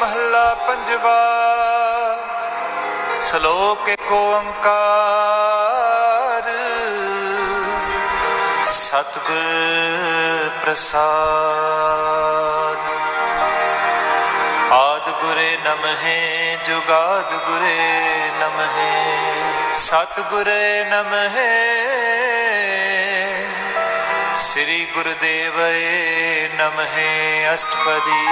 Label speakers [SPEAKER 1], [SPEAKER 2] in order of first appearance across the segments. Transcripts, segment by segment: [SPEAKER 1] ਮਹੱਲਾ ਪੰਜਵਾ ਸ਼ਲੋਕ ਏਕ ਓੰਕਾਰ ਸਤਿਗੁਰ ਪ੍ਰਸਾਦ ਆਦ ਗੁਰੇ ਨਮਹਿ ਜੁਗਾਦ ਗੁਰੇ ਨਮਹਿ ਸਤਿਗੁਰੇ ਨਮਹਿ ਸ੍ਰੀ ਗੁਰਦੇਵਏ ਨਮਹਿ ਅਸ਼ਟਪਦੀ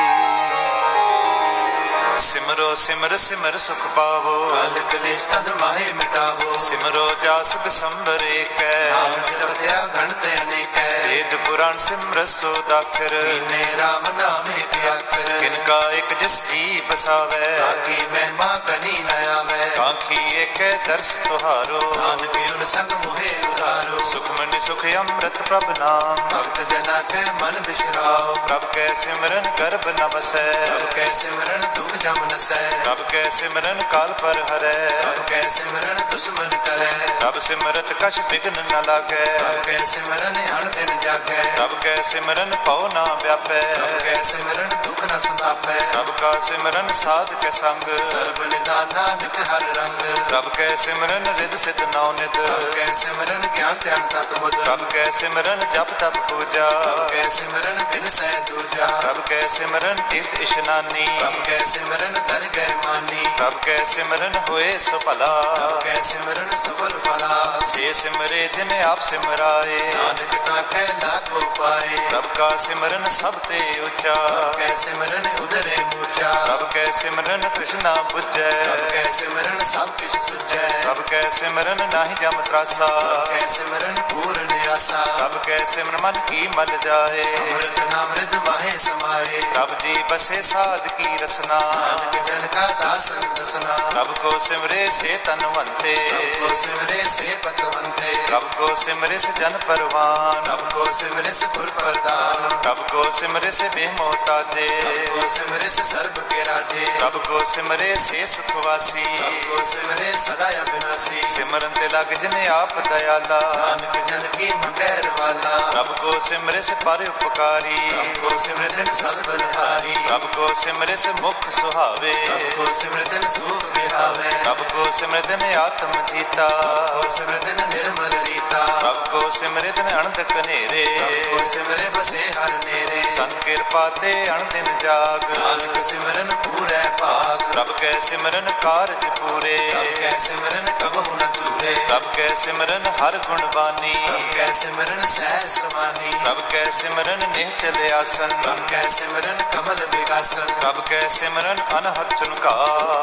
[SPEAKER 1] ਸਿਮਰੋ ਸਿਮਰ ਸਿਮਰ ਸੁਖ ਪਾਵੋ
[SPEAKER 2] ਕਾਲ ਕਲੇਸ਼ ਤਨ ਮਾਹੇ ਮਿਟਾਵੋ
[SPEAKER 1] ਸਿਮਰੋ ਜਾਸ ਬਿਸੰਬਰ ਏਕੈ
[SPEAKER 2] ਨਾਮ ਜਪਿਆ ਗਣਤ ਅਨੇਕੈ
[SPEAKER 1] ਵੇਦ ਪੁਰਾਣ ਸਿਮਰ ਸੋ ਦਾਖਰ
[SPEAKER 2] ਨੇ ਰਾਮ ਨਾਮੇ ਪਿਆ ਕਰ
[SPEAKER 1] ਕਿਨਕਾ ਇਕ ਜਿਸ ਜੀ ਵਸਾਵੇ
[SPEAKER 2] ਤਾਕੀ ਮਹਿਮਾ ਕਨੀ ਨ ਆਵੇ
[SPEAKER 1] ਕਾਂਖੀ ਏਕੈ ਦਰਸ ਤੁਹਾਰੋ
[SPEAKER 2] ਨਾਨ ਪਿਉਨ ਸੰਗ ਮੋਹੇ ਉਧਾਰੋ
[SPEAKER 1] ਸੁਖਮਨਿ ਸੁਖ ਅੰਮ੍ਰਿਤ ਪ੍ਰਭ ਨਾਮ
[SPEAKER 2] ਭਗਤ ਜਨਾ ਕੈ ਮਨ ਬਿਸਰਾਓ
[SPEAKER 1] ਪ੍ਰਭ ਕੈ ਸਿਮਰਨ ਗਰਭ ਨ ਵਸੈ
[SPEAKER 2] ਪ੍ਰਭ ਕੈ ਸਿਮਰਨ ਦੁਖ ਜਮ ਨਸੈ
[SPEAKER 1] ਪ੍ਰਭ ਕੈ ਸਿਮਰਨ ਕਾਲ ਪਰ ਹਰੈ
[SPEAKER 2] ਪ੍ਰਭ ਕੈ ਸਿਮਰਨ ਦੁਸ਼ਮਨ ਕਰੈ
[SPEAKER 1] ਰਬ ਸਿਮਰਤ ਕਛ ਵਿਗਨ ਨ ਲਾਗੈ
[SPEAKER 2] ਪ੍ਰਭ ਕੈ ਸਿਮਰਨ ਹਰ ਦਿਨ ਜਾਗੈ
[SPEAKER 1] ਰਬ ਕੈ ਸਿਮਰਨ ਪਉ ਨਾ ਵਿਆਪੈ
[SPEAKER 2] ਪ੍ਰਭ ਕੈ ਸਿਮਰਨ ਦੁਖ ਨ ਸੰਤਾਪੈ
[SPEAKER 1] ਰਬ ਕਾ ਸਿਮਰਨ ਸਾਧ ਕੇ ਸੰਗ
[SPEAKER 2] ਸਰਬ ਨਿਦਾਨ ਨਾਨਕ ਹਰ ਰੰਗ
[SPEAKER 1] ਰਬ ਕੈ ਸਿਮਰਨ ਰਿਦ ਸਿਧ ਨਉ ਨਿਦ
[SPEAKER 2] ਪ੍ਰਭ ਕੈ ਸਿਮਰਨ ਗਿਆਨ ਧਿਆਨ ਤਤ ਬੁੱਧ
[SPEAKER 1] ਰਬ ਕੈ ਸਿਮਰਨ ਜਪ ਤਪ ਪੂਜਾ
[SPEAKER 2] ਪ੍ਰਭ ਕੈ ਸਿਮਰਨ ਬਿਨ ਸਹਿ ਦੂਜਾ
[SPEAKER 1] ਰਬ ਕੈ ਸਿਮਰਨ ਤੀਰਥ ਇਸ਼ਨਾਨੀ
[SPEAKER 2] ਪ੍ਰਭ ਕੈ ਸਿਮਰਨ ਦਰ ਗਏ ਮਾਨੀ
[SPEAKER 1] ਰਬ ਕੈ ਸਿਮਰਨ ਹੋਏ ਸੋ ਭਲਾ
[SPEAKER 2] ਪ੍ਰਭ ਕੈ ਸਿਮਰਨ ਸਫਲ ਫਲਾ
[SPEAKER 1] ਸੇ ਸਿਮਰੇ ਜਿਨ ਆਪ ਸਿਮਰਾਏ
[SPEAKER 2] ਨਾਨਕ ਤਾਂ ਕੈ ਲਾਗੋ ਪਾਏ
[SPEAKER 1] ਰਬ ਕਾ ਸਿਮਰਨ ਸਭ ਤੇ ਉੱਚਾ
[SPEAKER 2] ਪ੍ਰਭ ਕੈ ਸਿਮਰਨ ਉਦਰੇ ਮੂਚਾ
[SPEAKER 1] ਰਬ ਕੈ ਸਿਮਰਨ ਤ੍ਰਿਸ਼ਨਾ ਬੁਝੈ
[SPEAKER 2] ਪ੍ਰਭ ਕੈ ਸਿਮਰਨ ਸਭ ਕਿਛ ਸੁਝੈ
[SPEAKER 1] ਰਬ ਕੈ ਸਿਮਰਨ ਨਾਹੀ ਜਮ
[SPEAKER 2] ਪ੍ਰਭ
[SPEAKER 1] ਤਰਾਸਾ
[SPEAKER 2] ਕੈ ਸਿਮਰਨ ਪੂਰਨ ਆਸਾ
[SPEAKER 1] ਰਬ ਕੈ ਸਿਮਰਨ ਮਨ ਕੀ ਮਲ ਜਾਏ
[SPEAKER 2] ਅੰਮ੍ਰਿਤ ਨਾਮ ਰਿਦ ਮਾਹੇ ਸਮਾਏ
[SPEAKER 1] ਰਬ ਜੀ ਬਸੇ ਸਾਧ ਕੀ ਰਸਨਾ
[SPEAKER 2] ਨਾਨਕ ਜਨ ਕਾ ਦਾਸਨ ਦਸਨਾ
[SPEAKER 1] ਰਬ ਕੋ ਸਿਮਰੇ ਸੇ ਤਨ ਵੰਤੇ
[SPEAKER 2] ਪ੍ਰਭ ਕੋ ਸਿਮਰੇ ਸੇ ਪਤਵੰਤੇ
[SPEAKER 1] ਰਬ ਕੋ ਸਿਮਰੇ ਸੇ ਜਨ ਪਰਵਾਨ
[SPEAKER 2] ਪ੍ਰਭ ਕੋ ਸਿਮਰੇ ਸੇ ਪੁਰ ਪਰਦਾਨ
[SPEAKER 1] ਰਬ ਕੋ ਸਿਮਰੇ ਸੇ ਬੇਮੋ ਤਾਜੇ
[SPEAKER 2] ਕੋ ਸਿਮਰੇ ਸੇ ਸਰਬ ਕੇ ਰਾਜੇ
[SPEAKER 1] ਰਬ ਕੋ ਸਿਮਰੇ ਸੇ ਸੁਖਵਾਸੀ
[SPEAKER 2] ਪ੍ਰਭ ਕੋ ਸਿਮਰੇ ਸਦਾ ਅਬਿਨਾਸੀ
[SPEAKER 1] ਸਿਮਰਨ ਤੇ ਲਗ ਜਿਨੇ ਆਪ ਦਇਆਲਾ
[SPEAKER 2] ਨਾਨਕ ਜਨ ਕੀ ਮੰਗੈਰ ਵਾਲਾ
[SPEAKER 1] ਰਬ ਕੋ ਸਿਮਰੇ ਸੇ ਪਰ ਉਪਕਾਰੀ
[SPEAKER 2] ਪ੍ਰਭ ਕੋ ਸਿਮਰਤਨ ਸਦ ਬਲਹਾਰੀ
[SPEAKER 1] ਰਬ ਕੋ ਸਿਮਰੇ ਸੇ ਮੁਖ ਸੁਹਾਵੇ
[SPEAKER 2] ਪ੍ਰਭ ਕੋ ਸਿਮਰਤਨ ਸੁਖ ਬਿਹਾਵੇ
[SPEAKER 1] ਰਬ ਕੋ ਸਿਮਰੇ ਤਨ ਆਤਮ ਜੀਤਾ
[SPEAKER 2] ਕੋ ਸਿਮਰਤਨ ਨਿਰਮਲ ਰੀਤਾ
[SPEAKER 1] ਰਬ ਕੋ ਸਿਮਰੇ ਤਨ ਅਣਦ
[SPEAKER 2] ਪ੍ਰਭ
[SPEAKER 1] ਕਨੇਰੇ
[SPEAKER 2] ਕੋ ਸਿਮਰੇ ਬਸੇ ਹਰ ਨੇਰੇ
[SPEAKER 1] ਸੰਤ ਕਿਰਪਾ ਤੇ ਅਣ ਦਿਨ ਜਾਗ
[SPEAKER 2] ਨਾਨਕ ਸਿਮਰਨ ਪੂਰੈ ਭਾਗ
[SPEAKER 1] ਰੱਬ ਕੈ ਸਿਮਰਨ ਕਾਰਜ ਪੂਰੇ
[SPEAKER 2] ਪ੍ਰਭ ਕੈ ਸਿਮਰਨ ਕਬਹੁ ਨ ਤੂਰੇ
[SPEAKER 1] ਰੱਬ ਕੈ ਸਿਮਰਨ ਹਰ ਗੁਣਬਾਨੀ
[SPEAKER 2] ਪ੍ਰਭ ਕੈ ਸਿਮਰਨ ਸਹਿ ਸਮਾਨੀ
[SPEAKER 1] ਰੱਬ ਕੈ ਸਿਮਰਨ ਨਿਹ ਚਲੇ ਆਸਨ
[SPEAKER 2] ਪ੍ਰਭ ਕੈ ਸਿਮਰਨ ਕਮਲ ਵਿਗਾਸਨ
[SPEAKER 1] ਰੱਬ ਕੈ ਸਿਮਰਨ ਅਨਹਤ ਚੁਨਕਾ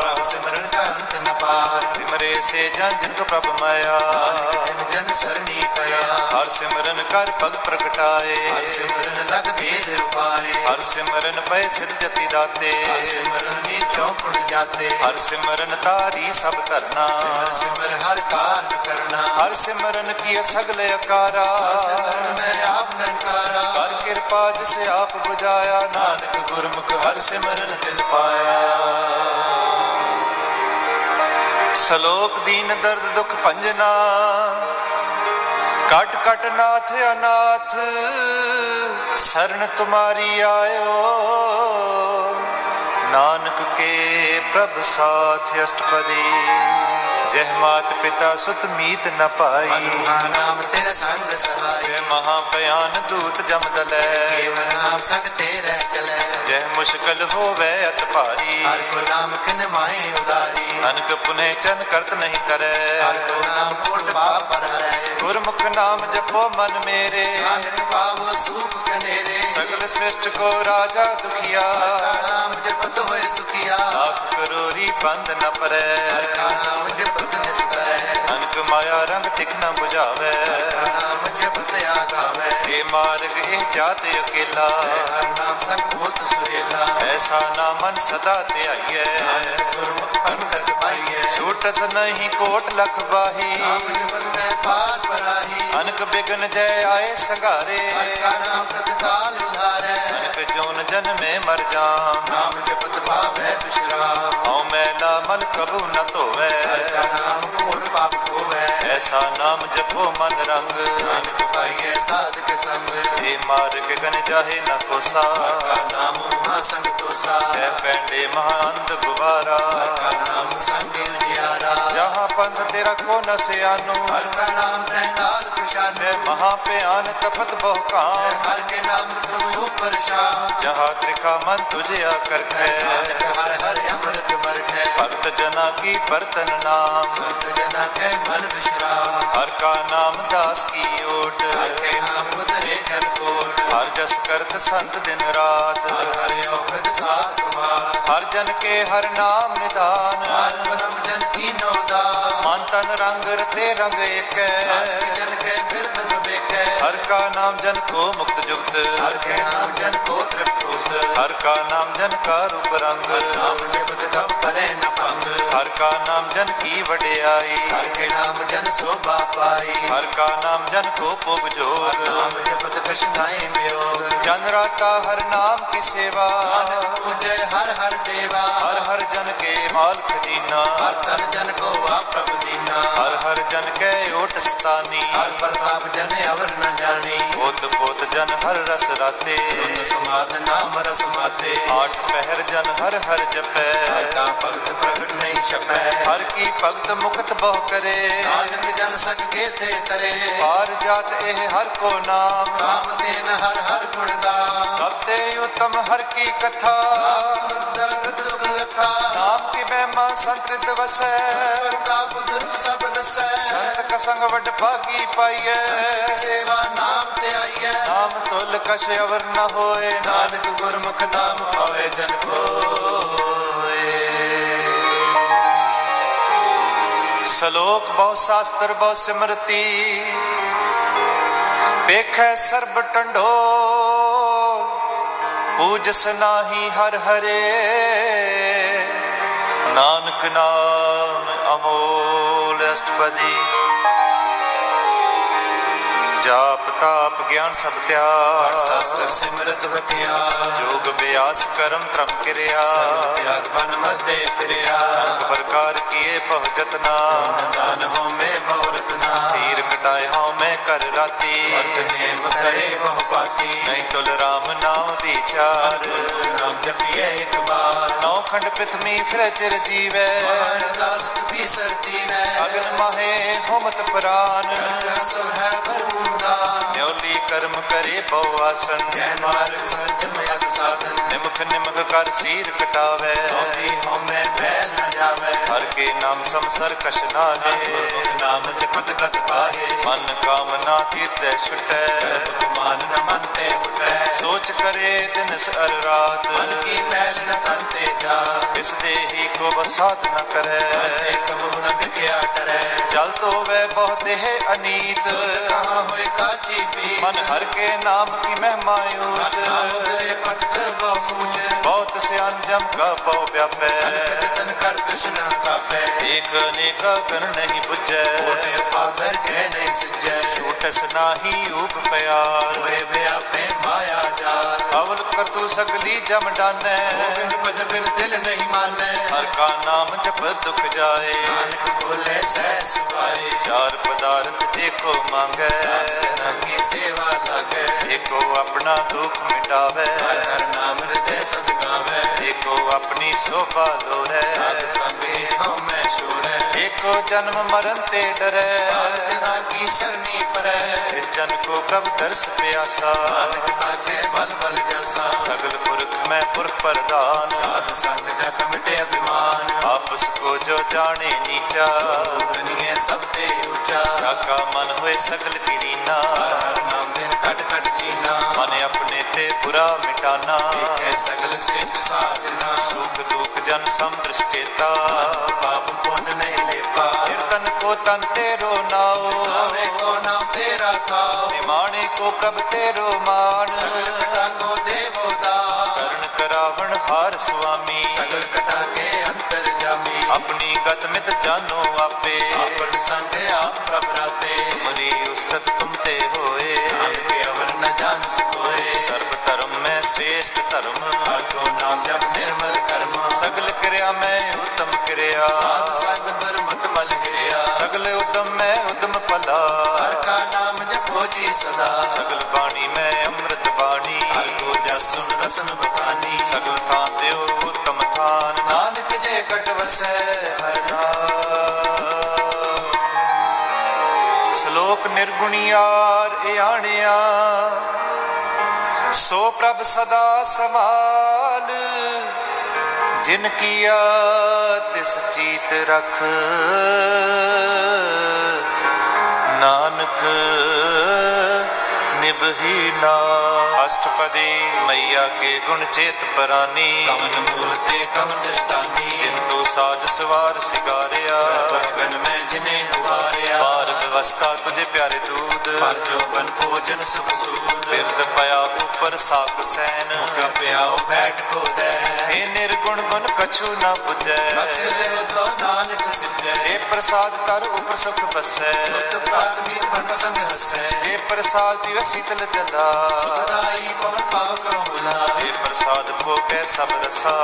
[SPEAKER 2] ਪ੍ਰਭ ਸਿਮਰਨ ਕਾ ਅੰਤ ਨ ਪਾਰ
[SPEAKER 1] ਸਿਮਰੇ ਸੇ ਜਨ ਜਿਨ ਕੋ ਪ੍ਰਭ ਮਾਇਆ
[SPEAKER 2] ਨਾਨਕ ਜਨ ਜਨ ਸਰਨੀ ਪਿਆ
[SPEAKER 1] ਹਰ ਸਿਮਰਨ ਕਰ ਭਗਤ ਪ੍ਰਗਟਾਏ
[SPEAKER 2] ਹਰ ਸਿਮਰਨ ਲਗ ਬੇਦ ਉਪਾਏ
[SPEAKER 1] ਹਰ ਸਿਮਰਨ ਪਏ ਸਿਧ ਜਤੀ ਦਾਤੇ
[SPEAKER 2] ਹਰ ਸਿਮਰਨ ਮੇ ਚੌਪੜ ਜਾਤੇ
[SPEAKER 1] ਹਰ ਸਿਮਰਨ ਤਾਰੀ ਸਭ ਧਰਨਾ
[SPEAKER 2] ਸਿਮਰ ਸਿਮਰ ਹਰ ਕਾਰਨ ਕਰਨਾ
[SPEAKER 1] ਹਰ ਸਿਮਰਨ ਕੀ ਸਗਲੇ ਅਕਾਰਾ
[SPEAKER 2] ਹਰ ਸਿਮਰਨ ਮੈਂ ਆਪ ਨੰਕਾਰਾ
[SPEAKER 1] ਕਰ ਕਿਰਪਾ ਜਿਸ ਆਪ ਬੁਝਾਇਆ ਨਾਨਕ ਗੁਰਮੁਖ ਹਰ ਸਿਮਰਨ ਤਿਨ ਪਾਇਆ ਸ਼ਲੋਕ ਦੀਨ ਦਰਦ ਦੁਖ ਭੰਜਨਾ ਕਟ ਕਟ ਨਾਥ ਅਨਾਥ ਸਰਨ ਤੁਮਾਰੀ ਆਇਓ ਨਾਨਕ ਕੇ ਪ੍ਰਭ ਸਾਥ ਅਸ਼ਟਪਦੀ ਜਹ ਮਾਤ ਪਿਤਾ ਸੁਤ ਮੀਤ ਨ ਪਾਈ
[SPEAKER 2] ਅਨੂਹਾ ਨਾਮ ਤੇਰਾ ਸੰਗ ਸਹਾਈ
[SPEAKER 1] ਜੈ ਮਹਾ ਭਿਆਨ ਦੂਤ ਜਮਦਲੈ
[SPEAKER 2] ਕੇਵਲ ਨਾਮ ਸੰਗ ਤੇਰੇ ਚਲੇ
[SPEAKER 1] ਜੈ ਮੁਸ਼ਕਲ ਹੋਵੇ ਅਤ ਭਾਰੀ
[SPEAKER 2] ਹਰ ਕੋ ਨਾਮ ਕਿਨ ਮਾਏ ਉਦਾਰੀ
[SPEAKER 1] ਨਾਨਕ ਪੁਨੇ ਚਨ ਕਰਤ ਨਹੀਂ ਕਰੈ
[SPEAKER 2] ਹਰ ਕੋ ਨਾਮ ਕੋਟ ਪਾਪ ਪਰ ਹਰੈ
[SPEAKER 1] ਗੁਰਮੁਖ ਨਾਮ ਜਪੋ ਮਨ ਮੇਰੇ
[SPEAKER 2] ਨਾਨਕ ਪਾਵੋ ਸੂਖ ਕਨੇਰੇ
[SPEAKER 1] ਸਗਲ ਸ੍ਰਿਸ਼ਟ ਕੋ ਰਾਜਾ ਦੁਖੀਆ
[SPEAKER 2] ਹਰ ਕਾ ਨਾਮ ਜਪਤ ਹੋਏ ਸੁਖੀਆ
[SPEAKER 1] ਆਖ ਕਰੋਰੀ ਬੰਦ ਨ ਪਰੈ
[SPEAKER 2] ਹਰ ਕਾ ਨਾਮ ਜਪਤ ਨਿਸਤਰੈ
[SPEAKER 1] ਨਾਨਕ ਮਾਇਆ ਰੰਗ ਤਿਖ ਨ 부ਝਾਵੇ
[SPEAKER 2] ਹਰ ਕਾ ਨਾਮ ਜਪਤ ਆਗਾਵੇ
[SPEAKER 1] ਏ ਮਾਰਗ ਇਹ ਜਾਤ ਅਕੇਲਾ
[SPEAKER 2] ਹਰ ਨਾਮ ਸੰਗ ਹੋਤ ਸੁਹੇਲਾ
[SPEAKER 1] ਐਸਾ ਨਾ ਮਨ ਸਦਾ ਧਿਆਈਐ
[SPEAKER 2] ਨਾਨਕ ਗੁਰਮੁਖ ਪੰਡਤ ਪਾਈਏ
[SPEAKER 1] ਛੂਟਤ ਨਹੀਂ ਕੋਟ ਲਖ ਬਾਹੀ
[SPEAKER 2] ਨਾਮ ਜਪਤ ਤੈ ਪਾਰ ਪਰਾਹੀ
[SPEAKER 1] ਅਨਕ ਬਿਗਨ ਜੈ ਆਏ ਸੰਘਾਰੇ
[SPEAKER 2] ਹਰ ਕਾ ਨਾਮ ਤਤਕਾਲ ਉਧਾਰੈ
[SPEAKER 1] ਅਨਕ ਜੋਨ ਜਨਮੇ ਮਰ ਜਾਮ
[SPEAKER 2] ਨਾਮ ਜਪਤ ਪਾਵੈ ਬਿਸ਼ਰਾਮ
[SPEAKER 1] ਹਉ ਮੈਲਾ ਮਨ ਕਬੂ ਨ ਧੋਵੈ
[SPEAKER 2] ਹਰ ਕਾ ਨਾਮ ਕੋਟ ਪਾਪ ਹੋਵੈ
[SPEAKER 1] ਐਸਾ ਨਾਮ ਜਪੋ ਮਨ ਰੰਗ
[SPEAKER 2] ਨਾਨਕ ਪਾਈਐ ਸਾਧਕ ਸੰਗ
[SPEAKER 1] ਜੇ ਮਾਰਗ ਗਨ ਜਾਹੇ ਨ ਕੋਸਾ
[SPEAKER 2] का नाम उमा संग तोसा
[SPEAKER 1] ਤੈ ਪੈਂਡੇ ਮਹਾਂਦ ਗੁਬਾਰਾ
[SPEAKER 2] हर का नाम संग नियारा
[SPEAKER 1] ਜਹਾਂ ਪੰਥ ਤੇਰਾ ਕੋ ਨ ਸਿਆਨੂ
[SPEAKER 2] हर का नाम तैनाल पिशान
[SPEAKER 1] ਤੈ ਮਹਾ ਭਿਆਨ ਤਪਤ ਬਹੁ ਕਾਮ
[SPEAKER 2] हर के नाम तुम हो परेशान
[SPEAKER 1] ਜਹਾਂ ਤ੍ਰਿਖਾ ਮਨ ਤੁਝਿਆ ਕਰਖੈ
[SPEAKER 2] नानक हर हर अमृत वर्ग है
[SPEAKER 1] ਭਗਤ ਜਨਾ ਕੀ ਬਰਤਨ ਨਾਮ
[SPEAKER 2] संत जना के मन विश्राम
[SPEAKER 1] ਹਰ ਕਾ ਨਾਮ ਦਾਸ ਕੀ ਓਟ
[SPEAKER 2] हर के नाम उतरे जन कोट
[SPEAKER 1] ਹਰ ਜਸ ਕਰਤ ਸੰਤ ਦਿਨ ਰਾਤ
[SPEAKER 2] हर हर औपद सात कुमार
[SPEAKER 1] ਹਰ ਜਨ ਕੇ ਹਰ ਨਾਮ ਨਿਦਾਨ
[SPEAKER 2] हर परम जन की नौदा
[SPEAKER 1] ਮਨ ਤਨ ਰੰਗ ਰਤੇ ਰੰਗ ਏਕੈ
[SPEAKER 2] हर के जन के बिरद विवेक है
[SPEAKER 1] ਹਰ ਕਾ ਨਾਮ ਜਨ ਕੋ ਮੁਕਤ
[SPEAKER 2] हर
[SPEAKER 1] ਜੁਗਤ
[SPEAKER 2] के नाम जन को तृप्त होत
[SPEAKER 1] ਹਰ ਕਾ ਨਾਮ ਜਨ ਕਾ ਰੂਪ ਰੰਗ
[SPEAKER 2] नाम जपत तब परे न पंग
[SPEAKER 1] ਹਰ ਕਾ ਨਾਮ ਜਨ ਕੀ ਵਡਿਆਈ
[SPEAKER 2] हर के नाम जन शोभा पाई
[SPEAKER 1] ਹਰ ਕਾ ਨਾਮ ਜਨ ਕੋ ਭੋਗ
[SPEAKER 2] हर
[SPEAKER 1] ਜੋਗ
[SPEAKER 2] नाम जपत कश नाय म्योग
[SPEAKER 1] ਜਨ ਰਾਤਾ ਹਰ ਨਾਮ ਕੀ ਸੇਵਾ
[SPEAKER 2] नानक पूजे हर हर देवा
[SPEAKER 1] ਹਰ ਹਰ ਜਨ ਕੇ ਮਾਲਕ ਜੀਨਾ
[SPEAKER 2] हर तन जन को आ प्रभु दीना
[SPEAKER 1] ਹਰ ਹਰ ਜਨ ਕੈ ਓਟ ਸਤਾਨੀ
[SPEAKER 2] हर प्रताप जन अवर न जानी
[SPEAKER 1] ਪੋਤ ਪੋਤ ਜਨ ਹਰ ਰਸ ਰਾਤੇ
[SPEAKER 2] सुन समाध नाम रस माते
[SPEAKER 1] ਆਠ ਪਹਿਰ ਜਨ ਹਰ ਹਰ ਜਪੈ
[SPEAKER 2] हर का भक्त प्रगट नहीं छपै
[SPEAKER 1] ਹਰ ਕੀ ਭਗਤ ਮੁਕਤ ਬਹੁ ਕਰੇ
[SPEAKER 2] नानक जन सग के ते तरे
[SPEAKER 1] ਪਾਰ ਜਾਤ ਇਹ ਹਰ ਕੋ ਨਾਮ
[SPEAKER 2] काम देन हर हर गुण गा
[SPEAKER 1] ਸਭ ਤੇ ਉਤਮ ਹਰ ਕੀ ਕਥਾ
[SPEAKER 2] सुंदर दुर्गता
[SPEAKER 1] ਨਾਮ ਕੀ ਮਹਿਮਾ ਸੰਤ੍ਰਿਤ ਵਸੈ
[SPEAKER 2] प्रताप दुर्ग सब नसै
[SPEAKER 1] ਸੰਤ ਕਸੰਗ ਵਡ ਭਾਗੀ ਪਾਈਐ
[SPEAKER 2] ਸੇਵਾ ਨਾਮ ਤੇ ਆਈਐ
[SPEAKER 1] ਨਾਮ ਤੁਲ ਕਛ ਅਵਰ ਨ ਹੋਏ
[SPEAKER 2] ਨਾਨਕ ਗੁਰਮੁਖ ਨਾਮ ਪਾਵੇ ਜਨ ਕੋਏ
[SPEAKER 1] ਸ਼ਲੋਕ ਬਹੁ ਸ਼ਾਸਤਰ ਬਹੁ ਸਿਮਰਤੀ ਵੇਖੈ ਸਰਬ ਟੰਡੋਲ ਪੂਜਸ ਨਾਹੀ ਹਰ ਹਰੇ ਨਾਨਕ ਨਾਮ ਅਮੋਲ ਅਸ਼ਟਪਦੀ ਜਾਪ ਤਾਪ ਗਿਆਨ ਸਭ
[SPEAKER 2] ਹਰ
[SPEAKER 1] ਤਿਆਗ
[SPEAKER 2] ਸਾਸਤਰ ਸਿਮਰਤ ਵਕਿਆ ਜੋ
[SPEAKER 1] ਜੋਗ ਬਿਆਸ ਕਰਮ ਧਰਮ ਕਿਰਿਆ
[SPEAKER 2] ਸਗਲ ਤਿਆਗ ਮਨ ਮਤੇ ਫਿਰਿਆ
[SPEAKER 1] ਪ੍ਰਕਾਰ ਕੀਏ ਬਹੁ ਜਤਨਾ
[SPEAKER 2] ਦਾਨ ਹੋ ਮੈਂ ਬਹੁਰਤ ਨਾ
[SPEAKER 1] ਸੀਰ ਕਟਾਏ ਹਉ ਮੈਂ ਕਰ ਰਾਤੀ
[SPEAKER 2] ਵਰਤ ਨੇਮ ਕਰੇ ਬਹੁ ਪਾਤੀ
[SPEAKER 1] ਨਹੀਂ ਤੁਲ ਰਾਮ ਨਾਮ ਵਿਚਾਰ
[SPEAKER 2] ਨਾਮ ਜਪੀਏ ਇੱਕ ਬਾਰ
[SPEAKER 1] ਨੌ ਖੰਡ ਪ੍ਰਿਥਵੀ ਫਿਰ ਚਿਰ ਜੀਵੈ
[SPEAKER 2] ਹਰ ਦਾਸ ਕਪੀ ਸਰਤੀ ਨੇ
[SPEAKER 1] ਅਗਨ ਮਹੇ ਹੋਮਤ ਪ੍ਰਾਨ
[SPEAKER 2] ਅਗਨ ਸੋ ਹੈ ਪ੍ਰਭੂ ਦਾ
[SPEAKER 1] ਨਿਉਲੀ ਕਰਮ ਕਰੇ ਬਉ ਆਸਨ
[SPEAKER 2] ਜੈ ਮਾਰਗ ਸੰਜਮ ਅਤ ਸਾਧਨ
[SPEAKER 1] ਨਿਮਖ ਨਿਮਖ ਕਰ ਸੀਰ ਕਟਾਵੇ
[SPEAKER 2] ਤੋਬੀ ਹਉ ਮੈਂ ਬੈਲ ਨ ਜਾਵੇ
[SPEAKER 1] ਹਰ ਕੇ ਨਾਮ ਸੰਸਰ ਕਛ ਨਾਹੇ
[SPEAKER 2] ਗੁਰਮੁਖ ਨਾਮ ਜਪਤ ਗਤ ਪਾਏ
[SPEAKER 1] ਮਨ ਕਾਮਨਾ ਕੀਤੇ ਛੁਟੈ
[SPEAKER 2] ਗੁਮਾਨ ਨ ਮਨ ਤੇ ਉਟੈ
[SPEAKER 1] ਸੋਚ ਕਰੇ ਦਿਨ ਸਰ ਰਾਤ
[SPEAKER 2] ਮਨ ਕੀ ਮੈਲ ਨ ਤਨ ਤੇ ਜਾ
[SPEAKER 1] ਇਸ ਦੇਹੀ ਕੋ ਬਸਾਤ ਨ ਕਰੇ
[SPEAKER 2] ਤੇ ਕਬੂ ਨ ਵਿਕਿਆ ਡਰੈ
[SPEAKER 1] ਜਲ ਤੋਵੇ ਬਹੁ ਦੇਹ ਅਨੀਤ
[SPEAKER 2] ਸੁਰ ਕਹਾ ਹੋਏ ਕਾਚੀ ਪੀ
[SPEAKER 1] ਮਨ ਹਰ ਕੇ ਨਾਮ ਕੀ ਮਹਿਮਾ ਊਚ
[SPEAKER 2] ਨਾਮ ਤੇਰੇ ਪਤ ਬਹੁ ਪੂਜੈ
[SPEAKER 1] ਬਹੁਤ ਸਿਆਨ ਜਮ ਕਾ ਪਉ ਵਿਆਪੈ
[SPEAKER 2] ਅਨਕ ਜਤਨ ਕਰ ਕ੍ਰਿਸ਼ਨ ਤਾਪੈ
[SPEAKER 1] ਏਕ ਅਨੇਕ ਕਰ ਨਹੀਂ ਬੁਝੈ
[SPEAKER 2] ਕੋਟੇ ਪਾਦਰ ਕਹਿ ਨਹੀਂ ਸਜੈ
[SPEAKER 1] ਟਸ ਨਾਹੀ ਉਪ ਪਿਆਰ
[SPEAKER 2] ਹੋਏ ਵਿਆਪੇ ਮਾਇਆ ਜਾਲ
[SPEAKER 1] ਅਵਲ ਕਰ ਤੂ ਸਗਲੀ ਜਮ ਡਾਨੈ
[SPEAKER 2] ਗੋਬਿੰਦ ਭਜ ਬਿਨ ਦਿਲ ਨਹੀਂ ਮਾਨੈ
[SPEAKER 1] ਹਰ ਕਾ ਨਾਮ ਜਪ ਦੁਖ ਜਾਏ
[SPEAKER 2] ਨਾਨਕ ਬੋਲੇ ਸਹਿ ਸੁਭਾਏ
[SPEAKER 1] ਚਾਰ ਪਦਾਰਥ ਜੇ ਕੋ ਮੰਗੈ
[SPEAKER 2] ਨਾਮ ਕੀ ਸੇਵਾ ਲਾਗੈ
[SPEAKER 1] ਏਕੋ ਆਪਣਾ ਦੁਖ ਮਿਟਾਵੇ
[SPEAKER 2] ਹਰ ਹਰ ਨਾਮ ਹਿਰਦੈ ਸਦ ਗਾਵੇ
[SPEAKER 1] ਏਕੋ ਆਪਣੀ ਸੋਭਾ ਲੋਰੇ
[SPEAKER 2] ਸਾਧ ਸੰਗੇ ਹਉ ਮੈਂ ਸ਼ੂਰੈ
[SPEAKER 1] ਏਕੋ ਜਨਮ ਮਰਨ ਤੇ
[SPEAKER 2] ਸਾਧ
[SPEAKER 1] ਡਰੈ
[SPEAKER 2] ਜਨਾ ਕੀ ਸਰਨੀ ਪਰੈ
[SPEAKER 1] ਇਸ ਜਨ ਕੋ ਪ੍ਰਭ ਦਰਸ ਪਿਆਸਾ
[SPEAKER 2] ਨਾਨਕ ਤਾਕੇ ਬਲ ਬਲ ਜਸਾ
[SPEAKER 1] ਸਗਲ ਪੁਰਖ ਮੈਂ ਪੁਰਖ ਪ੍ਰਧਾਨ
[SPEAKER 2] ਸਾਧ ਸੰਗ ਜਗ ਮਿਟੇ ਅਭਿਮਾਨ
[SPEAKER 1] ਆਪਸ ਕੋ ਜੋ ਜਾਣੇ ਨੀਚਾ
[SPEAKER 2] ਬਨੀਏ ਸਭ ਤੇ ਉਚਾ
[SPEAKER 1] ਰਾਖਾ ਮਨ ਹੋਏ ਸਗਲ ਕੀਨਾ
[SPEAKER 2] ਹਰ ਹਰ ਨਾਮ ਦਿਨ ਕਟ ਕਟ ਚੀਨਾ
[SPEAKER 1] ਮਨ ਆਪਣੇ ਤੇ ਬੁਰਾ ਮਿਟਾਨਾ
[SPEAKER 2] ਦੇਖੇ ਸਗਲ ਸ੍ਰਿਸ਼ਟ ਸਾਰਨਾ
[SPEAKER 1] ਸੁਖ ਦੁਖ ਜਨ ਸਮਦ੍ਰਿਸ਼ਟੇਤਾ
[SPEAKER 2] ਪਾਪ ਪੁੰਨ ਨਹੀਂ ਲੇਪਾ
[SPEAKER 1] ਨਿਰਤਨ ਕੋ ਤਨ ਤੇ ਰੋਨਾਓ
[SPEAKER 2] ਆਵੇ ਕੋ ਨਾਮ ਤੇਰਾ ਖਾਓ
[SPEAKER 1] ਨਿਮਾਣੇ ਕੋ ਪ੍ਰਭ ਤੇ ਰੋਮਾਨ
[SPEAKER 2] ਸਗਲ ਕਟਾ ਕੋ ਦੇਵੋ ਦਾ
[SPEAKER 1] ਕਰਨ ਕਰਾਵਣ ਹਾਰ ਸੁਆਮੀ
[SPEAKER 2] ਸਗਲ ਕਟਾ ਕੇ ਅੰਤਰ ਜਾਮੀ
[SPEAKER 1] ਆਪਣੀ ਗਤ ਮਿਤ ਜਾਣੋ ਆਪੇ
[SPEAKER 2] ਆਪਨ ਸੰਗ ਆਪ ਪ੍ਰਭ ਰਾਤੇ
[SPEAKER 1] ਮਰੀ ਉਸਤਤ ਤੁਮ ਤੇ ਹੋਏ
[SPEAKER 2] ਨਾਨਕ ਅਵਰ ਨ ਜਾਣ ਸਕੋਏ
[SPEAKER 1] ਸਰਬ ਧਰਮ ਮੈਂ ਸ੍ਰੇਸ਼ਟ ਧਰਮ
[SPEAKER 2] ਹਰਕੋ ਨਾਮ ਜਪ ਨਿਰਮਲ ਕਰਮ
[SPEAKER 1] ਸਗਲ ਕਿਰਿਆ ਮੈਂ ਉਤਮ ਕਿਰਿਆ
[SPEAKER 2] ਸਾਧ ਸੰਗ ਦੁਰਮਤ ਮਲ ਹਿਰਿਆ
[SPEAKER 1] ਸਗਲ ਉਦਮ ਮੈਂ ਉਦਮ ਭਲਾ
[SPEAKER 2] ਹਰ ਕਾ ਨਾਮ ਜਪੋ ਜੀ ਸਦਾ
[SPEAKER 1] ਸਗਲ ਬਾਣੀ ਮੈਂ ਅੰਮ੍ਰਿਤ ਦੁਨੀਆਰ ਇਆਣਿਆ ਸੋ ਪ੍ਰਭ ਸਦਾ ਸਮਾਲ ਜਿਨ ਕੀਆ ਤਿਸ ਚੀਤ ਰਖ ਨਾਨਕ ਨਿਭਹੀ ਨਾ ਅਸ਼ਟਪਦੀ ਮਈਆ ਕੇ ਗੁਣ ਚੇਤ ਪਰਾਨੀ
[SPEAKER 2] ਕਮਨ ਮੂਲ ਤੇ ਕਮਨ ਦਸਤਾਨੀ
[SPEAKER 1] ਜਿਨ ਤੋ ਸਾਜ ਸਵਾਰ ਸਿਗਾਰਿਆ
[SPEAKER 2] ਭਗਨ ਮੈਂ ਜਿਨੇ ਹਵਾਰਿਆ
[SPEAKER 1] ਪਾਰ ਵਿਵਸਥਾ ਤੁਝੇ ਪਿਆਰੇ ਦੂਤ
[SPEAKER 2] ਪਰ ਜੋ ਬਨ ਭੋਜਨ ਸੁਖ ਸੂਦ
[SPEAKER 1] ਬਿਰਦ ਪਿਆ ਉਪਰ ਸਾਕ ਸੈਨ
[SPEAKER 2] ਮੁਖ ਪਿਆਉ ਬੈਠ ਕੋ ਦੇ
[SPEAKER 1] ਇਹ ਨਿਰਗੁਣ ਗੁਣ ਕਛੂ ਨਾ ਪੁਜੈ
[SPEAKER 2] ਬਖ ਲਿਓ ਤੋ ਨਾਨਕ ਸਿੱਧੇ
[SPEAKER 1] ਇਹ ਪ੍ਰਸਾਦ ਕਰ ਉਪਰ ਸੁਖ ਬਸੈ
[SPEAKER 2] ਸੁਤ ਪ੍ਰਾਤਮੀ ਬਨ ਸੰਗ ਹਸੈ
[SPEAKER 1] ਇਹ ਪ੍ਰਸਾਦ ਪੀਵੈ ਸੀਤਲ ਜਲਾ
[SPEAKER 2] ਸੁਖਦਾਈ ਪਵਨ ਪਾਵ ਕੋ ਬੁਲਾ
[SPEAKER 1] ਇਹ ਪ੍ਰਸਾਦ ਭੋਗੈ ਸਭ ਰਸਾ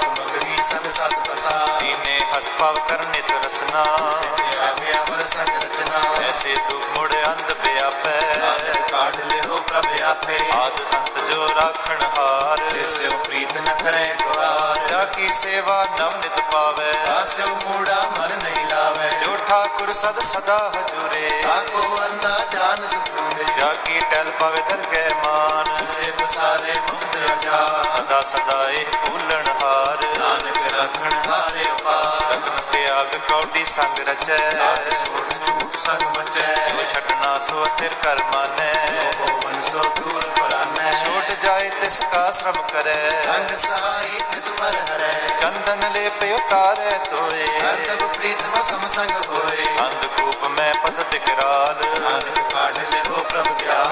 [SPEAKER 2] ਸਮਗਰੀ ਸੰਗ ਸਤ ਪ੍ਰਸਾ
[SPEAKER 1] ਦੀਨੇ ਹਸਤ ਭਾਵ ਕਰ ਨਿਤ ਰਸਨਾ
[SPEAKER 2] ਸਿਆ ਬਿਆ ਵਰ ਸੰਗ ਰਚਨਾ
[SPEAKER 1] ਐਸੇ ਦੁਖ ਮੁੜ ਅੰਧ ਵਿਆਪੈ
[SPEAKER 2] ਨਾਨਕ ਕਾਢ ਲਿਓ ਪ੍ਰਭ ਆਪੇ
[SPEAKER 1] ਆਦ ਅੰਤ ਜੋ ਰਾਖਣ ਹਾਰ
[SPEAKER 2] ਤਿਸਿਓ ਪ੍ਰੀਤ ਨ ਕਰੇ ਗਵਾਰ
[SPEAKER 1] ਜਾ ਕੀ ਸੇਵਾ ਨਵ ਨਿਤ ਪਾਵੈ
[SPEAKER 2] ਆਸਿਓ ਮੂੜਾ ਮਨ ਨਹੀਂ ਲਾਵੇ
[SPEAKER 1] ਜੋ ਠਾਕੁਰ ਸਦ ਸਦਾ ਹਜੂਰੇ
[SPEAKER 2] ਆਕੋ ਅੰਦਾ ਜਾਣ ਸਕੂਰੇ
[SPEAKER 1] ਜਾ ਕੀ ਟੈਲ ਪਾਵੇ ਦਰਗਹਿ ਮਾਨ
[SPEAKER 2] ਸੇ ਬਸਾਰੇ ਮੁਕਤ ਅਜਾ
[SPEAKER 1] ਸਦਾ ਸਦਾ ਇਹ ਭੁੱਲਣ ਹਾਰ
[SPEAKER 2] ਨਾਨਕ ਰੱਖਣ ਹਾਰੇ ਅਪਾਰ
[SPEAKER 1] ਰਤਨ ਤਿਆਗ ਕੌਡੀ ਸੰਗ ਰਚੈ
[SPEAKER 2] ਨਾਨਕ ਛੋੜ ਝੂਠ ਸੰਗ ਮਚੈ
[SPEAKER 1] ਜੋ ਛਟਨਾ ਸੋ ਅਸਥਿਰ ਕਰ ਮਾਨੈ
[SPEAKER 2] ਉਹ ਮਨ ਸੋ ਦੂਰ ਪਰਾਨੈ
[SPEAKER 1] ਛੋਟ
[SPEAKER 2] ਛੋੜ
[SPEAKER 1] ਜਾਏ ਤਿਸ ਕਾ ਸ਼ਰਮ ਕਰੈ
[SPEAKER 2] ਸੰਗ ਸਹਾਈ ਤਿਸ ਪਰ ਹਰੈ
[SPEAKER 1] ਚੰਦਨ ਲੇਪ ਉਤਾਰੈ ਤੋਏ
[SPEAKER 2] ਕਰਤਬ ਪ੍ਰੀਤਮ ਸਮ ਸੰਗ ਹੋਏ
[SPEAKER 1] ਅੰਧਕੂਪ ਮੈਂ ਪਤ ਟਿਕਰਾਲ
[SPEAKER 2] ਨਾਨਕ ਕਾਢ ਲਿਓ ਪ੍ਰਭ ਦਿਆ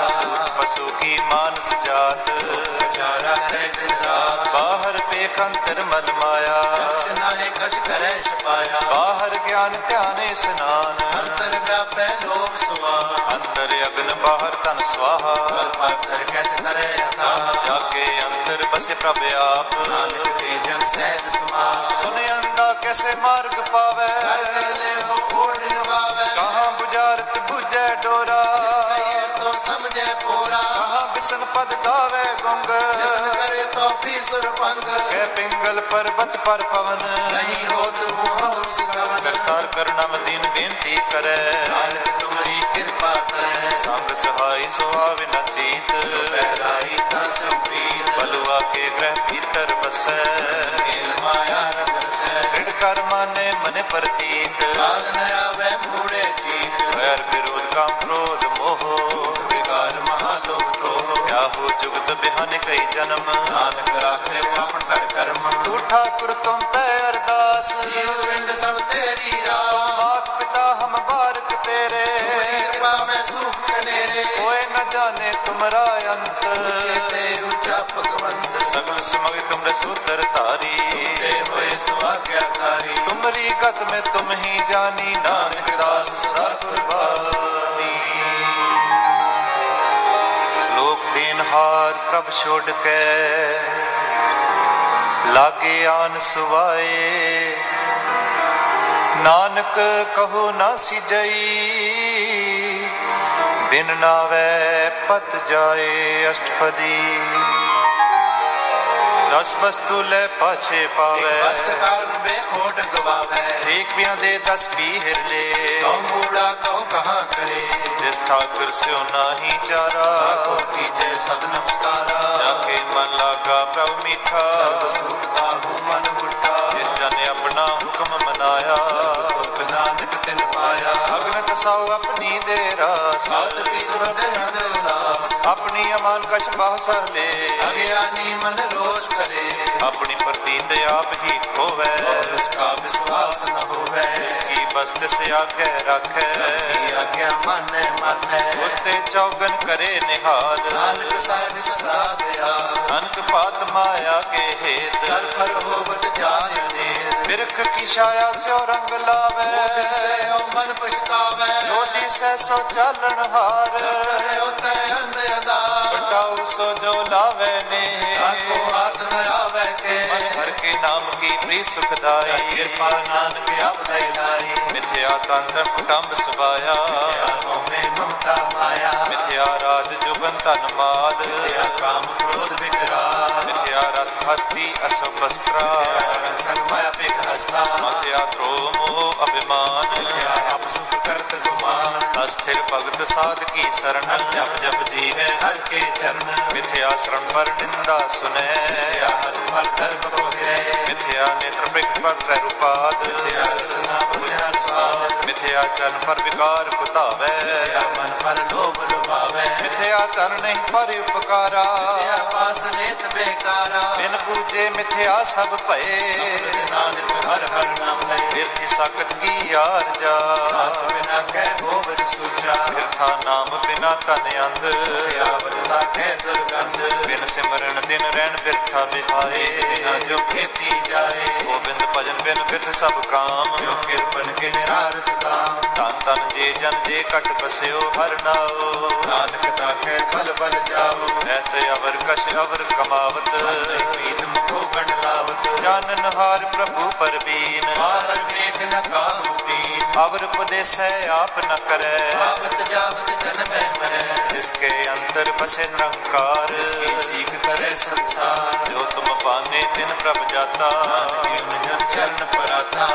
[SPEAKER 1] ਪਸ਼ੂ ਕੀ ਮਾਨਸ ਜਾਤ
[SPEAKER 2] ਵਿਚਾਰਾ ਹੈ ਦਿਨ ਰਾਤ
[SPEAKER 1] ਬਾਹਰ ਪੇਖ ਅੰਤਰ ਮਲ ਮਾਇਆ
[SPEAKER 2] ਅਕਸ ਨਾਹੇ ਕਛ ਕਰੈ ਸਪਾਇਆ
[SPEAKER 1] ਬਾਹਰ ਗਿਆਨ ਧਿਆਨ ਇਸਨਾਨ
[SPEAKER 2] ਅੰਤਰ ਵਿਆਪੈ ਲੋਭ ਸੁਆ
[SPEAKER 1] ਅੰਦਰ ਅਗਨ ਬਾਹਰ ਤਨ ਸਵਾਹਾ
[SPEAKER 2] ਪਰ ਪਾਤਰ ਕੈਸੇ ਤਰੈ ਅਥਾ
[SPEAKER 1] ਜਾਕੇ ਅੰਦਰ ਬਸੇ ਪ੍ਰਭ ਆਪ
[SPEAKER 2] ਨਾਨਕ ਤੇ ਜਨ ਸਹਿਜ ਸਮਾ
[SPEAKER 1] ਸੁਨੇ ਅੰਦਾ ਕੈਸੇ ਮਾਰਗ ਪਾਵੇ
[SPEAKER 2] ਕਰਲੇ ਹੋ ਕੋੜ ਨਿਵਾਵੇ
[SPEAKER 1] ਕਹਾਂ ਬੁਝਾਰਤ ਬੁਝੈ ਡੋਰਾ
[SPEAKER 2] ਕਹੇ ਤੋ ਸਮਝੇ ਪੂਰਾ
[SPEAKER 1] ਕਹਾਂ ਬਿਸਨ ਪਦ ਗਾਵੇ ਗੁੰਗ
[SPEAKER 2] ਜਤਨ ਕਰੇ ਤੋ ਵੀ ਸੁਰ ਭੰਗ
[SPEAKER 1] ਕੈ ਪਿੰਗਲ ਪਰਬਤ ਪਰ ਪਵਨ
[SPEAKER 2] ਨਹੀਂ ਹੋਤ ਹੋਸ ਕਵਨ
[SPEAKER 1] ਕਰਤਾਰ ਕਰਨਮ ਦਿਨ ਬੇਨਤੀ ਕਰੈ
[SPEAKER 2] ਨਾਨਕ ਤੁਮਰੀ ਕਿਰਪਾ ਤਰੈ
[SPEAKER 1] ਸੰਗ ਸਹਾਈ ਸੁਹਾਵੇ ਨ ਚੀਤ
[SPEAKER 2] ਬਹਿਰਾਈ ਤਾਂ ਸੋ ਪ੍ਰੀਤ
[SPEAKER 1] ਬਲਵਾ ਕੇ ਗ੍ਰਹਿ ਭੀਤਰ ਬਸੈ
[SPEAKER 2] ਖੇਲ ਮਾਇਆ ਰੰਗ ਰਸੈ
[SPEAKER 1] ਢਿੜ ਕਰ ਮਾਨੇ ਮਨ ਪ੍ਰਤੀਤ
[SPEAKER 2] ਕਾਲ ਨ ਆਵੇ ਮੂੜੇ ਜੀਤ
[SPEAKER 1] ਵੈਰ ਵਿਰੋਧ ਕਾਮ ਕ੍ਰੋਧ ਮੋਹ
[SPEAKER 2] ਝੂਠ ਵਿਕਾਰ ਮਹਾ ਲੋਭ ਤ੍ਰੋਹ
[SPEAKER 1] ਯਾਹੂ ਜੁਗਤ ਬਿਹਨ ਕਈ ਜਨਮ
[SPEAKER 2] ਨਾਨਕ ਰਾਖੇ ਆਪਣ ਕਰ ਕਰਮ
[SPEAKER 1] ਤੂੰ ਠਾਕੁਰ ਤੁਮ ਤੇ ਅਰਦਾਸ
[SPEAKER 2] ਜੀਵ ਪਿੰਡ ਸਭ ਤੇਰੀ ਰਾਹ
[SPEAKER 1] ਮਾਤ ਪਿਤਾ ਹਮ ਬਾਰਕ ਤੇਰੇ
[SPEAKER 2] ਤੇਰੀ ਕਿਰਪਾ ਮੈਂ ਸੁਖ ਕਨੇਰੇ
[SPEAKER 1] ਹੋਏ ਨ ਜਾਣੇ ਤੁਮਰਾ ਅੰਤ
[SPEAKER 2] ਤੇ ਉੱਚਾ ਭਗਵੰਤ
[SPEAKER 1] ਸਗਲ ਸਮਗਿ ਤੁਮਰੇ ਸੂਤਰ ਧਾਰੀ
[SPEAKER 2] ਤੇ ਹੋਏ ਸੁਆਗਿਆਕਾਰੀ
[SPEAKER 1] ਤੁਮਰੀ ਗਤ ਮੈਂ ਤੁਮ ਹੀ ਜਾਨੀ ਨਾਨਕ ਦਾਸ ਸਦਾ ਕੁਰਬਾਨੀ ਸ਼ਲੋਕ ਦੇਨ ਹਾਰ ਪ੍ਰਭ ਛੋੜ ਕੇ ਲਾਗੇ ਆਨ ਸੁਵਾਏ ਨਾਨਕ ਕਹੋ ਨਾ ਸਿਜਈ ਬਿਨ ਨਾਵੇ ਪਤ ਜਾਏ ਅਸ਼ਟਪਦੀ ਦਸ ਵਸਤੂ ਲੈ ਪਾਛੇ
[SPEAKER 2] ਇੱਕ
[SPEAKER 1] ਪਾਵੇ
[SPEAKER 2] ਵਸਤਕਾਰ ਬੇ ਕੋਟ ਗਵਾਵੇ
[SPEAKER 1] ਦੇਖ ਬਿਆ ਦੇ ਦਸ ਪੀਰ ਲੈ
[SPEAKER 2] ਤੋ ਮੂੜਾ ਕਉ ਕਹਾ ਕਰੇ
[SPEAKER 1] ਜਿਸ ਠਾਕੁਰ ਸਿਉ ਨਾਹੀ ਚਾਰਾ
[SPEAKER 2] ਆਖੋ ਕੀਜੇ ਸਦ ਨਮਸਕਾਰਾ
[SPEAKER 1] ਜਾਕੇ ਮਨ ਲਾਗਾ ਪ੍ਰਭ ਮੀਠਾ
[SPEAKER 2] ਸਰਬ ਸੁਖ ਤਾਹੂ ਮਨ ਮੁਟਾ
[SPEAKER 1] ਜਿਸ ਜਨ ਆਪਣਾ ਹੁਕਮ ਮਨਾਇਆ
[SPEAKER 2] ਸਰਬ ਦੁਖ ਨਾਨਕ ਤਿਨ ਪਾਇਆ
[SPEAKER 1] ਅਗਨਤ ਸਉ ਆਪਣੀ ਦੇ ਰਾਸ
[SPEAKER 2] ਸਾਤ ਪੀਤ ਰਦੇ ਹਣ ਉਲਾਸ
[SPEAKER 1] ਆਪਣੀ ਅਮਾਨ ਕਛ ਬਹੁ ਸਹਲੇ
[SPEAKER 2] ਅਗਿਆਨੀ ਮਨ ਰੋਸ਼ ਕਰੇ
[SPEAKER 1] ਆਪਣੀ ਪ੍ਰਤੀਤ ਆਪ ਹੀ ਖੋਵੈ
[SPEAKER 2] ਔਰ ਉਸ ਕਾ ਵਿਸ਼ਵਾਸ ਨ ਹੋਵੇ
[SPEAKER 1] ਜਿਸ ਕੀ ਬਸਤ ਸੇ ਆਗੇ ਰੱਖੈ
[SPEAKER 2] ਕੀ ਆਗਿਆ ਮਾਨੈ ਮਾਤੈ
[SPEAKER 1] ਉਸ ਤੇ ਚੌਗਨ ਕਰੇ ਨਿਹਾਲ
[SPEAKER 2] ਨਾਨਕ ਸਾਹਿਬ ਸਦਾ ਦਿਆ
[SPEAKER 1] ਅਨਕ ਪਾਤ ਮਾਇਆ ਕੇ
[SPEAKER 2] ਸਰ
[SPEAKER 1] ਹੇਤ
[SPEAKER 2] ਪਰ ਹੋਵਤ ਜਾਇ ਨੇਰ
[SPEAKER 1] ਬਿਰਖ ਕੀ ਛਾਇਆ ਸਿਉ ਰੰਗ ਲਾਵੇ
[SPEAKER 2] ਬਿਸੈ ਓ ਮਨ ਪਛਤਾਵੇ
[SPEAKER 1] ਲੋਦੀ ਸੈ ਸੋ ਚਾਲਣ ਹਾਰ
[SPEAKER 2] ਕਰਿਓ ਤੈ ਅੰਧ ਅਦਾ
[SPEAKER 1] ਕਟਾਉ ਸੋ ਜੋ ਲਾਵੇ ਨੇ
[SPEAKER 2] ਆਖੋ ਆਤ ਨ ਆਵੇ ਕੇ
[SPEAKER 1] ਮਨ ਹਰ ਕੇ ਨਾਮ ਕੀ ਪ੍ਰੀ ਸੁਖਦਾਈ
[SPEAKER 2] ਕਿਰਪਾ ਨਾਨਕ ਆਪ ਲੈ ਲਾਈ
[SPEAKER 1] ਮਿਥਿਆ ਤੰਤਰ ਕੁਟੰਬ ਸਵਾਇਆ
[SPEAKER 2] ਕਿਆ ਹੋਵੇ ਮਮਤਾ ਮਾਇਆ
[SPEAKER 1] ਮਿਥਿਆ ਰਾਜ ਜੁਗਨ ਧਨ ਮਾਲ
[SPEAKER 2] ਕਿਆ ਕਾਮ ਕ੍ਰੋਧ ਵਿਕਰਾ
[SPEAKER 1] ਮਿਥਿਆ ਰਥ ਹਸਤੀ ਅਸੋ ਬਸਤਰਾ
[SPEAKER 2] ਸੰਗ ਮਾਇਆ ਬਿਕ ਹਸਤਾ
[SPEAKER 1] ਮਸਿਆ ਤ੍ਰੋ ਮੋਹ ਅਭਿਮਾਨ
[SPEAKER 2] ਕਿਆ ਆਪ ਸੁਖ ਕਰਤ ਗੁਮਾਨ
[SPEAKER 1] ਅਸਥਿਰ ਭਗਤ ਸਾਧ ਕੀ ਸਰਣ
[SPEAKER 2] जप जप जीवे हर के चरण
[SPEAKER 1] ਮਿਥਿਆ ਸ਼ਰਣ ਪਰ ਨਿੰਦਾ ਸੁਨੈ
[SPEAKER 2] मिथ्या हस पर दर्प को हिरे
[SPEAKER 1] ਮਿਥਿਆ ਨੇਤਰ ਪ੍ਰਿਖ ਪਰ ਤ੍ਰੈ ਰੂਪਾਦ
[SPEAKER 2] मिथ्या रसना बुझा स्वाद
[SPEAKER 1] ਮਿਥਿਆ ਚਨ ਪਰ ਵਿਕਾਰ ਭੁਤਾਵੈ
[SPEAKER 2] मिथ्या मन पर लोभ लुभावे मिथ्या
[SPEAKER 1] ਮਿਥਿਆ ਤਨ ਨਹੀਂ ਪਰ ਉਪਕਾਰਾ
[SPEAKER 2] वास लेत बेकारा
[SPEAKER 1] ਬਿਨ ਪੂਜੇ ਮਿਥਿਆ ਸਭ ਭਏ
[SPEAKER 2] समृद्ध नानक हर हर नाम ले
[SPEAKER 1] ਬਿਰਥ ਸਕਤ ਕੀ ਯਾਰ ਜਾ
[SPEAKER 2] साथ बिना कह गोबर सुचा
[SPEAKER 1] ਬਿਰਥਾ ਨਾਮ ਬਿਨਾ ਤਨ ਅੰਧ
[SPEAKER 2] यावता कह दुर्गंध
[SPEAKER 1] ਬਿਨ ਸਿਮਰਨ ਦਿਨ ਰਹਿਣ ਬਿਰਥਾ ਬਿਹਾਏ
[SPEAKER 2] बिना जो खेती जाए
[SPEAKER 1] ਗੋਬਿੰਦ ਭਜਨ ਬਿਨ ਬਿਰਥ ਸਭ ਕਾਮ
[SPEAKER 2] जो कृपन के निरारत दाम
[SPEAKER 1] ਤਨ ਤਨ ਜੇ ਜਨ ਜੇ ਕਟ ਬਸਿਓ ਹਰ ਨਾਉ
[SPEAKER 2] नानक ताके बल बल जाओ
[SPEAKER 1] ਐਤ ਅਵਰ ਕਸ਼ ਅਵਰ ਕਮਾਵਤ
[SPEAKER 2] नहीं प्रीत मुखो गण लावत
[SPEAKER 1] ਜਾਨਨ ਹਾਰ ਪ੍ਰਭੂ ਪਰਬੀਨ
[SPEAKER 2] मारर मेघ न काहू पीन
[SPEAKER 1] ਅਵਰ ਉਪਦੇਸੈ ਆਪ ਨ ਕਰੈ
[SPEAKER 2] आवत जावत जन में मरे
[SPEAKER 1] ਜਿਸਕੇ ਅੰਦਰ ਬਸੇ ਨਿਰੰਕਾਰ
[SPEAKER 2] इसकी सीख करे संसार
[SPEAKER 1] ਜੋ ਤੁਮ ਪਾਨੇ ਤਿਨ ਪ੍ਰਭ ਜਾਤਾ
[SPEAKER 2] इन जन चरण पराता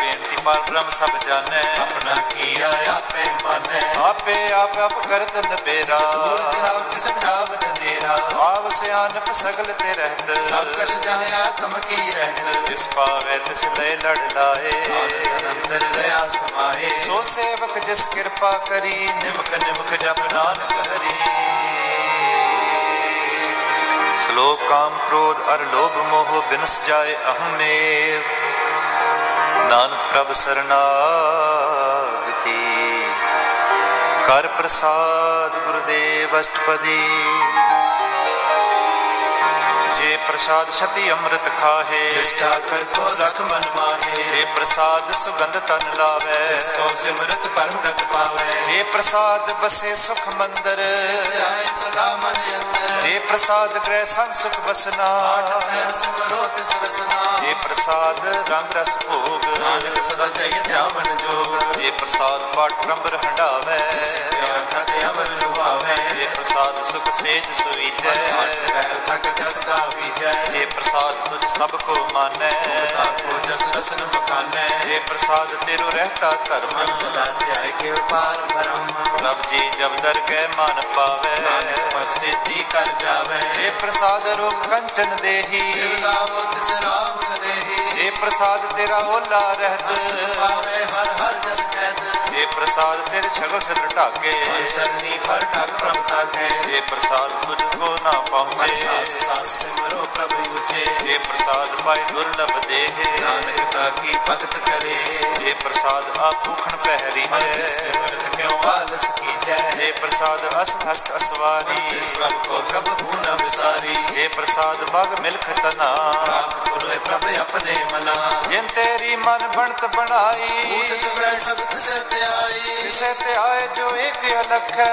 [SPEAKER 1] ਬੇਨਤੀ ਪਰ ਬ੍ਰਹਮ ਸਭ ਜਾਣੈ
[SPEAKER 2] अपना किया आपे माने
[SPEAKER 1] ਆਪੇ ਆਪ ਆਪ ਕਰਤ ਨਬੇਰਾ
[SPEAKER 2] दूर जनाव के समझावत नेरा
[SPEAKER 1] ਆਵ ਸਿਆਨਪ ਸਗਲ ਤੇ ਰਹਿਤ
[SPEAKER 2] सब कश जाने आत्म की रहत
[SPEAKER 1] ਜਿਸ ਪਾਵੈ ਤਿਸ ਲੈ ਲੜ ਲਾਏ
[SPEAKER 2] अंतर रया समाए
[SPEAKER 1] ਸੋ ਸੇਵਕ ਜਿਸ ਕਿਰਪਾ ਕਰੀ
[SPEAKER 2] ਨਿਮਕ ਨਿਮਕ ਜਪ ਨਾਨਕ ਹਰੀ
[SPEAKER 1] ਸ਼ਲੋਕ ਕਾਮ ਕ੍ਰੋਧ ਅਰ ਲੋਭ ਮੋਹ ਬਿਨਸ ਜਾਏ ਅਹਮੇਵ ਨਾਨਕ ਪ੍ਰਭ ਸਰਨਾਗਤੀ ਕਰ ਪ੍ਰਸਾਦ ਗੁਰਦੇਵ ਅਸ਼ਟਪਦੀ ਜੇ ਪ੍ਰਸਾਦ ਸਤੀ ਅੰਮ੍ਰਿਤ ਖਾਹੇ
[SPEAKER 2] ਜਿਸ ਠਾਕਰ ਕੋ ਰਖ ਮਨ ਮਾਹੇ
[SPEAKER 1] ਜੇ ਪ੍ਰਸਾਦ ਸੁਗੰਧ ਤਨ ਲਾਵੇ
[SPEAKER 2] ਜਿਸ ਕੋ ਸਿਮਰਤ ਪਰਮ ਗਤ ਪਾਵੇ
[SPEAKER 1] ਜੇ ਪ੍ਰਸਾਦ ਬਸੇ ਸੁਖ ਮੰਦਰ
[SPEAKER 2] ਜਾਏ ਸਦਾ ਮਨ ਅੰਦਰ
[SPEAKER 1] ਜੇ ਪ੍ਰਸਾਦ ਗ੍ਰਹਿ ਸੰਗ ਸੁਖ ਵਸਨਾ
[SPEAKER 2] ਮੈਂ ਸਿਮਰੋ ਤਿਸ ਰਸਨਾ
[SPEAKER 1] ਜੇ ਪ੍ਰਸਾਦ ਰੰਗ ਰਸ ਭੋਗ
[SPEAKER 2] ਨਾਨਕ ਸਦਾ ਜਗ ਧਿਆਵਨ ਜੋਗ
[SPEAKER 1] ਜੇ ਪ੍ਰਸਾਦ ਪਾਠ ਪ੍ਰੰਬਰ ਹੰਡਾਵੇ
[SPEAKER 2] ਪਿਆਰ ਦਾ ਤੇ ਅਮਰ ਲੁਭਾਵੇ
[SPEAKER 1] ਜੇ ਪ੍ਰਸਾਦ ਸੁਖ ਸੇਜ ਸੁਵੀਜੈ
[SPEAKER 2] ਮਨ ਪਹਿਲ ਤੱਕ ਜਸ ਕਾ ਵਿਜੈ
[SPEAKER 1] ਜੇ ਪ੍ਰਸਾਦ ਤੁਝ ਸਭ ਕੋ ਮਾਨੈ
[SPEAKER 2] ਤਾ ਕੋ ਜਸ ਰਸਨ ਮਕਾਨੈ
[SPEAKER 1] ਜੇ ਪ੍ਰਸਾਦ ਤੇਰੋ ਰਹਿਤਾ ਧਰਮ
[SPEAKER 2] ਮਨ ਸਦਾ ਧਿਆਇ ਕੇ ਪਾਰ ਬ੍ਰਹਮ
[SPEAKER 1] ਪ੍ਰਭ ਜੀ ਜਬ ਦਰ ਕੈ ਮਨ ਪਾਵੇ
[SPEAKER 2] ਨਾਨਕ ਪਸੇ ਤੀ ਕਰ ਜਾਵੇ
[SPEAKER 1] ਜੇ ਪ੍ਰਸਾਦ ਰੋਗ ਕੰਚਨ ਦੇਹੀ
[SPEAKER 2] ਦੇਵਦਾਵੋ ਤਿਸ ਰਾਮ ਸਨੇਹੀ
[SPEAKER 1] ਜੇ ਪ੍ਰਸਾਦ ਤੇਰਾ ਓਲਾ ਰਹਿਤ
[SPEAKER 2] ਪਾਵੇ ਹਰ ਹਰ ਜਸ ਕਹਿਤ
[SPEAKER 1] ਜੇ ਪ੍ਰਸਾਦ ਤੇਰੇ ਸ਼ਗਲ ਛਤਰ ਢਾਕੇ
[SPEAKER 2] ਮਨ ਸਰਨੀ ਪਰ ਠਗ ਪ੍ਰਭ ਤਾਕੇ
[SPEAKER 1] ਜੇ ਪ੍ਰਸਾਦ ਤੁਝ ਕੋ ਨਾ
[SPEAKER 2] ਮਨ
[SPEAKER 1] ਪਹੁੰਚੇ
[SPEAKER 2] ਸਾਸ ਸਾਸ ਸਿਮਰੋ ਪ੍ਰਭ ਉਚੇ
[SPEAKER 1] ਜੇ ਪ੍ਰਸਾਦ ਪਾਏ ਦੁਰਲਭ ਦੇਹ
[SPEAKER 2] ਨਾਨਕ ਤਾ ਕੀ ਭਗਤ ਕਰੇ
[SPEAKER 1] ਜੇ ਪ੍ਰਸਾਦ ਆਪੂਖਣ ਪਹਿਰੀ
[SPEAKER 2] ਮਨ
[SPEAKER 1] ਜੈ
[SPEAKER 2] ਤਿਸ ਸਿਮਰਤ ਕਿਉ ਆਲਸ ਕੀਜੈ
[SPEAKER 1] ਜੇ ਪ੍ਰਸਾਦ ਅਸ ਹਸਤ
[SPEAKER 2] ਮਨ
[SPEAKER 1] ਅਸਵਾਰੀ
[SPEAKER 2] ਤਿਸ ਪ੍ਰਭ ਕੋ ਕਬੂ ਨਾ ਵਿਸਾਰੀ
[SPEAKER 1] ਜੇ ਪ੍ਰਸਾਦ ਬਗ ਮਿਲਖ ਤਨਾ
[SPEAKER 2] ਰਾਖ ਕਰੋਏ ਪ੍ਰਭ ਆਪਣੇ ਮਨਾ
[SPEAKER 1] ਜਿਨ ਤੇਰੀ ਮਨ ਬਣਤ ਬਣਾਈ
[SPEAKER 2] ਉਠਤ ਮੈਂ ਸਦ ਸਿਰ ਤੇ ਆਈ
[SPEAKER 1] ਜਿਸੇ ਤੇ ਆਏ ਜੋ ਇੱਕ ਅਲਖ ਹੈ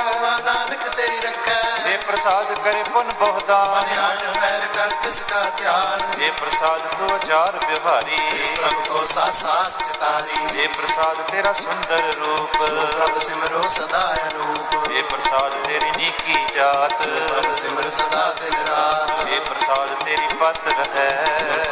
[SPEAKER 2] ਆਵਾ ਨਾਨਕ ਤੇਰੀ ਰੱਖੈ
[SPEAKER 1] ਜੇ ਪ੍ਰਸਾਦ ਕਰੇ ਪੁਨ ਬਹੁਦਾਨ
[SPEAKER 2] ਮਨ ਆਣ ਪੈਰ ਕਰ ਤਿਸ ਕਾ ਧਿਆਨ
[SPEAKER 1] ਜੇ ਪ੍ਰਸਾਦ ਤੋ ਚਾਰ ਵਿਹਾਰੀ
[SPEAKER 2] ਇਸ ਪ੍ਰਭ ਕੋ ਸਾਸ ਸਾਸ ਚਿਤਾਰੀ
[SPEAKER 1] ਜੇ ਪ੍ਰਸਾਦ ਤੇਰਾ ਸੁੰਦਰ ਰੂਪ
[SPEAKER 2] ਸੋ ਪ੍ਰਭ ਸਿਮਰੋ ਸਦਾ ਅਨੂਪ
[SPEAKER 1] ਜੇ ਪ੍ਰਸਾਦ ਤੇਰੀ ਨੀਕੀ ਜਾਤ
[SPEAKER 2] ਪ੍ਰਭ ਸਿਮਰ ਸਦਾ ਦਿਨ ਰਾਤ
[SPEAKER 1] ਜੇ ਪ੍ਰਸਾਦ ਤੇਰੀ ਪਤ ਹੈ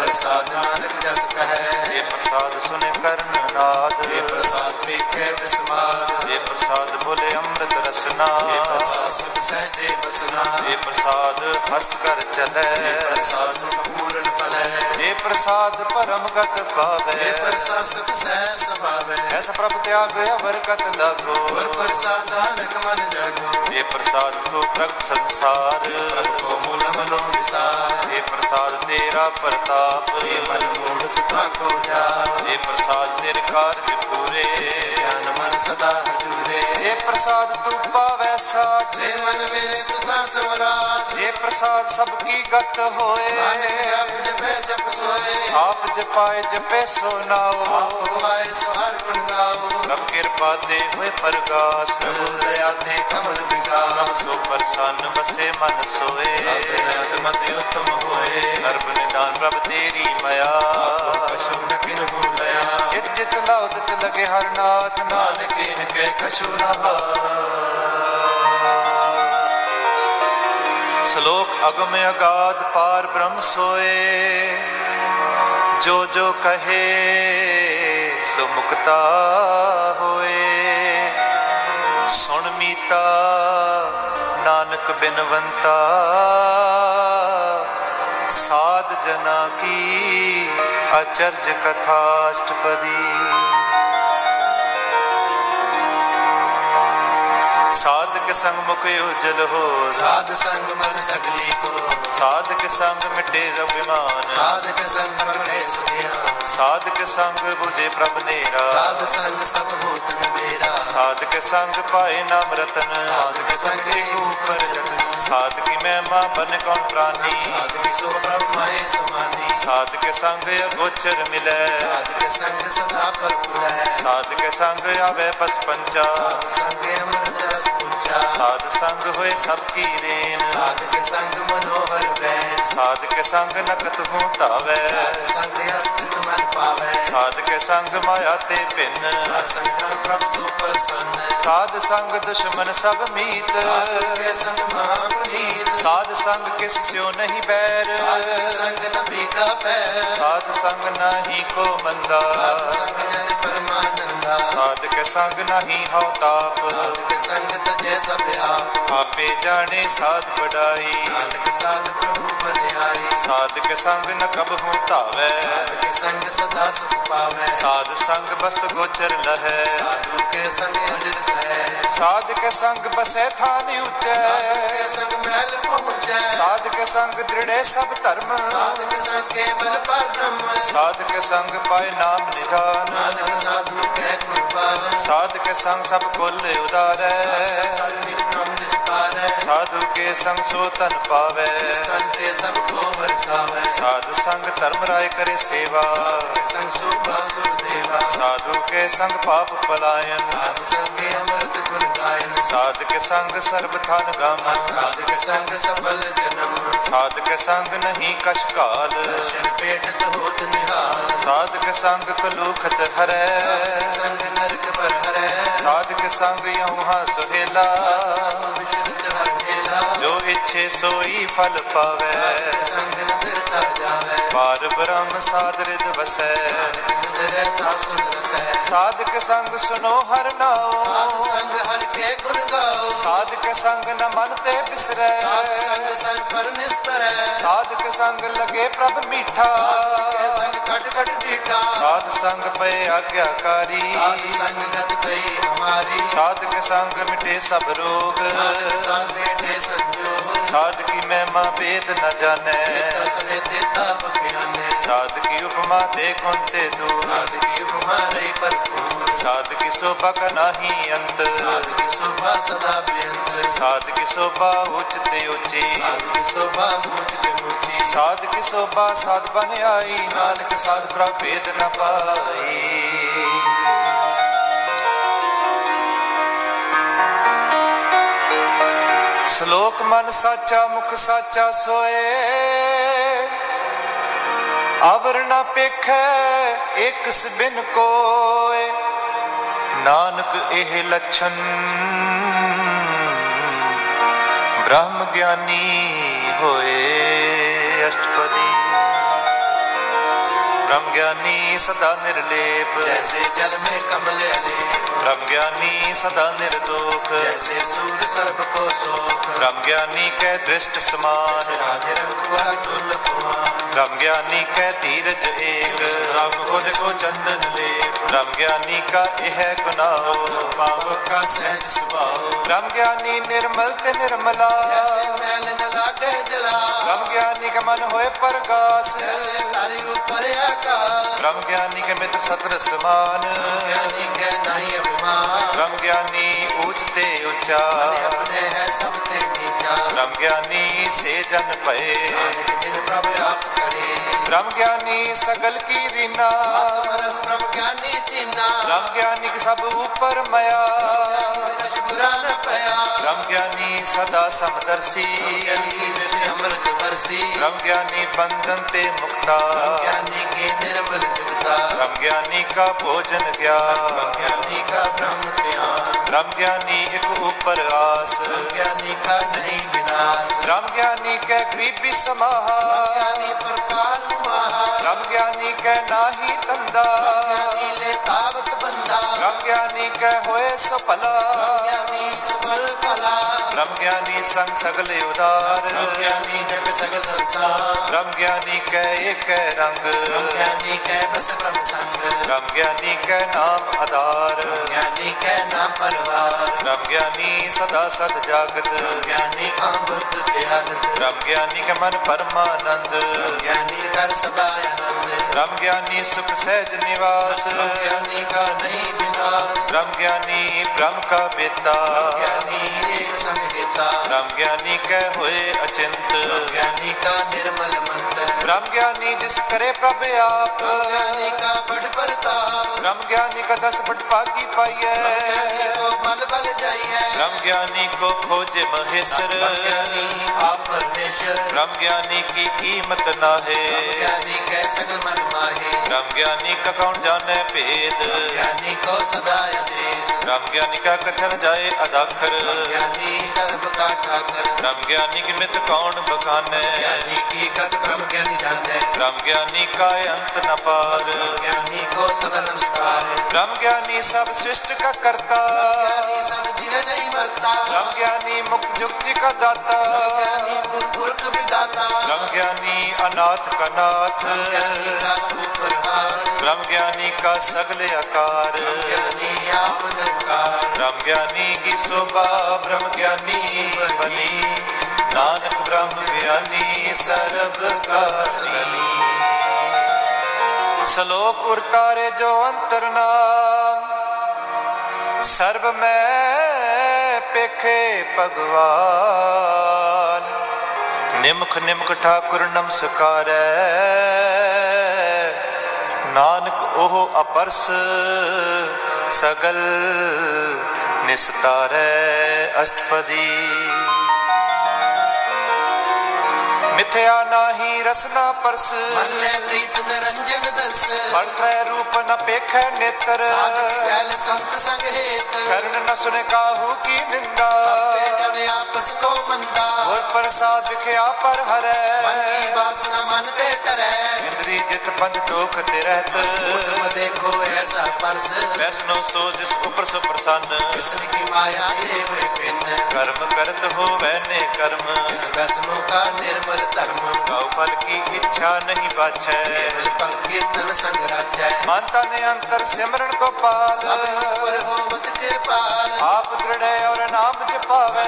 [SPEAKER 2] ਪ੍ਰਸਾਦ ਨਾਨਕ ਜਸ
[SPEAKER 1] ਜੇ
[SPEAKER 2] ਕਹੈ
[SPEAKER 1] ਪ੍ਰਸਾਦ ਸੁਨੇ ਕਰਨ ਨਾਦ
[SPEAKER 2] ਇਹ ਪ੍ਰਸਾਦ ਪੀਖੇ ਬਿਸਮਾਰ
[SPEAKER 1] ਜੇ ਪ੍ਰਸਾਦ ਬੋਲੇ ਅੰਮ੍ਰਿਤ ਰਸਨਾ
[SPEAKER 2] ਇਹ ਪ੍ਰਸਾਦ ਸੁਖ ਸਹਜੇ ਬਸਨਾ
[SPEAKER 1] ਜੇ ਪ੍ਰਸਾਦ ਹਸਤ ਕਰ ਚਲੇ
[SPEAKER 2] ਇਹ ਪ੍ਰਸਾਦ ਸੰਪੂਰਨ ਫਲ ਹੈ
[SPEAKER 1] ਜੇ ਪ੍ਰਸਾਦ ਪਰਮਗਤ ਪਾਵੇ
[SPEAKER 2] ਇਹ ਪ੍ਰਸਾਦ ਸੁਖ ਸਹਿ ਸਮਾਵੇ
[SPEAKER 1] ਐਸ ਪ੍ਰਭ ਤਿਆਗ ਅਵਰਗਤ ਲਾਗੋ
[SPEAKER 2] ਗੁਰ ਪ੍ਰਸਾਦ ਨਾਨਕ ਮਨ ਜਾਗੋ
[SPEAKER 1] ਜੇ ਪ੍ਰਸਾਦ ਤੋ ਪ੍ਰਗਟ ਸੰਸਾਰ
[SPEAKER 2] ਇਸ ਪ੍ਰਭ ਕੋ ਮੂਲ ਮਨੋ ਵਿਸਾਰ
[SPEAKER 1] ਜੇ ਪ੍ਰਸਾਦ ਤੇਰਾ ਪ੍ਰਤਾਪ
[SPEAKER 2] ਇਹ ਮਨ ਮੂੜਤ ਤਾ ਕੋ ਜਾ
[SPEAKER 1] ਜੇ ਪ੍ਰਸਾਦ ਤੇਰੇ ਕਾਰਜ ਪੂਰੇ
[SPEAKER 2] ਇਹ ਗਿਆਨ ਮਨ ਸਦਾ ਹਜੂਰੇ
[SPEAKER 1] ਜੇ ਪ੍ਰਸਾਦ ਤੂੰ ਪਾਵੈ ਸਾਚ
[SPEAKER 2] ਜੇ ਮਨ ਮੇਰੇ ਤੁਧਾ ਸਮਰਾਤ
[SPEAKER 1] ਜੇ ਪ੍ਰਸਾਦ ਸਭ ਕੀ ਗਤ
[SPEAKER 2] ਨਾਨਕ
[SPEAKER 1] ਹੋਏ
[SPEAKER 2] ਜਪ ਜਪੈ ਜਪ ਸੋਏ
[SPEAKER 1] ਆਪ ਜਪਾਏ ਜਪੇ ਸੋ
[SPEAKER 2] ਆਪ
[SPEAKER 1] ਨਾਓ
[SPEAKER 2] ਗਵਾਏ ਸੋ ਹਰ ਗੁਣ ਗਾਓ
[SPEAKER 1] ਰਬ ਕਿਰਪਾ ਦੇ ਹੋਏ ਪ੍ਰਗਾਸ
[SPEAKER 2] ਪ੍ਰਭੂ ਦਇਆ ਤੇ ਕਮਲ ਵਿਕਾਸ
[SPEAKER 1] ਸੋ ਪ੍ਰਸੰਨ ਵਸੇ ਮਨ ਸੋਏ
[SPEAKER 2] ਆਪਿਆਤ ਮਤਿ ਉਤਮ ਹੋਏ
[SPEAKER 1] ਸਰਬ ਨਿਦਾਨ ਪ੍ਰਭ ਤੇਰੀ
[SPEAKER 2] ਆਪੋ
[SPEAKER 1] ਮਾਇਆ
[SPEAKER 2] ਕਛੂ ਨ ਕਿਨ ਭੁਲਿਆ
[SPEAKER 1] ਜਿਤ ਜਿਤ ਲਉ ਤਿਤ ਲਗੇ ਹਰਨਾਥ ਨਾਨਕ
[SPEAKER 2] ਨਾਨਕ ਇਨ ਕੇ ਕਛੂ ਨ
[SPEAKER 1] ਸ਼ਲੋਕ ਅਗਮ ਅਗਾਧ ਪਾਰ ਬ੍ਰਹਮ ਸੋਏ ਜੋ ਜੋ ਕਹੇ ਸੋ ਮੁਕਤਾ ਹੋਏ ਸੁਣ ਮੀਤਾ ਨਾਨਕ ਬਿਨਵੰਤਾ ਸਾਧ ਜਨਾ ਕੀ ਅਚਰਜ ਕਥਾ ਅਸ਼ਟਪਦੀ ਸਾਧਕ ਸੰਗ ਮੁਖ ਉਜਲ ਹੋ
[SPEAKER 2] ਸਾਧ ਸੰਗ ਮਨ ਸਗਲੀ ਕੋ
[SPEAKER 1] ਸਾਧਕ ਸੰਗ ਮਿਟੇ ਅਭਿਮਾਨ
[SPEAKER 2] ਸਾਧਕ ਸੰਗ ਮਨੇ ਸੁਨਿਆ
[SPEAKER 1] ਸਾਧਕ ਸੰਗ ਬੁਝੇ ਪ੍ਰਭ ਨੇਰਾ
[SPEAKER 2] ਸਾਧ ਸੰਗ ਸਭ ਹੋਤਨ ਮੇਰਾ
[SPEAKER 1] ਸਾਧਕ ਸੰਗ ਪਾਏ ਨਾਮ ਰਤਨ
[SPEAKER 2] ਸਾਧਕ ਸੰਗੇ ਉਪਰ ਜਤਨ
[SPEAKER 1] ਸਾਧਕੀ ਮਹਿਮਾ ਬਨ ਕੌਣ ਪ੍ਰਾਨੀ
[SPEAKER 2] ਸਾਧਕ ਸੋ ਬ੍ਰਹਮਾਏ ਸਮਾਨੀ
[SPEAKER 1] ਸਾਧਕ ਸੰਗ ਅਗੋਚਰ ਮਿਲੈ
[SPEAKER 2] ਸਾਧਕ ਸੰਗ ਸਦਾ ਪਰਪੁਰੈ
[SPEAKER 1] ਸਾਧਕ ਸੰਗ ਆਵੇ ਪਸ ਪੰਚਾ
[SPEAKER 2] ਸਾਧ ਸੰਗੇ ਅਮਰਤ ਰਸ ਪੁੱਜਾ
[SPEAKER 1] ਸਾਧ ਸੰਗ ਹੋਏ ਸਭ ਕੀ ਰੇਨ
[SPEAKER 2] ਸਾਧਕ ਸੰਗ ਮਨੋਹਰ ਬੈ
[SPEAKER 1] ਸਾਧਕ ਸੰਗ ਨਕਤ ਹੂੰ ਧਾਵੈ
[SPEAKER 2] ਸਾਧ ਸੰਗ ਅਸਤਿਤ ਮਨ ਪਾਵੈ
[SPEAKER 1] ਸਾਧਕ ਸੰਗ ਮਾਇਆ ਤੇ ਭਿੰਨ
[SPEAKER 2] ਸਾਧ ਸੰਗ ਪ੍ਰਭ ਸੋ ਪ੍ਰਸੰਨ
[SPEAKER 1] ਸਾਧ ਸੰਗ ਦੁਸ਼ਮਨ ਸਭ ਮੀਤ
[SPEAKER 2] ਸਾਧਕ ਸੰਗ ਮਹਾਪਨੀਤ
[SPEAKER 1] ਸਾਧ ਸੰਗ ਕਿਸ ਸਿਓ ਨਹੀਂ ਬੈਰ
[SPEAKER 2] ਸਾਧਕ ਸੰਗ ਨਬੀ ਕਾ ਪੈ
[SPEAKER 1] ਸਾਧ ਸੰਗ ਨਹੀਂ ਕੋ ਮੰਦਾ
[SPEAKER 2] ਸਾਧ ਸੰਗ ਜਨ ਪਰਮਾਨੰਦਾ
[SPEAKER 1] ਸਾਧਕ ਸੰਗ ਨਹੀਂ ਹਉ ਤਾਪ
[SPEAKER 2] ਸਾਧਕ ਸੰਗ ਤਜੈ ਸਭ ਆਪ
[SPEAKER 1] ਆਪੇ ਜਾਣੇ ਸਾਧ ਬੜਾਈ
[SPEAKER 2] ਨਾਨਕ ਸਾਧ ਪ੍ਰਭੂ ਬਨਿਆਈ
[SPEAKER 1] ਸਾਧਕ ਸੰਗ ਨ ਕਬਹੂ ਧਾਵੈ
[SPEAKER 2] ਸਾਧਕ ਸੰਗ ਸਦਾ ਸੁਖ ਪਾਵੈ
[SPEAKER 1] ਸਾਧ ਸੰਗ ਬਸਤ ਗੋਚਰ ਲਹੈ
[SPEAKER 2] ਸਾਧੂ ਕੇ ਸੰਗ ਅਜਰ ਸਹਿ
[SPEAKER 1] ਸਾਧਕ ਸੰਗ ਬਸੈ ਥਾਨ
[SPEAKER 2] ਸਾਧੂ
[SPEAKER 1] ਉਚੈ
[SPEAKER 2] ਕੇ ਸੰਗ ਮਹਿਲ ਪਹੁੰਚੈ
[SPEAKER 1] ਸਾਧਕ ਸੰਗ ਦ੍ਰਿੜੇ ਸਭ ਧਰਮ
[SPEAKER 2] ਸਾਧਕ ਸੰਗ ਕੇ ਬਲ ਪਰ ਬ੍ਰਹਮ
[SPEAKER 1] ਸਾਧਕ ਸੰਗ ਪਾਏ ਨਾਮ ਨਿਧਾਨ
[SPEAKER 2] ਨਾਨਕ ਸਾਧੂ ਕੈ ਕੁਰਬਾਨ
[SPEAKER 1] ਸਾਧਕ ਸੰਗ ਸਭ ਕੁਲ ਉਦਾਰੈ
[SPEAKER 2] ਸਭ ਨਿਰਨਾਮ ਨਿਸਤਾਰੈ
[SPEAKER 1] ਸਾਧੂ ਕੇ ਸੰਗ ਸੋ ਤਨ ਪਾਵੈ
[SPEAKER 2] ਇਸ ਤਨ ਤੇ ਸਭ ਕੋ ਵਰਸਾਵੈ
[SPEAKER 1] ਸਾਧ ਸੰਗ ਧਰਮ ਰਾਏ ਕਰੇ ਸੇਵਾ
[SPEAKER 2] ਸਾਧਕ ਸੰਗ ਸੁਭਾ ਸੁਰ ਦੇਵਾ
[SPEAKER 1] ਸਾਧੂ ਕੇ ਸੰਗ ਪਾਪ ਪਲਾਇਨ
[SPEAKER 2] ਸਾਧ ਸੰਗ ਅਮਰਤ ਗੁਣ ਗਾਇਨ
[SPEAKER 1] ਸਾਧਕ ਸੰਗ ਸਰਬ ਥਨ ਗਾਮਨ
[SPEAKER 2] ਸਾਧਕ ਸੰਗ ਸਫਲ ਜਨਮ
[SPEAKER 1] ਸਾਧਕ ਸੰਗ ਨਹੀਂ ਕਛ ਕਾਲ
[SPEAKER 2] ਦਰਸ਼ਨ ਪੇਟ ਤੋਤ ਨਿਹਾਲ
[SPEAKER 1] ਸਾਧਕ ਸੰਗ ਕਲੂਖਤ ਹਰੈ
[SPEAKER 2] ਸਾਧਕ ਸੰਗ ਨਰਕ ਪਰ ਹਰੈ
[SPEAKER 1] ਸਾਧਕ ਸੰਗ ਯਉਹਾ ਸੁਹੇਲਾ
[SPEAKER 2] ਸਭ ਬਿਸ਼ਰਤ ਹਰ ਮੇਲਾ
[SPEAKER 1] ਜੋ ਇੱਛੇ ਸੋਈ ਫਲ ਪਾਵੈ
[SPEAKER 2] ਸਾਧਕ ਸੰਗ ਨਿਰਤਾ ਜਾਵੇ
[SPEAKER 1] ਪਾਰ ਬ੍ਰਹਮ ਸਾਧਰਿਦ ਵਸੈ
[SPEAKER 2] ਨਿਰਦੈ ਸਾਸੁਨ ਰਸੈ
[SPEAKER 1] ਸਾਧਕ ਸੰਗ ਸੁਨੋ ਹਰ ਨਾਉ
[SPEAKER 2] ਸਾਧ ਸੰਗ ਹਰ ਕੇ ਗੁਣ ਗਾਓ
[SPEAKER 1] ਸਾਧਕ ਸੰਗ ਨ ਮਨ ਤੇ ਬਿਸਰੈ
[SPEAKER 2] ਸਾਧ ਸੰਗ ਸਰ ਪਰ ਨਿਸਤਰੈ ਸਾਧ
[SPEAKER 1] ਸਾਧਕ ਸੰਗ ਲਗੇ ਪ੍ਰਭ ਮੀਠਾ
[SPEAKER 2] ਕੇ ਸੰਗ ਘਟ ਘਟ ਢੀਟਾ
[SPEAKER 1] ਸਾਧ ਸੰਗ ਪਏ ਆਗਿਆਕਾਰੀ
[SPEAKER 2] ਸਾਧ ਸੰਗ ਗਤ ਪਈ ਹਮਾਰੀ
[SPEAKER 1] ਸਾਧਕ ਸੰਗ ਮਿਟੇ ਸਭ ਰੋਗ
[SPEAKER 2] ਨਾਨਕ ਸਾਧ ਬੇਟੇ ਸੰਜੋਗ
[SPEAKER 1] ਸਾਧਕੀ ਮਹਿਮਾ ਵੇਦ ਨ ਜਾਣੈ
[SPEAKER 2] ਤੇਤਾ ਸੁਨੇ ਤੇਤਾ ਬਖਿਆਨੇ
[SPEAKER 1] ਸਾਧਕੀ ਉਪਮਾ ਦੇਖੁਨ ਤੇ ਦੂਰ
[SPEAKER 2] ਸਾਧ ਕੀ ਉਪਮਾਰੇ ਭਰਪੂਰ
[SPEAKER 1] ਸਾਧਕੀ ਸੋਭਾ ਕਾ ਨਾਹੀ ਅੰਤ
[SPEAKER 2] ਸਾਧ ਕੀ ਸੋਭਾ ਸਦਾ ਬੇਅੰਤ
[SPEAKER 1] ਸਾਧਕੀ ਸੋਭਾ ਉੱਚ ਤੇ ਉੱਚੀ
[SPEAKER 2] ਸਾਧ ਕੀ ਸੋਭਾ ਮੂਰਤ ਤੇ ਮੂਰਤੀ
[SPEAKER 1] ਸਾਧਕੀ ਸੋਭਾ ਸਾਧ ਬਨ ਆਈ ਨਾਨਕ ਸਾਧ ਪ੍ਰਭ ਵੇਦ ਨ ਪਾਈ ਸ਼ਲੋਕ ਮਨ ਸਾਚਾ ਮੁਖ ਸਾਚਾ ਸੋਏ ਆਵਰਣਾ ਪੇਖੈ ਇਕਸ ਬਿਨ ਕੋਏ ਨਾਨਕ ਇਹ ਲਛਨ ਬ੍ਰਹਮ ਗਿਆਨੀ ਹੋਏ ਅਸ਼ਟਪਦੀ ਬ੍ਰਹਮ ਗਿਆਨੀ ਸਦਾ ਨਿਰਲੇਪ
[SPEAKER 2] ਜੈਸੇ ਜਲ ਮੇ ਕਮਲੇ ਅਲੇ
[SPEAKER 1] ਬ੍ਰਹਮ ਗਿਆਨੀ ਸਦਾ ਨਿਰਦੋਖ
[SPEAKER 2] ਜੈਸੇ ਸੂਰ ਸਰਬ ਕੋ ਸੋਖ
[SPEAKER 1] ਬ੍ਰਹਮ ਗਿਆਨੀ ਕੈ ਦ੍ਰਿਸ਼ਟ ਸਮਾਨ
[SPEAKER 2] ਰਾਧੇ ਰੰਗ ਕਾ ਟੁੱਲ ਪਵਾ
[SPEAKER 1] ਬ੍ਰਹਮ ਗਿਆਨੀ ਕੈ ਧੀਰਜ ਏਕ ਰਾਮ ਖੁਦ ਕੋ ਚੰਦਨ ਲੇਪ ਬ੍ਰਹਮ ਗਿਆਨੀ ਕਾ ਇਹ ਗੁਨਾਹ
[SPEAKER 2] ਪਾਵਕ ਕਾ ਸਹਿਜ ਸੁਭਾਉ
[SPEAKER 1] ਬ੍ਰਹਮ ਗਿਆਨੀ ਨਿਰਮਲ ਤੇ ਨਿਰਮਲਾ
[SPEAKER 2] ਜੈਸੇ ਮੈਲ ਨ ਲਾਗੇ ਜਲਾ
[SPEAKER 1] ਬ੍ਰਹਮ ਗਿਆਨੀ ਕਾ ਮਨ ਹੋਏ ਪਰਗਾਸ
[SPEAKER 2] ਜੈਸੇ ਤਾਰੇ ਉਪਰ ਆਕਾਸ਼
[SPEAKER 1] ਬ੍ਰਹਮ ਗਿਆਨੀ ਕੇ ਮਿਤ ਸਤਰ ਸਮਾਨ
[SPEAKER 2] ਗਿਆਨੀ ਕੈ ਨਹੀਂ ਅਭਿਮਾਨ
[SPEAKER 1] ਬ੍ਰਹਮ ਗਿਆਨੀ ਊਚ ਤੇ ਉੱਚਾ
[SPEAKER 2] ਅਨੇ ਆਪਣੇ ਹੈ ਸਭ ਤੇ ਨੀਚਾ
[SPEAKER 1] ਬ੍ਰਹਮ ਗਿਆਨੀ ਸੇ ਜਨ ਭਏ
[SPEAKER 2] ਨਾਨਕ ਜਿਨ ਪ੍ਰਭ ਆਪ ਕਰੇ
[SPEAKER 1] ਬ੍ਰਹਮ ਗਿਆਨੀ ਸਗਲ ਕੀ ਰੀਨਾ
[SPEAKER 2] ਅਮਰਸ ਪ੍ਰਭ ਗਿਆਨੀ ਚੀਨਾ
[SPEAKER 1] ਬ੍ਰਹਮ ਗਿਆਨੀ ਕੇ ਸਭ ਉਪਰ ਮਇਆ
[SPEAKER 2] ਰਸ ਬੁਰਾ ਨ ਪਿਆ
[SPEAKER 1] ਬ੍ਰਹਮ ਗਿਆਨੀ ਸਦਾ ਸਮਦਰਸੀ
[SPEAKER 2] ਗਿਆਨੀ ਵਿੱਚ ਅੰਮ੍ਰਿਤ ਵਰਸੀ
[SPEAKER 1] ਬ੍ਰਹਮ ਗਿਆਨੀ ਬੰਧਨ ਤੇ ਮੁਕਤਾ
[SPEAKER 2] ਗਿਆਨੀ ਕੀ ਨਿਰਮਲ ਜੁਗਤਾ
[SPEAKER 1] ਬ੍ਰਹਮ ਗਿਆਨੀ ਕਾ ਭੋਜਨ ਗਿਆਨ
[SPEAKER 2] ਗਿਆਨੀ ਕਾ ਬ੍ਰਹਮ ਧਿਆਨ
[SPEAKER 1] ਬ੍ਰਹਮ ਗਿਆਨੀ ਇਕ ਉਪਰ ਆਸ
[SPEAKER 2] ਗਿਆਨੀ ਕਾ ਨਹੀਂ ਵਿਨਾਸ਼
[SPEAKER 1] ਬ੍ਰਹਮ ਗਿਆਨੀ ਕੈ ਗਰੀਬੀ ਸਮਾਹਾ
[SPEAKER 2] ਗਿਆਨੀ ਪ੍ਰਕਾਰ ਮਹਾ
[SPEAKER 1] ਬ੍ਰਹਮ ਗਿਆਨੀ ਕੈ ਨਾਹੀ ਤੰਦਾ
[SPEAKER 2] ਗਿਆਨੀ ਲੈ ਤਾਵਤ ਬੰਦਾ
[SPEAKER 1] ਬ੍ਰਹਮ ਗਿਆਨੀ ਸਕੈ ਹੋਏ ਸਫਲਾ
[SPEAKER 2] ज्ञानी सफल फला
[SPEAKER 1] ਬ੍ਰਹਮ ਗਿਆਨੀ ਸੰਗ ਸਗਲੇ ਉਦਾਰ
[SPEAKER 2] ब्रह्म ज्ञानी जग सगल संसार
[SPEAKER 1] ਬ੍ਰਹਮ ਗਿਆਨੀ ਕੈ ਏਕੈ ਰੰਗ
[SPEAKER 2] ब्रह्म ज्ञानी कै बस ब्रह्म संग
[SPEAKER 1] ਬ੍ਰਹਮ ਗਿਆਨੀ ਕੈ ਨਾਮ ਆਧਾਰ
[SPEAKER 2] ज्ञानी कै नाम परिवार
[SPEAKER 1] ਬ੍ਰਹਮ ਗਿਆਨੀ ਸਦਾ ਸਦ ਜਾਗਤ
[SPEAKER 2] ज्ञानी अमृत प्यारत
[SPEAKER 1] ਬ੍ਰਹਮ ਗਿਆਨੀ ਕੈ ਮਨ ਪਰਮਾਨੰਦ
[SPEAKER 2] ज्ञानी कर सदा आनंद
[SPEAKER 1] ਬ੍ਰਹਮ ਗਿਆਨੀ ਸੁਖ ਸਹਿਜ ਨਿਵਾਸ
[SPEAKER 2] ज्ञानी का नहीं विनाश
[SPEAKER 1] ਬ੍ਰਹम ਗਿਆਨੀ ਬ੍ਰਹਮ ਕਾ ਬੇਤਾ
[SPEAKER 2] ज्ञानी एक संग गीता
[SPEAKER 1] ਬ੍ਰਹਮ ਗਿਆਨੀ ਕੈ ਹੋਏ ਅਚਿੰਤ
[SPEAKER 2] ज्ञानी का निर्मल मंत्र
[SPEAKER 1] ਬ੍ਰਹਮ ਗਿਆਨੀ ਜਿਸ ਕਰੇ ਪ੍ਰਭ ਆਪ
[SPEAKER 2] ज्ञानी का बड़ प्रताप
[SPEAKER 1] ਬ੍ਰਹਮ ਗਿਆਨੀ ਕਾ ਦਸ ਬਟ ਭਾਗੀ
[SPEAKER 2] ज्ञानी
[SPEAKER 1] ਪਾਈਐ
[SPEAKER 2] को बल बल जाइए
[SPEAKER 1] ਬ੍ਰਹਮ ਗਿਆਨੀ ਕੋ ਖੋਜੇ ਮਹੇਸ਼ਰ
[SPEAKER 2] ज्ञानी आप परमेश्वर
[SPEAKER 1] ਬ੍ਰह्म ਗਿਆਨੀ ਕੀ ਕੀਮਤ ਨਾਹੇ
[SPEAKER 2] ज्ञानी कै सकल मन माहे
[SPEAKER 1] ਬ੍ਰਹਮ ਗਿਆਨੀ ਕਾ ਕੌਣ ਜਾਣੈ ਭੇਦ
[SPEAKER 2] ज्ञानी को सदा आदेश
[SPEAKER 1] ਬ੍ਰਹਮ ਗਿਆਨੀ ਕਾ ਕਥਨ ਜਾਏ ਅਦਾਖਰ
[SPEAKER 2] ज्ञानी सर्व का ठाकर
[SPEAKER 1] ਬ੍ਰਹਮ ਗਿਆਨੀ ਕੀ ਮਿਤ ਕੌਣ ਬਖਾਨੈ
[SPEAKER 2] ज्ञानी की गत ब्रह्म ज्ञानी जाने
[SPEAKER 1] ਬ੍ਰਹਮ ਗਿਆਨੀ ਕਾ ਅੰਤ ਨ ਪਾਰ
[SPEAKER 2] ज्ञानी को सदा नमस्कार
[SPEAKER 1] ਬ੍ਰਹਮ ਗਿਆਨੀ ਸਭ ਸ੍ਰਿਸ਼ਟ ਕਾ ਕਰਤਾ
[SPEAKER 2] ज्ञानी सद जीवे नहीं मरता
[SPEAKER 1] ਬ੍ਰਹਮ ਗਿਆਨੀ ਮੁਕਤ ਜੁਗਤੀ ਕਾ ਦਾਤਾ
[SPEAKER 2] ज्ञानी पुरख विदाता
[SPEAKER 1] ਬ੍ਰਹਮ ਗਿਆਨੀ ਅਨਾਥ ਕਾ ਨਾਥ
[SPEAKER 2] ज्ञानी का स्वरूप परिवार
[SPEAKER 1] ਬ੍ਰਹਮ ਗਿਆਨੀ ਕਾ ਸਗਲੇ ਆਕਾਰ
[SPEAKER 2] ज्ञानी आप निरंकार
[SPEAKER 1] ਬ੍ਰਹਮ ਗਿਆਨੀ ਕੀ ਸੋਭਾ ਬ੍ਰਹਮ ਗਿਆਨੀ ਬਨੀ ਨਾਨਕ ਬ੍ਰਹਮ ਗਿਆਨੀ ਸਰਬ ਕਾਰਨੀ ਸ਼ਲੋਕ ਉਰਤਾਰੇ ਜੋ ਅੰਤਰਨਾਮ ਸਰਬ ਮੈਂ ਪੇਖੇ ਭਗਵਾਨ ਨਿਮਖ ਨਿਮਖ ਠਾਕੁਰ ਨਮਸਕਾਰੈ ਨਾਨਕ ਉਹ ਅਪਰਸ ਸਗਲ ਨਿਸਤਾਰੈ ਅਸ਼ਟਪਦੀ ਮਿਥਿਆ ਨਾਹੀ ਰਸਨਾ ਪਰਸ
[SPEAKER 2] मन में प्रीत निरंजन दर्श
[SPEAKER 1] ਪੜਤੈ ਰੂਪ ਨ ਪੇਖੈ ਨੇਤਰ
[SPEAKER 2] साधक कैल संत संग हेत
[SPEAKER 1] ਕਰਨ ਨ ਸੁਨੇ ਕਾਹੂ ਕੀ ਨਿੰਦਾ
[SPEAKER 2] ते जन आपस को मंदा
[SPEAKER 1] ਹੋਰ ਪ੍ਰਸਾਦ ਵਿਖਿਆ ਪਰ
[SPEAKER 2] मन
[SPEAKER 1] ਹਰੈ
[SPEAKER 2] की वासना मन ते करे
[SPEAKER 1] ਇੰਦਰੀ ਜਿਤ ਪੰਜ ਦੋਖ ਤੇ ਰਹਿਤ
[SPEAKER 2] उठम देखो ऐसा परस
[SPEAKER 1] ਵੈਸਨੋ ਸੋ ਜਿਸ ਉਪਰ ਸੋ ਪ੍ਰਸੰਨ
[SPEAKER 2] कृष्ण की माया दे हुए पिन
[SPEAKER 1] ਕਰਮ ਕਰਤ ਹੋਵੈ ਨੇ ਕਰਮ
[SPEAKER 2] इस वैष्णो का निर्मल धर्म
[SPEAKER 1] ਕਉ ਫਲ ਕੀ ਇੱਛਾ ਨਹੀਂ ਬਾਛੈ
[SPEAKER 2] केवल पंथ कीर्तन संग राचै
[SPEAKER 1] ਮਨ ਤਨ ਅੰਤਰ ਸਿਮਰਨ ਕੋ ਪਾਲ
[SPEAKER 2] सब पर होवत कृपाल
[SPEAKER 1] ਆਪ ਦ੍ਰਿੜੈ ਔਰ ਨਾਮ ਜਪਾਵੈ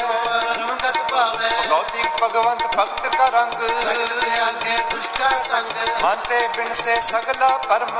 [SPEAKER 2] परम गत पावे
[SPEAKER 1] ਲੌਕਿਕ ਭਗਵੰਤ ਭਗਤ ਕਾ ਰੰਗ
[SPEAKER 2] सगल त्यागे दुष्ट का संग
[SPEAKER 1] ਮਨ ਤੇ ਬਿਨਸੇ ਸਗਲਾ ਪਰਮ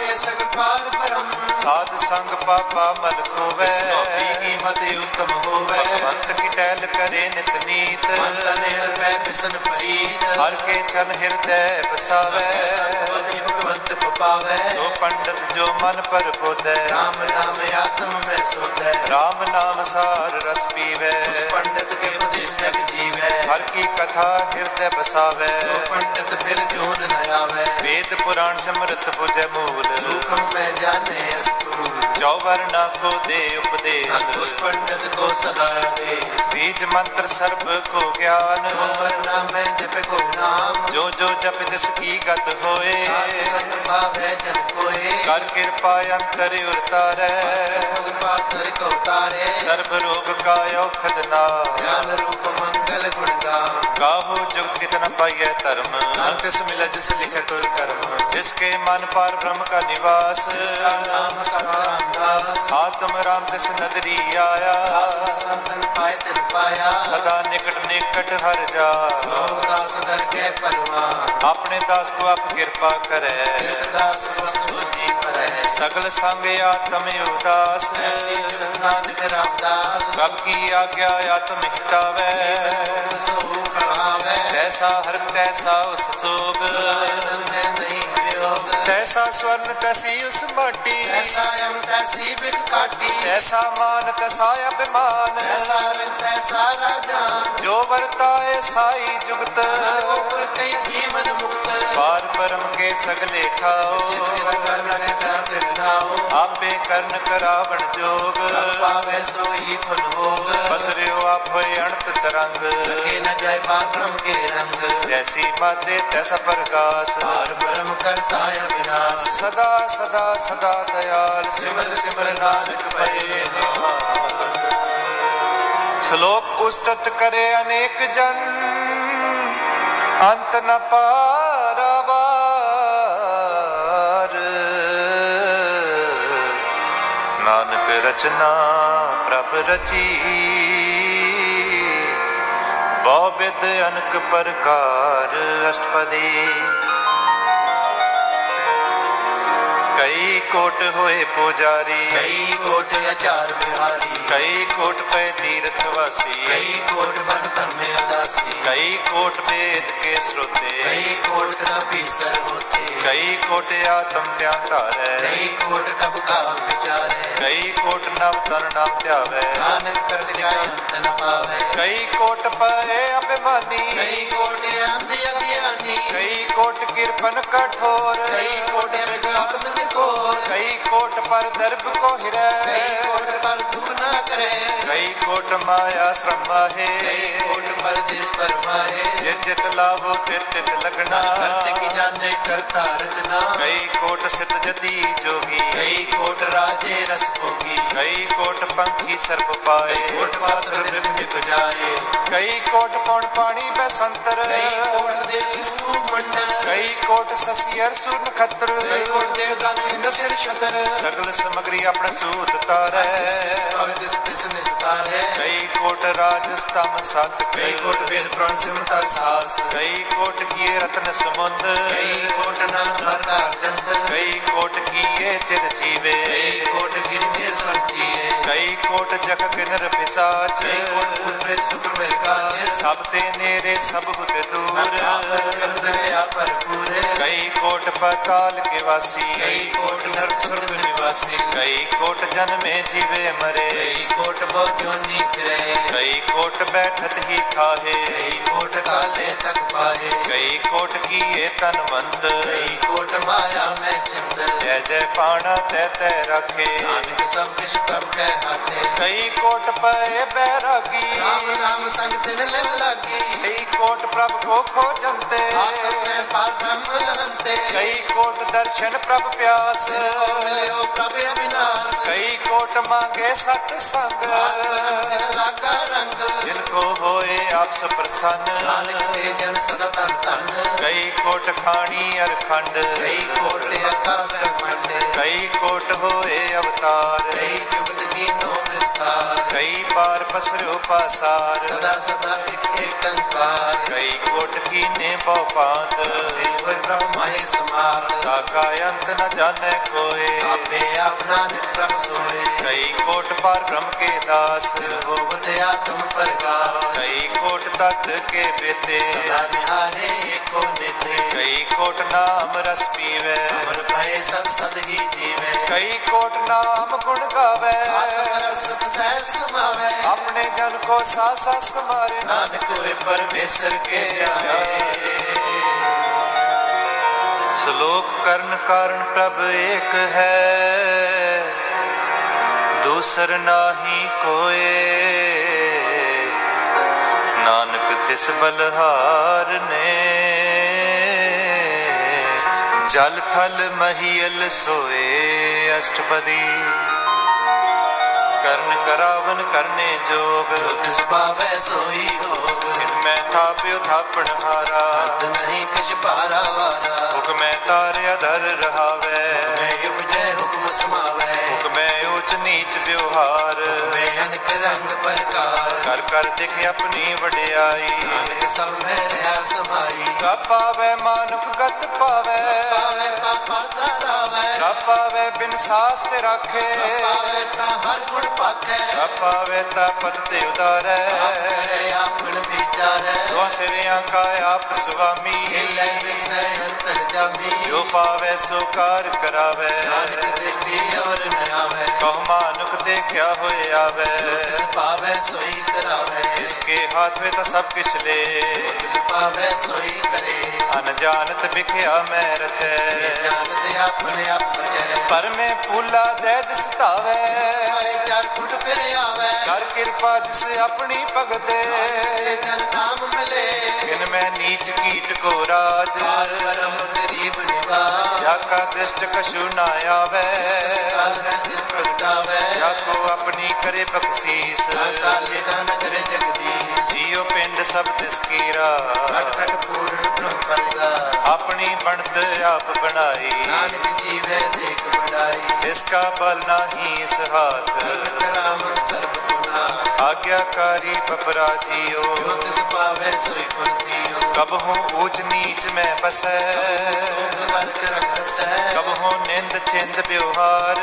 [SPEAKER 2] जे सगल पार परम
[SPEAKER 1] ਸਾਧ ਸੰਗ ਪਾਪਾ ਮਲ ਖੋਵੈ
[SPEAKER 2] ਲੋਭੀ ਕੀ ਮਤਿ ਉਤਮ ਹੋਵੈ
[SPEAKER 1] ਭਗਵੰਤ ਕੀ ਟਹਿਲ ਕਰੇ ਨਿਤ ਨੀਤ
[SPEAKER 2] ਮਨ ਤਨ ਹਿਰਦੈ ਬਿਸਨ ਪਰੀਤ
[SPEAKER 1] ਹਰ ਕੇ ਚਰਨ ਹਿਰਦੈ ਵਸਾਵੈ
[SPEAKER 2] ਸਤਿ ਭਗਵੰਤ ਪਪਾਵੈ
[SPEAKER 1] ਸੋ ਪੰਡਤ ਜੋ ਮਨ ਪਰ ਪੋਦੈ
[SPEAKER 2] RAM ਨਾਮ ਆਤਮ ਮੈਂ ਸੋਦੈ
[SPEAKER 1] RAM ਨਾਮ ਸਾਰ ਰਸ ਪੀਵੈ
[SPEAKER 2] ਉਸ ਪੰਡਤ ਕੇ ਉਪਦੇਸ਼ ਜਗ ਜੀਵੈ
[SPEAKER 1] ਹਰ ਕੀ ਕਥਾ ਹਿਰਦੈ ਵਸਾਵੈ
[SPEAKER 2] ਸੋ ਪੰਡਤ ਫਿਰ ਜੋਨ ਨ ਆਵੈ
[SPEAKER 1] ਵੇਦ ਪੁਰਾਣ ਸਿਮਰਤ ਪੁਜੈ ਮੂਲ
[SPEAKER 2] ਹੁਕਮ ਮੈਂ ਜਾਣੇ ਅਸਤੂ
[SPEAKER 1] ਚੌਵਰਨਾ ਕੋ ਦੇ ਉਪਦੇਸ਼
[SPEAKER 2] ਉਸ ਪੰਡਤ ਕੋ ਸਦਾ ਦੇ
[SPEAKER 1] ਬੀਜ ਮੰਤਰ ਸਰਬ ਕੋ ਗਿਆਨ
[SPEAKER 2] ਕੋਵਰ ਨਾਮ ਮੈਂ ਜਪ ਕੋ ਨਾਮ
[SPEAKER 1] ਜੋ ਜੋ ਜਪ ਤਿਸ ਕੀ ਗਤ ਹੋਏ
[SPEAKER 2] ਸਾਧ ਸੰਗ ਪਾਵੈ ਜਨ ਕੋਏ
[SPEAKER 1] ਕਰ ਕਿਰਪਾ ਅੰਤਰ ਉਰਤਾਰੈ
[SPEAKER 2] ਭਗਤ ਪਾਤਰ ਕੋ ਤਾਰੇ
[SPEAKER 1] ਸਰਬ ਰੋਗ ਕਾ ਔਖਦ ਨਾ
[SPEAKER 2] ਗਿਆਨ ਰੂਪ ਮੰਗਲ ਗੁਣ ਗਾ
[SPEAKER 1] ਕਾਹੋ ਜੁਗ ਕਿਤਨ ਪਾਈਐ ਧਰਮ ਨਾਮ ਤਿਸ ਮਿਲੈ ਜਿਸ ਲਿਖੈ ਤੁਰ ਕਰਮ ਜਿਸ ਕੇ ਮਨ ਪਾਰ ਬ੍ਰਹਮ ਕਾ ਨਿਵਾਸ
[SPEAKER 2] जिसका नाम सदा रामदास
[SPEAKER 1] ਆਤਮ ਰਾਮ ਤਿਸ ਨਦਰੀ ਆਇਆ
[SPEAKER 2] सदा संतन पाए तिन पाया
[SPEAKER 1] ਸਦਾ ਨਿਕਟ ਨਿਕਟ ਹਰ ਜਾ
[SPEAKER 2] सो दास दर के परवा
[SPEAKER 1] ਆਪਣੇ ਦਾਸ ਕੋ ਆਪ ਕਿਰਪਾ ਕਰੈ
[SPEAKER 2] तिस दास को सोची पर है
[SPEAKER 1] ਸਗਲ ਸੰਗ ਆਤਮ ਉਦਾਸ
[SPEAKER 2] ऐसी जुगत नानक रामदास
[SPEAKER 1] ਸਭ ਕੀ ਆਗਿਆ ਆਤਮ ਹਿਤਾਵੈ
[SPEAKER 2] सो कहावे
[SPEAKER 1] ਤੈਸਾ ਹਰ ਤੈਸਾ ਉਸ ਸੋਗ
[SPEAKER 2] आनंद नहीं वियोग
[SPEAKER 1] ਤੈਸਾ ਸਵਰਨ ਤੈਸੀ ਉਸ ਮਾਟੀ
[SPEAKER 2] ऐसा हम तैसी बिक काटी
[SPEAKER 1] ਤੈਸਾ ਮਾਨ ਤੈਸਾ ਅਭਿਮਾਨ
[SPEAKER 2] ऐसा रंग तैसा राजा
[SPEAKER 1] ਜੋ ਵਰਤਾਏ ਸਾਈ ਜੁਗਤ
[SPEAKER 2] ऊपर कई जीवन मुक्त
[SPEAKER 1] ਪਾਰ ਪਰਮ ਕੇ ਸਗਲੇ ਖਾਓ
[SPEAKER 2] तेरा कर रखे साथ नाओ
[SPEAKER 1] ਆਪੇ ਕਰਨ ਕਰਾਵਣ ਜੋਗ
[SPEAKER 2] पावे सोई फल होग
[SPEAKER 1] ਪਸਰਿਓ ਆਪੇ ਅਣਤ ਤਰੰਗ
[SPEAKER 2] लगे न जाय पापरम के रंग
[SPEAKER 1] ਜੈਸੀ ਮਾਤੇ ਤੈਸਾ ਪ੍ਰਕਾਸ਼
[SPEAKER 2] पार ब्रह्म करता है विनाश
[SPEAKER 1] ਸਦਾ ਸਦਾ ਸਦਾ ਦਇਆਲ ਸਿਮਰ ਸਿਮਰ ਨਾਨਕ ਪਏ ਸ਼ਲੋਕ ਉਸਤਤ ਕਰੇ ਅਨੇਕ ਜਨ ਅੰਤ ਨ ਪਾਰਵਾਰ ਨਾਨਕ ਰਚਨਾ ਪ੍ਰਭ ਰਚੀ ਬਹੁ ਬਿਦ ਅਨਕ ਪ੍ਰਕਾਰ ਅਸ਼ਟਪਦੀ ਕਈ ਕੋਟ ਹੋਏ ਪੁਜਾਰੀ
[SPEAKER 2] कई कोट आचार बिहारी
[SPEAKER 1] ਕਈ ਕੋਟ ਪੈ ਤੀਰਥ ਵਾਸੀ
[SPEAKER 2] कई कोट बन तन में उदासी
[SPEAKER 1] ਕਈ ਕੋਟ ਵੇਦ ਕੇ ਸਰੋਤੇ
[SPEAKER 2] कई कोट का पीसर होते
[SPEAKER 1] ਕਈ ਕੋਟ ਆਤਮ ਧਿਆਨ ਧਾਰੈ
[SPEAKER 2] कई कोट कब का विचार है
[SPEAKER 1] ਕਈ ਕੋਟ ਨਵ ਤਨ ਨਾਮ ਧਿਆਵੈ
[SPEAKER 2] नानक कर जाए अंत न पावे
[SPEAKER 1] ਕਈ ਕੋਟ ਪਏ ਅਭਿਮਾਨੀ
[SPEAKER 2] कई कोट अंत अभियानी
[SPEAKER 1] ਕਈ ਕੋਟ ਕਿਰਪਨ ਕਠੋਰ
[SPEAKER 2] कई कोट विज्ञान निकोर
[SPEAKER 1] ਕਈ ਕੋਟ ਪਰ ਦਰਬ ਕੋ ਹਿਰੈ
[SPEAKER 2] कई कोट पर दुख ना करे
[SPEAKER 1] ਕਈ ਕੋਟ ਮਾਇਆ ਸਰਮਾਹੇ
[SPEAKER 2] कई कोट पर जिस पर माए
[SPEAKER 1] ਜੇ ਜਿਤ ਲਾਵੋ ਤੇ ਤਿਤ ਲਗਣਾ
[SPEAKER 2] करते की जाने करता रचना
[SPEAKER 1] ਕਈ ਕੋਟ ਸਿਤ ਜਤੀ ਜੋਗੀ
[SPEAKER 2] कई कोट राजे रस भोगी
[SPEAKER 1] ਕਈ ਕੋਟ ਪੰਖੀ ਸਰਪ ਪਾਏ
[SPEAKER 2] कोट पात्र नित्य बजाए
[SPEAKER 1] ਕਈ ਕੋਟ ਪੌਣ ਪਾਣੀ ਬਸੰਤਰ
[SPEAKER 2] कई कोट देश को मंडल
[SPEAKER 1] ਕਈ ਕੋਟ ਸਸੀਰ ਸੁਰ ਨਖਤਰ
[SPEAKER 2] कई कोट देवता इंद्र सिर शतर
[SPEAKER 1] ਸਗਲ ਸਮਗਰੀ ਆਪਣਾ ਸੂਤ ਤਾਰੈ
[SPEAKER 2] भगत तिस निस्तारे
[SPEAKER 1] ਕਈ ਕੋਟ ਰਾਜ ਸਤਮ ਸਤ
[SPEAKER 2] कई कोट वेद पुराण सिमरता शास्त्र
[SPEAKER 1] ਕਈ ਕੋਟ ਕੀਏ ਰਤਨ ਸਮੁੰਦ
[SPEAKER 2] कई कोट नाम प्रकार जंत
[SPEAKER 1] ਕਈ ਕੋਟ ਕੀਏ ਚਿਰ ਜੀਵੇ
[SPEAKER 2] कई कोट गिरमेश्वर जी
[SPEAKER 1] ਕਈ ਕੋਟ ਜਗ ਕਿਨਰ ਪਿਸਾਚ
[SPEAKER 2] कई कोट पूर्व शुक्र में कार्य
[SPEAKER 1] ਸਭ ਤੇ ਨੇਰੇ ਸਭ ਹੁਤੇ ਦੂਰ
[SPEAKER 2] दरिया पर पूरे
[SPEAKER 1] ਕਈ ਕੋਟ ਪਤਾਲ ਕੇ ਵਾਸੀ
[SPEAKER 2] कई कोट नर स्वर्ग निवासी
[SPEAKER 1] ਕਈ ਕੋਟ ਜਨਮੇ ਜੀਵੇ ਮਰੇ
[SPEAKER 2] कई कोट बहुजोनी फिरे
[SPEAKER 1] ਕਈ ਕੋਟ ਬੈਠਤ ਹੀ ਖਾਹੇ
[SPEAKER 2] कई कोट काले तक पाए
[SPEAKER 1] ਕਈ ਕੋਟ ਕੀਏ ਤਨਵੰਤ
[SPEAKER 2] कई कोट माया में चिंत
[SPEAKER 1] ਜੈ ਜੈ ਪਾਣਾ ਤੈ ਤੈ ਰਾਖੇ
[SPEAKER 2] नानक सब किश प्रभ के हाथे
[SPEAKER 1] ਕਈ ਕੋਟ ਪਏ ਬੈਰਾਗੀ
[SPEAKER 2] राम नाम संग दिन लिव लागी
[SPEAKER 1] ਕਈ ਕੋਟ ਪ੍ਰਭ ਕੋ ਖੋਜੰਤੇ
[SPEAKER 2] आत्म में पार ब्रह्म लहंते
[SPEAKER 1] ਕਈ ਕੋਟ ਦਰਸ਼ਨ ਪ੍ਰਭ ਪਿਆਸ
[SPEAKER 2] मिलियो प्रभ अविनाश
[SPEAKER 1] ਕਈ ਕੋਟ ਮੰਗੇ ਸਤ ਸੰਗ
[SPEAKER 2] आत्म तेरे लागा रंग
[SPEAKER 1] ਜਿਨ ਕੋ ਹੋਏ ਆਪਸ ਪ੍ਰਸੰਨ
[SPEAKER 2] ਨਾਨਕ ਤੇ ਜਨ ਸਦਾ ਤਨ ਤਨ
[SPEAKER 1] ਕਈ ਕੋਟ ਖਾਣੀ ਅਰਖੰਡ
[SPEAKER 2] ਕਈ ਕੋਟ ਆਕਾਸ਼ ਮੰਡੇ
[SPEAKER 1] ਕਈ ਕੋਟ ਹੋਏ ਅਵਤਾਰ
[SPEAKER 2] ਕਈ ਜੁਗਤ ਕੀਨੋ ਵਿਸਤਾਰ
[SPEAKER 1] ਕਈ ਪਾਰ ਪਸਰਿਓ ਪਾਸਾਰ
[SPEAKER 2] ਸਦਾ ਸਦਾ ਇੱਕ ਇੱਕ ਅੰਕਾਰ
[SPEAKER 1] ਕਈ ਕੋਟ ਕੀਨੇ ਬਹੁ ਪਾਤ
[SPEAKER 2] ਹੋਏ ਪ੍ਰਭ ਮਾਹੇ ਸਮਾਰ
[SPEAKER 1] ਤਾਕਾ ਅੰਤ ਨ ਜਾਣੈ ਕੋਏ
[SPEAKER 2] ਆਪੇ ਆਪ ਨਾਨਕ ਪ੍ਰਭ ਸੋਏ
[SPEAKER 1] ਕਈ ਕੋਟ ਪਾਰ ਬ੍ਰਹਮ ਕੇ ਦਾਸ
[SPEAKER 2] ਹੋਵਤ ਆਤਮ ਪ੍ਰਗਾਸ
[SPEAKER 1] ਕਈ ਕੋਟ ਤਤ ਕੇ ਬੇਤੇ
[SPEAKER 2] ਸਦਾ ਨਿਹਾਰੇ ਏਕੋ ਨਿਤਰੇ
[SPEAKER 1] ਕਈ ਕੋਟ ਨਾਮ ਰਸ ਪੀਵੇ
[SPEAKER 2] ਅਮਰ ਭਏ ਸਤ ਸਦ ਹੀ ਜੀਵੇ
[SPEAKER 1] ਕਈ ਕੋਟ ਨਾਮ ਗੁਣ ਗਾਵੇ
[SPEAKER 2] ਆਤਮ ਰਸ ਪਸੈ ਸਮਾਵੇ
[SPEAKER 1] ਆਪਣੇ ਜਨ ਕੋ ਸਾ ਸਾ ਸਮਾਰੇ
[SPEAKER 2] ਨਾਨਕ ਹੋਏ ਪਰਮੇਸ਼ਰ ਕੇ ਆਏ
[SPEAKER 1] ਸ਼ਲੋਕ ਕਰਨ ਕਾਰਨ ਪ੍ਰਭ ਏਕ ਹੈ ਦੂਸਰ ਨਾਹੀ ਕੋਏ ਨਾਨਕ ਤਿਸ ਬਲਹਾਰ ਨੇ ਜਲ ਥਲ ਮਹੀਲ ਸੋਏ ਅਸ਼ਟਪਦੀ ਕਰਨ ਕਰਾਵਨ ਕਰਨੇ ਜੋਗ
[SPEAKER 2] ਜੋ ਤਿਸ ਪਾਵੈ ਸੋਈ ਹੋਵੇ
[SPEAKER 1] ਜਿਨ ਮੈਂ ਥਾਪਿਓ ਥਾਪਣ ਹਾਰਾ
[SPEAKER 2] ਅੰਤ ਨਹੀਂ ਕਿਛ ਭਾਰਾ ਵਾਰਾ
[SPEAKER 1] ਹੁਕਮੈ ਤਾਰਿਆ ਦਰ ਰਹਾਵੇ
[SPEAKER 2] ਮੈਂ ਉਪਜੈ ਹੁਕਮ ਸਮਾਵੈ
[SPEAKER 1] ਹੁਕਮੈ ਉਚ ਨੀਚ ਵਿਵਹਾਰ
[SPEAKER 2] ਮੈਂ ਅਨਕ ਰੰਗ ਪ੍ਰਕਾਰ
[SPEAKER 1] ਕਰ ਕਰ ਦਿਖ ਆਪਣੀ ਵਡਿਆਈ
[SPEAKER 2] ਨਾਨਕ ਸਭ ਮੈਂ ਰਹਾ ਸਮਾਈ
[SPEAKER 1] ਕਾ ਪਾਵੇ ਮਾਨੁਖ ਗਤ ਪਾਵੇ
[SPEAKER 2] ਪਾਵੇ ਤਾਂ ਪਾਤਰ ਰਾਵੇ
[SPEAKER 1] ਕਾ ਪਾਵੇ ਬਿਨ ਸਾਸ ਤੇ ਰਾਖੇ
[SPEAKER 2] ਪਾਵੇ ਤਾਂ ਹਰ ਗੁਣ ਪਾਕੈ
[SPEAKER 1] ਕਾ ਪਾਵੇ ਤਾ ਪਦ ਤੇ ਉਦਾਰੈ
[SPEAKER 2] ਆਪ ਕਰੇ ਆਪਣ ਵਿਚਾਰੈ
[SPEAKER 1] ਦੁਆ ਸਿਰਿਆਂ ਕਾ ਆਪ ਸੁਆਮੀ
[SPEAKER 2] ਇਲੈ ਵਿਸੈ ਅੰਤਰ ਜਾਮੀ
[SPEAKER 1] ਜੋ ਪਾਵੇ ਸੋ ਕਾਰ ਕਰਾਵੇ
[SPEAKER 2] ਨਾਨਕ ਦ੍ਰਿਸ਼ਟੀ ਅਵਰ ਨ ਆਵੇ
[SPEAKER 1] ਕਹ ਮਾਨੁਖ ਦੇਖਿਆ ਹੋਇ ਆਵੇ
[SPEAKER 2] ਤਿਸ ਪਾਵੇ ਸੋਈ ਕਰਾਵੇ
[SPEAKER 1] जिसके हाथ में तो सब किछ ले
[SPEAKER 2] ਤਿਸ ਪਾਵੈ ਸੋਈ ਕਰੇ
[SPEAKER 1] अनजानत बिखया मैं रचै
[SPEAKER 2] ਜਾਣਤ ਆਪਣੇ ਆਪ ਜੈ
[SPEAKER 1] पर मैं भूला दे दिसतावे
[SPEAKER 2] ਪਾਏ ਚਾਰ ਫੁੱਟ ਫਿਰ ਆਵੇ
[SPEAKER 1] कर कृपा जिस अपनी भगते
[SPEAKER 2] ਤੇ ਜਨ ਨਾਮ ਮਿਲੇ
[SPEAKER 1] किन मैं नीच कीट को राज
[SPEAKER 2] ਕਾਲ ਪਰਮ ਗਰੀਬ ਨਿਵਾ
[SPEAKER 1] जाका दृष्ट कछु ना आवे
[SPEAKER 2] ਕਾਲ ਹੈ ਤਿਸ ਪ੍ਰਗਟਾਵੇ
[SPEAKER 1] जाको अपनी करे बख्शीस
[SPEAKER 2] ਕਾਲ ਜਨ ਕਰੇ ਜਗਦੀਸ਼
[SPEAKER 1] जियो पिंड सब तिसकीरा
[SPEAKER 2] ਅਟ ਅਟ ਪੂਰਨ ਬ੍ਰਹਮ ਪਰਦਾ
[SPEAKER 1] ਆਪਣੀ ਬਣਤ ਆਪ ਬਣਾਈ
[SPEAKER 2] ਨਾਨਕ ਜੀਵੇ ਦੇਖ ਬੜਾਈ
[SPEAKER 1] ਇਸ ਕਾ ਬਲ ਨਾਹੀ ਇਸ ਹਾਥ
[SPEAKER 2] ਗੁਰਮਤਿ ਰਾਮ ਸਰਬ ਗੁਨਾ
[SPEAKER 1] ਆਗਿਆਕਾਰੀ ਬਪਰਾ ਜੀਓ
[SPEAKER 2] ਜੋ ਤਿਸ ਪਾਵੈ ਸੋਈ ਫੁਰਤੀਓ
[SPEAKER 1] ਕਬਹੂ ਊਚ ਨੀਚ ਮੈਂ ਬਸੈ
[SPEAKER 2] ਸੋਭ ਵਰਗ ਰਖਸੈ
[SPEAKER 1] ਕਬਹੂ ਨਿੰਦ ਚਿੰਦ ਵਿਵਹਾਰ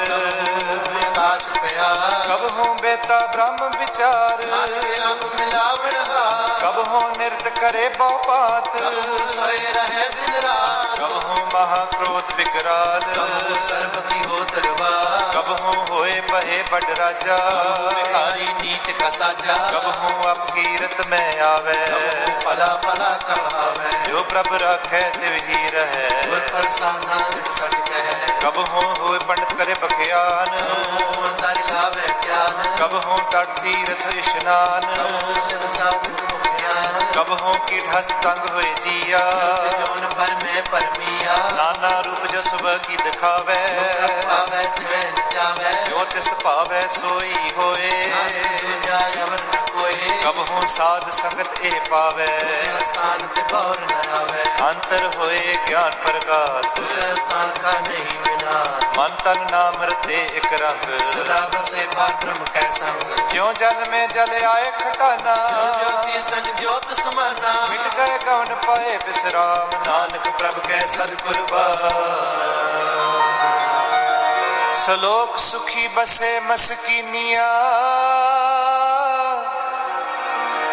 [SPEAKER 2] ਕਾਸ ਪਿਆ
[SPEAKER 1] ਕਬਹੂ ਬੇਤਾ ਬ੍ਰਹਮ ਵਿਚਾਰ
[SPEAKER 2] ਨਾਨਕ ਆਪ ਮਿਲਾਵਣ ਹਾ
[SPEAKER 1] ਕਬਹੂ ਨਿਰਤ ਕਰੇ ਬਹੁ ਪਾਤ
[SPEAKER 2] ਕਬੂ ਸੋਏ ਰਹੇ ਦਿਨ ਰਾਤ
[SPEAKER 1] ਕਬਹੂ ਮਹਾ ਕ੍ਰੋਧ ਵਿਗਰਾਲ
[SPEAKER 2] ਕਬੂ ਸਰਬ ਕੀ ਹੋ ਤਰਵਾ
[SPEAKER 1] ਕਬਹੂ ਹੋਏ ਭਏ ਬੜ ਰਾਜਾ
[SPEAKER 2] ਕਬੂ ਵਿਕਾਰੀ ਨੀਚ ਕਸਾਜਾ
[SPEAKER 1] ਕਬਹੂ ਅਪਕੀਰਤ ਮੈਂ ਆਵੇ
[SPEAKER 2] ਕਬੂ ਭਲਾ ਭਲਾ ਕਹਾਵੇ
[SPEAKER 1] ਜੋ ਪ੍ਰਭ ਰਾਖੈ ਤਿਵ ਹੀ
[SPEAKER 2] ਗੁਰ
[SPEAKER 1] ਰਹੈ
[SPEAKER 2] ਪ੍ਰਸਾਨਾ ਰਖ ਸਚ ਕਹੈ
[SPEAKER 1] ਕਬ ਹੋ ਹੋਏ ਪੰਡਤ ਕਰੇ ਬਖਿਆਨ
[SPEAKER 2] ਹੋਰ ਤਰ ਲਾਵੇ ਗਿਆਨ
[SPEAKER 1] ਕਬ ਹੋ ਤਟ ਤੀਰਥ ਇਸ਼ਨਾਨ
[SPEAKER 2] ਕਬੂ ਸਿਧ ਸਾਧਕ ਮੁਖ ਗਿਆਨ
[SPEAKER 1] ਕਬ ਹੋ ਕੀਟ ਹਸਤ ਤੰਗ ਹੋਏ ਜੀਆ
[SPEAKER 2] ਜੋਨ ਪਰ ਮੈਂ ਪਰਮੀਆ
[SPEAKER 1] ਨਾਨਾ ਰੂਪ ਜੋ ਸੁਭ ਕੀ ਦਿਖਾਵੇ
[SPEAKER 2] ਪਾਵੇ ਤਵੇ ਜਾਵੇ
[SPEAKER 1] ਜੋ ਤਿਸ ਭਾਵੇ ਸੋਈ ਹੋਏ
[SPEAKER 2] ਨਾਨਕ ਦੂਜਾ ਅਵਰ ਨ ਕੋਏ
[SPEAKER 1] ਕਬ ਹੋ ਸਾਧ ਸੰਗਤ ਇਹ ਪਾਵੇ
[SPEAKER 2] ਉਸ ਸਥਾਨ ਤੇ ਬੌਰ ਨ ਆਵੇ
[SPEAKER 1] ਅੰਤਰ ਹੋਏ ਗਿਆਨ ਪ੍ਰਕਾਸ਼
[SPEAKER 2] ਉਸ ਸਥਾਨ ਕਾ ਨਹੀਂ ਵਿਨਾਸ਼
[SPEAKER 1] ਮਨ ਤਨ ਨਾਮ ਰਤੇ ਇਕ ਰੰਗ
[SPEAKER 2] ਸਦਾ ਬਸੇ ਪਾਰ ਬ੍ਰਹਮ ਕੈ ਸੰਗ
[SPEAKER 1] ਜਿਉ ਜਲ ਮੇ ਜਲ ਆਏ ਖਟਾਨਾ
[SPEAKER 2] ਜੋਤੀ ਸੰਗ ਜੋਤ ਸਮਾਨਾ
[SPEAKER 1] ਮਿਟ ਗਏ ਗਵਨ ਪਾਏ ਬਿਸਰਾਮ ਨਾਨਕ ਪ੍ਰਭ ਕੈ ਸਦ ਕੁਰਬਾਨ ਸਲੋਕ ਸੁਖੀ ਬਸੇ ਮਸਕੀਨੀਆ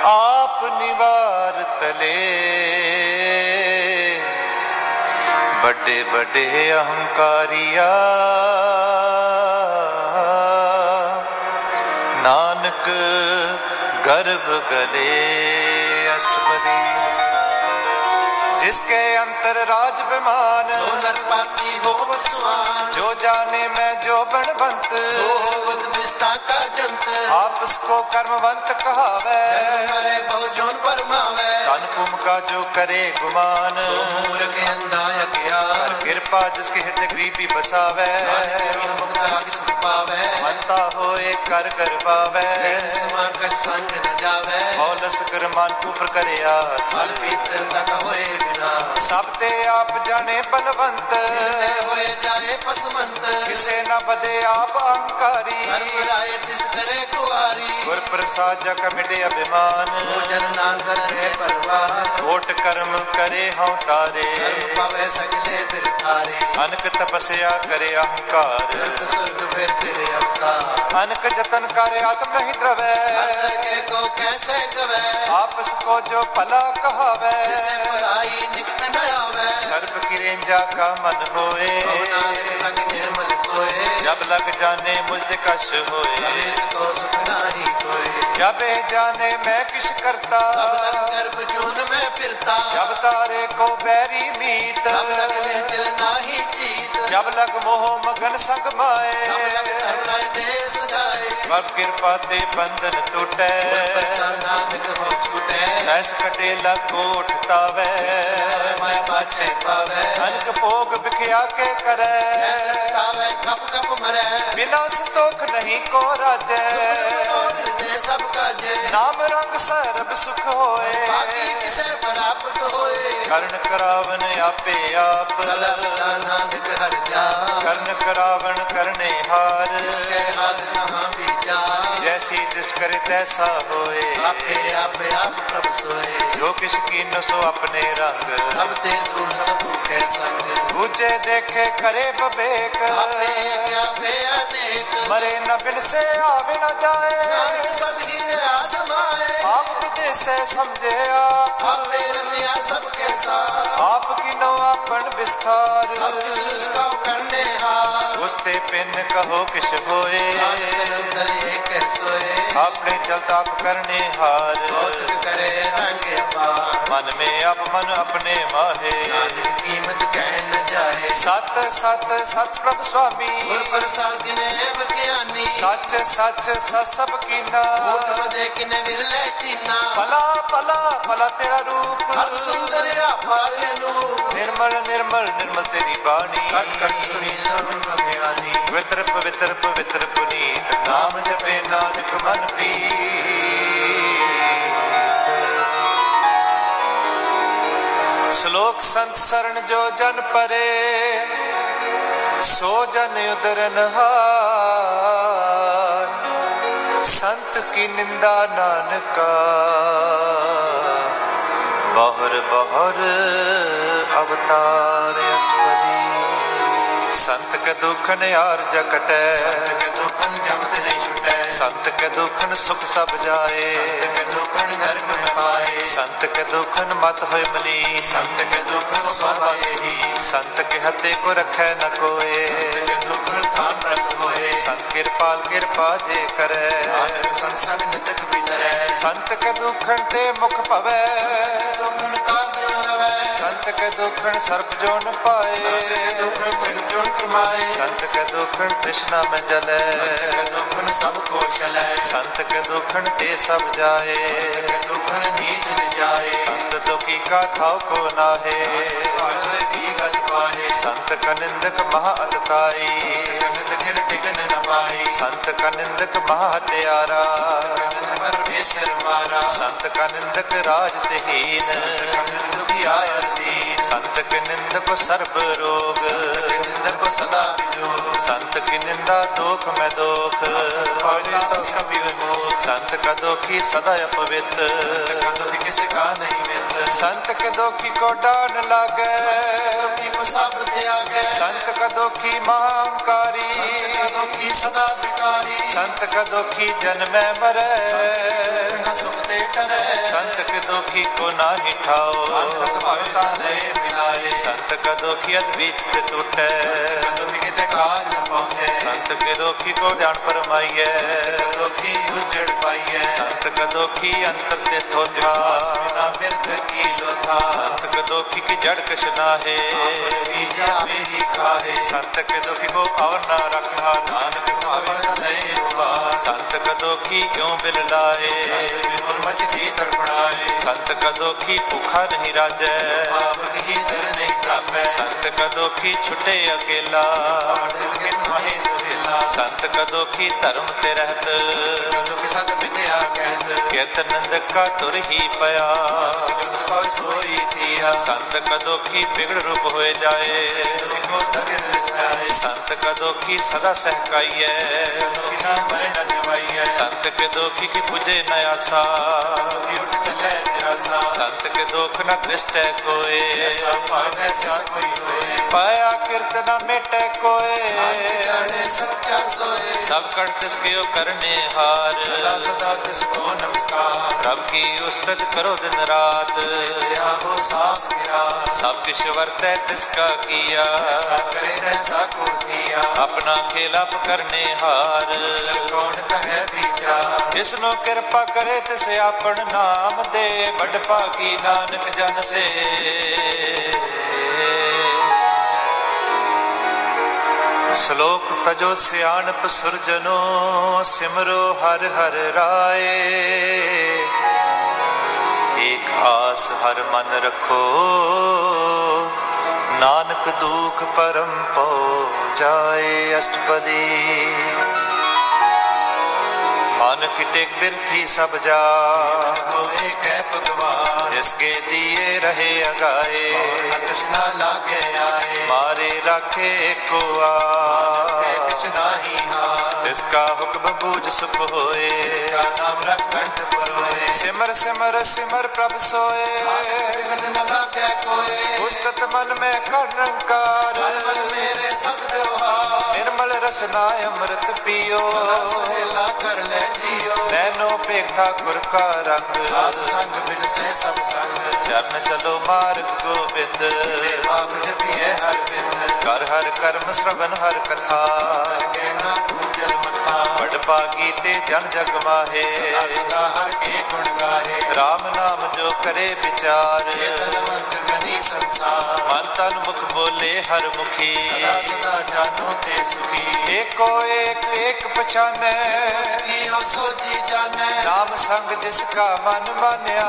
[SPEAKER 1] ਆਪ ਨਿਵਾਰ ਤਲੇ ਵੱਡੇ ਵੱਡੇ ਅਹੰਕਾਰੀਆ ਨਾਨਕ ਗਰਭ ਗਲੇ ਅਸ਼ਟਪਦੀ ਜਿਸਕੇ ਅੰਤਰ ਰਾਜ ਬਿਮਾਨ
[SPEAKER 2] ਸੋਨਰ ਪਾਤੀ ਹੋਵਤ ਸੁਆਨ
[SPEAKER 1] ਜੋ ਜਾਣੇ ਮੈਂ ਜੋ ਬਣਵੰਤ
[SPEAKER 2] ਹੋਵਤ ਵਿਸਟਾ ਕਾ ਜੰਤ
[SPEAKER 1] ਆਪਸ ਕੋ ਕਰਮਵੰਤ ਕਹਾਵੇ
[SPEAKER 2] ਮਰੇ ਬਹੁ ਜੋਨ ਪਰਮਾਵੇ
[SPEAKER 1] ਤਨ ਭੂਮ ਕਾ ਜੋ ਕਰੇ ਗੁਮਾਨ
[SPEAKER 2] ਸੋ ਮੂਰਖ ਅੰਧਾ
[SPEAKER 1] ਕਰ
[SPEAKER 2] ਅਗਿਆਨ
[SPEAKER 1] ਕਿਰਪਾ ਜਿਸ ਕੇ ਹਿਰਦ ਗਰੀਬੀ ਬਸਾਵੇ
[SPEAKER 2] ਨਾਨਕ ਰੂਪ ਮੁਕਤਾ ਸੁਖ ਪਾਵੇ
[SPEAKER 1] ਮੰਤਾ ਹੋਏ ਕਰ ਕਰ ਪਾਵੇ
[SPEAKER 2] ਸਮਾ ਕਾ ਸੰਗ ਨ ਜਾਵੇ
[SPEAKER 1] ਮੌਲਸ ਕਰਮਾਨ ਉਪਰ ਕਰਿਆ
[SPEAKER 2] ਫਲ ਪੀਤਰ ਤਕ ਹੋਏ ਬਿਨਾ
[SPEAKER 1] ਸਭ ਤੇ ਆਪ ਜਾਣੇ ਬਲਵੰਤ
[SPEAKER 2] ਹੋਏ ਜਾਏ ਪਸਮੰਤ
[SPEAKER 1] ਕਿਸੇ ਨਾ ਬਦੇ ਆਪ
[SPEAKER 2] ਕਰਮ
[SPEAKER 1] ਅਹੰਕਾਰੀ
[SPEAKER 2] ਰਾਏ ਤਿਸ ਕਰੇ ਕੁਆਰੀ
[SPEAKER 1] ਗੁਰ ਪ੍ਰਸਾਦ ਜਗ ਮਿਟੇ ਅਭਿਮਾਨ
[SPEAKER 2] ਸੋ ਜਨ ਨਾਂਦਰ ਹੈ ਪਰਵਾਰ
[SPEAKER 1] ਕੋਟ ਕਰਮ ਕਰੇ ਹਉ
[SPEAKER 2] ਕਰਮ
[SPEAKER 1] ਤਾਰੇ
[SPEAKER 2] ਪਾਵੇ ਸਗਲੇ ਫਿਰ ਤਾਰੇ
[SPEAKER 1] ਅਨਕ ਤਪਸਿਆ ਕਰੇ ਅਹੰਕਾਰ
[SPEAKER 2] ਕਰਤ ਸੁਰਗ ਫਿਰ ਫਿਰ ਅਵਤਾਰ
[SPEAKER 1] ਅਨਕ ਜਤਨ ਕਰ ਆਤਮ ਨਹੀਂ ਧਰਵੈ
[SPEAKER 2] ਅੰਦਰ ਕੇ ਕੋ ਕੈਸੇ ਗਵੇ
[SPEAKER 1] ਆਪਸ ਕੋ ਜੋ ਭਲਾ ਕਹਾਵੇ
[SPEAKER 2] ਕਿਸੇ ਭਲਾਈ ਨਿਕਟ ਨ ਆਵੇ
[SPEAKER 1] ਸਰਬ ਕੀ ਰੇਂਜਾ ਕਾ ਮਨ ਹੋਏ
[SPEAKER 2] ਕੋ ਨਾਨਕ ਤਕ ਨਿਰਮਲ ਸੋਏ
[SPEAKER 1] ਜਬ ਲਗ ਜਾਣੇ ਮੁਝ ਤੇ ਕਸ਼ ਹੋਏ
[SPEAKER 2] ਇਸ ਕੋ ਸੁਖ ਨਾਹੀ ਕੋਏ
[SPEAKER 1] ਜਬ ਇਹ ਜਾਣੇ ਮੈਂ ਕਿਛ
[SPEAKER 2] ਅਬ
[SPEAKER 1] ਕਰਤਾ
[SPEAKER 2] ਲਗ ਗਰਭ ਜੂਨ ਮੈਂ ਫਿਰਤਾ
[SPEAKER 1] ਜਬ ਤਾਰੇ ਕੋ ਬੈਰੀ ਮੀਤ
[SPEAKER 2] ਤਬ ਲਗ ਨਿਜ ਨਾਹੀ ਚੀਤ
[SPEAKER 1] ਜਬ ਲਗ ਮੋਹ ਮਗਨ ਸੰਗ ਮਾਏ
[SPEAKER 2] ਤਬ ਲਗ ਧਰਨਾ ਦੇਸ ਜਾਏ
[SPEAKER 1] ਬਬ ਕਿਰਪਾ ਤੇ ਬੰਧਨ ਟੁੱਟੈ
[SPEAKER 2] ਪਰਸਾ ਨਾਨਕ ਹੋ ਛੁਟੈ
[SPEAKER 1] ਸੈਸ ਕਟੇ ਲਕੋਟ ਤਾਵੇ
[SPEAKER 2] ਮੈਂ ਪਾਛੈ ਪਾਵੇ
[SPEAKER 1] ਅਨਕ ਭੋਗ ਵਿਖਿਆ ਕੇ ਕਰੈ
[SPEAKER 2] ਤਾਵੇ ਖਪ ਖਪ ਮਰੈ
[SPEAKER 1] ਬਿਨਾ ਸੰਤੋਖ ਨਹੀਂ ਕੋ ਰਾਜੈ
[SPEAKER 2] ਦੇ ਸਭ ਕਾਜੇ
[SPEAKER 1] ਨਾਮ ਰੰਗ ਸਰਬ ਸੁਖ ਹੋਏ
[SPEAKER 2] ਬਾਕੀ ਕਿਸੇ ਪ੍ਰਾਪਤ ਹੋਏ
[SPEAKER 1] ਕਰਨ ਕਰਾਵਨ ਆਪੇ ਆਪ
[SPEAKER 2] ਸਦਾ ਸਦਾ ਨਾਨਕ ਹਰਿ ਜਾ
[SPEAKER 1] ਕਰਨ ਕਰਾਵਨ ਕਰਨੇ ਹਾਰ
[SPEAKER 2] ਇਸ ਕੇ ਹੱਥ ਨਾ ਵਿਚਾ
[SPEAKER 1] ਜੈਸੀ ਦਿਸ਼ਟ ਕਰੇ ਤੈਸਾ ਹੋਏ
[SPEAKER 2] ਆਪੇ ਆਪੇ ਆਪ ਪ੍ਰਭ ਸੋਏ
[SPEAKER 1] ਜੋ ਕਿਛ ਕੀਨੋ ਸੋ ਆਪਣੇ ਰੰਗ
[SPEAKER 2] ਸਭ ਤੇ ਦੂਰ ਸਭ ਕੈ ਸੰਗ
[SPEAKER 1] ਦੂਜੇ ਦੇਖੇ ਕਰੇ ਬਵੇਕ
[SPEAKER 2] ਆਪੇ ਕਿਆ ਬੇ ਅਨੇਕ
[SPEAKER 1] ਮਰੇ ਨਾ ਬਿਨਸੇ ਆਵੇ ਨਾ ਜਾਏ
[SPEAKER 2] ਨਾਨਕ ਸਤਿਗੁਰ ਆਸਮਾਏ
[SPEAKER 1] ਆਪ ਵਿਦੇਸੇ ਸਮਝਿਆ
[SPEAKER 2] ਆਪੇ ਰਤਿਆ ਸਭ ਕੇ ਸਾਥ
[SPEAKER 1] ਆਪ ਕੀਨੋ ਆਪਣ ਵਿਸਥਾਰ
[SPEAKER 2] ਸਭ ਕਿਸ ਕੋ ਕਰਨੇ ਹਾ
[SPEAKER 1] ਉਸ ਤੇ ਪਿੰਨ ਕਹੋ ਕਿਛ ਹੋਏ
[SPEAKER 2] ਆਨੰਦ ਅੰਦਰ ਏਕ ਸੋਏ
[SPEAKER 1] ਆਪਣੇ ਚਲਤ ਆਪ ਕਰਨੇ ਹਾਰ
[SPEAKER 2] ਬਹੁਤ
[SPEAKER 1] मन में अपन अपने माहे
[SPEAKER 2] ਨਾਨਕ ਕੀਮਤ ਕਹਿ ਨ ਜਾਏ
[SPEAKER 1] ਸਤ ਸਤ ਸਤ ਪ੍ਰਭ
[SPEAKER 2] ਗੁਰ
[SPEAKER 1] ਸੁਆਮੀ
[SPEAKER 2] ਪ੍ਰਸਾਦਿ ਨੇ ਵਿਗਿਆਨੀ
[SPEAKER 1] ਸੱਚ ਸੱਚ ਸਤ ਸਭ ਕੀਨਾ
[SPEAKER 2] ਕੋਟ ਵਦੇ ਕਿਨੇ ਵਿਰਲੇ ਚੀਨਾ
[SPEAKER 1] ਭਲਾ ਭਲਾ ਭਲਾ ਤੇਰਾ ਰੂਪ
[SPEAKER 2] ਹਰ ਸੁੰਦਰਿਆ ਪਾਰੇ ਨੂੰ
[SPEAKER 1] ਨਿਰਮਲ ਨਿਰਮਲ ਨਿਰਮਲ ਤੇਰੀ
[SPEAKER 2] ਘਟ
[SPEAKER 1] ਬਾਣੀ
[SPEAKER 2] ਘਟ ਸੁਣੀ ਸਰਵ ਭਗਿਆਨੀ
[SPEAKER 1] ਪਵਿੱਤਰ ਪਵਿੱਤਰ ਪਵਿੱਤਰ ਪੁਨੀਤ ਨਾਮ ਜਪੇ ਨਾਨਕ ਮਨ ਪੀ ਸ਼ਲੋਕ ਸੰਤ ਸਰਣ ਜੋ ਜਨ ਪਰੇ ਸੋ ਜਨ ਉਦਰਨ ਹਾਰ ਸੰਤ ਕੀ ਨਿੰਦਾ ਨਾਨਕਾ ਬਹਰ ਬਹਰ ਅਵਤਾਰ ਅਸ਼ਟਪਦੀ ਸੰਤ ਕਾ ਦੁਖਨ ਹਾਰ
[SPEAKER 2] ਸੰਤ
[SPEAKER 1] ਜਕਟੈ
[SPEAKER 2] ਕੇ ਦੁਖਨ ਜਮਤ ਨਹੀਂ ਛੁਟੈ
[SPEAKER 1] ਸੰਤ ਕਾ ਦੁਖਨ ਸੁਖ ਸਭ
[SPEAKER 2] ਸੰਤ
[SPEAKER 1] ਜਾਏ
[SPEAKER 2] ਕੇ ਦੁਖਨ ਨਰਕ ਮੈਂ ਪਾਏ
[SPEAKER 1] ਸੰਤ ਕਾ ਦੁਖਨ ਮਤ ਹੋਏ ਮਲੀਨ
[SPEAKER 2] ਸੰਤ ਕੇ ਦੁਖਨ ਸਵਾਏ ਹੀ
[SPEAKER 1] ਸੰਤ ਕੇ ਹੱਤੇ ਕੋ ਰੱਖੈ ਨ ਕੋਏ
[SPEAKER 2] ਸੰਤ ਕੇ ਦੁਖਨ ਥਾਨ ਪ੍ਰਸਤ ਹੋਏ
[SPEAKER 1] ਸੰਤ ਕਿਰਪਾਲ ਕਿਰਪਾ ਜੇ ਕਰੈ
[SPEAKER 2] ਨਾਨਕ ਸੰਸਾਰ ਨਿਤਕ ਬਿਨਰੈ
[SPEAKER 1] ਸੰਤ ਕੇ ਦੁਖਨ ਤੇ ਮੁਖ ਭਵੈ
[SPEAKER 2] ਦੁਖਨ ਕਾ ਬਿਨਰੈ
[SPEAKER 1] ਸੰਤ ਕੇ ਦੁਖਨ ਸਰਬ ਜੋ ਨ ਪਾਏ
[SPEAKER 2] ਦੁਖਨ ਤ੍ਰਿਗ ਜੁਨ ਕਰਮਾਏ
[SPEAKER 1] ਸੰਤ ਕੇ ਦੁਖਨ ਤ੍ਰਿਸ਼ਨਾ ਮੈਂ ਜਲੈ
[SPEAKER 2] ਸੰਤ ਕੇ ਦੁਖਨ ਸਭ ਕੋ ਛਲੈ
[SPEAKER 1] ਸੰਤ ਕੇ ਦੁਖਨ ਤੇ ਸਭ ਜਾਏ
[SPEAKER 2] ਸੰਤ ਕੇ ਦੁਖਨ ਨੀਚ ਨ ਜਾਏ
[SPEAKER 1] ਸੰਤ ਦੁਖੀ ਕਾ ਥਾਉ ਕੋ ਨਾਹੇ
[SPEAKER 2] ਭਾਗਲੇ ਵੀ ਗਤ ਪਾਏ
[SPEAKER 1] ਸੰਤ ਕਨਿੰਦਕ ਮਹਾ ਅਤਤਾਈ
[SPEAKER 2] ਸੰਤ ਕੇ ਟਿਕਨ ਨ ਪਾਏ
[SPEAKER 1] ਸੰਤ ਕਨਿੰਦਕ ਮਹਾ ਹਤਿਆਰਾ
[SPEAKER 2] ਸੰਤ ਪਰਮੇਸ਼ਰ ਮਾਰਾ
[SPEAKER 1] ਸੰਤ ਕਨਿੰਦਕ ਰਾਜ ਤਹੀਨ ਸੰਤ ਕੇ ਨਿੰਦਕ ਸਰਬ ਰੋਗ ਸੰਤ ਕੀ ਨਿੰਦਾ ਦੁਖ ਮੈਂ ਦੁਖ ਸੰਤ ਕਾ ਦੁਖੀ ਸਦਾ ਅਪਵਿੱਤ ਸੰਤ ਕੇ ਦੁਖੀ ਕੋ ਡਾਨ ਲਾਗੈ ਸੰਤ ਕਾ ਦੁਖੀ ਮਹਾਂਕਾਰੀ ਸੰਤ ਕਾ ਦੁਖੀ ਜਨਮੈ ਮਰੈ ਸੰਤ ਕੇ ਦੁਖੀ ਕੋ ਨਾਹੀ ਠਾਓ ਸੰਤ ਕਾ ਦੁਖੀ ਅਤ ਵਿੱਚ ਟੁੱਟੈ ਸੰਤ ਕੇ ਦੁਖੀ ਕੋ ਜਾਣ ਪਰਮਾਈਐ ਸੰਤ ਕਾ ਦੁਖੀ ਅੰਤਰ ਤੇ ਥੋਥਾ ਸੰਤ ਕੇ ਦੁਖੀ ਕੀ ਜੜ ਕਛ ਨਾਹੇ ਸੰਤ ਕੇ ਦੁਖੀ ਕੋ ਔਰ ਨਾ ਰੱਖਾ ਨਾਨਕ ਸੁਆਮੀ ਸੰਤ ਕੇ ਦੁਖੀ ਕਿਉ ਬਿਲ ਲਾਏ
[SPEAKER 2] ਮਚਦੀ ਤੜਪੜਾਏ
[SPEAKER 1] ਸੰਤ ਕੇ ਦੁਖੀ ਭੁਖਾ ਨਹੀਂ ਰਾਜੈ
[SPEAKER 2] ਪਾਵਕ ਹੀ ਦਰ ਨਹੀਂ ਤਰਾਪੈ
[SPEAKER 1] ਸੰਤ ਕੇ ਦੁਖੀ ਛੁਟੇ ਅਕੇਲਾ ਸੰਤ ਕੇ ਦੁਖੀ ਧਰਮ ਤੇ ਰਹਿਤ ਕਿਤ ਨੰਦ ਕਾ ਤੁਰ ਹੀ ਪਿਆ ਸੰਤ ਕੇ ਦੁਖੀ ਬਿਗੜ ਰੂਪ ਹੋਏ ਜਾਏ ਸੰਤ ਕੇ ਦੁਖੀ ਸਦਾ ਸਹਿਕਾਈਐ ਸੰਤ ਕੇ ਦੁਖੀ ਕੀ 부ਜੇ ਨ ਆਸਾ ਸੰਤ ਕੇ ਦੁਖ ਨ ਦ੍ਰਿਸ਼ਟੈ ਕੋਏ ਪਾਇਆ ਕਿਰਤ ਨ ਮਿਟੈ ਕੋਏ ਸਭ ਕਣ ਤਿਸ ਕਿਉ ਕਰਨੇ ਹਾਰ ਪ੍ਰਭ ਕੀ ਉਸਤਤ ਕਰੋ ਦਿਨ ਰਾਤ ਸਭ ਕਿਛ ਵਰਤੈ ਤਿਸ ਕਾ ਕੀਆ ਆਪਣਾ ਖੇਲਾਪ ਕਰਨੇ ਹਾਰ
[SPEAKER 2] कौन कहे बीजा
[SPEAKER 1] ਜਿਸ ਨੂੰ ਕਿਰਪਾ ਕਰੇ ਤਿਸ ਆਪਣ ਨਾਮ ਦੇ ਵੱਡ ਭਾਗੀ ਨਾਨਕ ਜਨ ਸੇ ਸ਼ਲੋਕ ਤਜੋ ਸਿਆਣਪ ਸੁਰਜਨੋ ਸਿਮਰੋ ਹਰ ਹਰ ਰਾਏ ਏਕ ਆਸ ਹਰ ਮਨ ਰੱਖੋ ਨਾਨਕ ਦੁਖ ਪਰਮ ਪਉ ਜਾਏ ਅਸ਼ਟਪਦੀ ਮਨ ਕੀ ਟੇਕ ਬਿਰਥੀ ਸਭ ਜਾ
[SPEAKER 2] ਕੋਏ ਕੈ ਭਗਵਾਨ
[SPEAKER 1] ਜਿਸ ਕੇ ਦੀਏ ਰਹੇ ਅਗਾਏ
[SPEAKER 2] ਤ੍ਰਿਸ਼ਨਾ ਲਾਗੇ ਆਏ
[SPEAKER 1] ਮਾਰੇ ਰਾਖੇ ਏਕੋ
[SPEAKER 2] ਕੈ
[SPEAKER 1] ਆ
[SPEAKER 2] ਕ੍ਰਿਸ਼ਨਾ ਹੀ ਹਾਰ
[SPEAKER 1] ਜਿਸ ਕਾ ਹੁਕਮ ਬੂਝ ਸੁਖ ਹੋਏ
[SPEAKER 2] ਕਾ ਨਾਮ ਰਖ ਕੰਠ ਪਰੋਏ
[SPEAKER 1] ਸਿਮਰ ਸਿਮਰ ਸਿਮਰ ਪ੍ਰਭ ਸੋਏ
[SPEAKER 2] ਬਿਗਨ ਨ ਲਾਗੇ ਕੋਏ
[SPEAKER 1] ਉਸਤਤ ਮਨ ਮੈਂ ਕਰਨਕਾਰ
[SPEAKER 2] ਮਨ ਮੇਰੇ ਸਤ ਵਿਵਹਾਰ
[SPEAKER 1] ਨਿਰਮਲ ਰਸਨਾ ਅੰਮ੍ਰਿਤ ਪੀਓ
[SPEAKER 2] ਸਦਾ ਸਹਿਲਾ ਕਰ ਲੈ ਜੀਓ
[SPEAKER 1] ਨੈਨੋ ਪੇਖਾ ਗੁਰ ਕਾ ਰੰਗ
[SPEAKER 2] ਸਾਧ ਸੰਗ ਬਿਨ ਸਹਿ ਸਭ ਸੰਗ
[SPEAKER 1] ਚਰਨ ਚਲੋ ਮਾਰਗ ਗੋਬਿੰਦ
[SPEAKER 2] ਆਪ ਜਪੀਏ ਹਰ ਬਿਨ
[SPEAKER 1] ਕਰ ਹਰ ਕਰਮ ਸ੍ਰਵਨ ਹਰ ਕਥਾ
[SPEAKER 2] ਕੈ ਨਾ ਪੂਜਲ ਮਤਾ
[SPEAKER 1] ਵਡ ਭਾਗੀ ਤੇ ਜਨ ਜਗ ਮਾਹੇ
[SPEAKER 2] ਸਦਾ ਹਰ ਕੇ ਗੁਣ ਗਾਏ
[SPEAKER 1] ਰਾਮ ਨਾਮ ਜੋ ਕਰੇ ਵਿਚਾਰ
[SPEAKER 2] चेतन मंत बनी संसार
[SPEAKER 1] ਮਨ ਤਨ ਮੁਖ ਬੋਲੇ ਹਰ ਮੁਖੀ
[SPEAKER 2] सदा सदा जानो ते सुखी
[SPEAKER 1] ਏਕੋ ਏਕ ਏਕ ਪਛਾਨੈ
[SPEAKER 2] इहो सोची जाने
[SPEAKER 1] ਨਾਮ ਸੰਗ ਜਿਸ ਕਾ ਮਨ
[SPEAKER 2] नानक
[SPEAKER 1] ਮਾਨਿਆ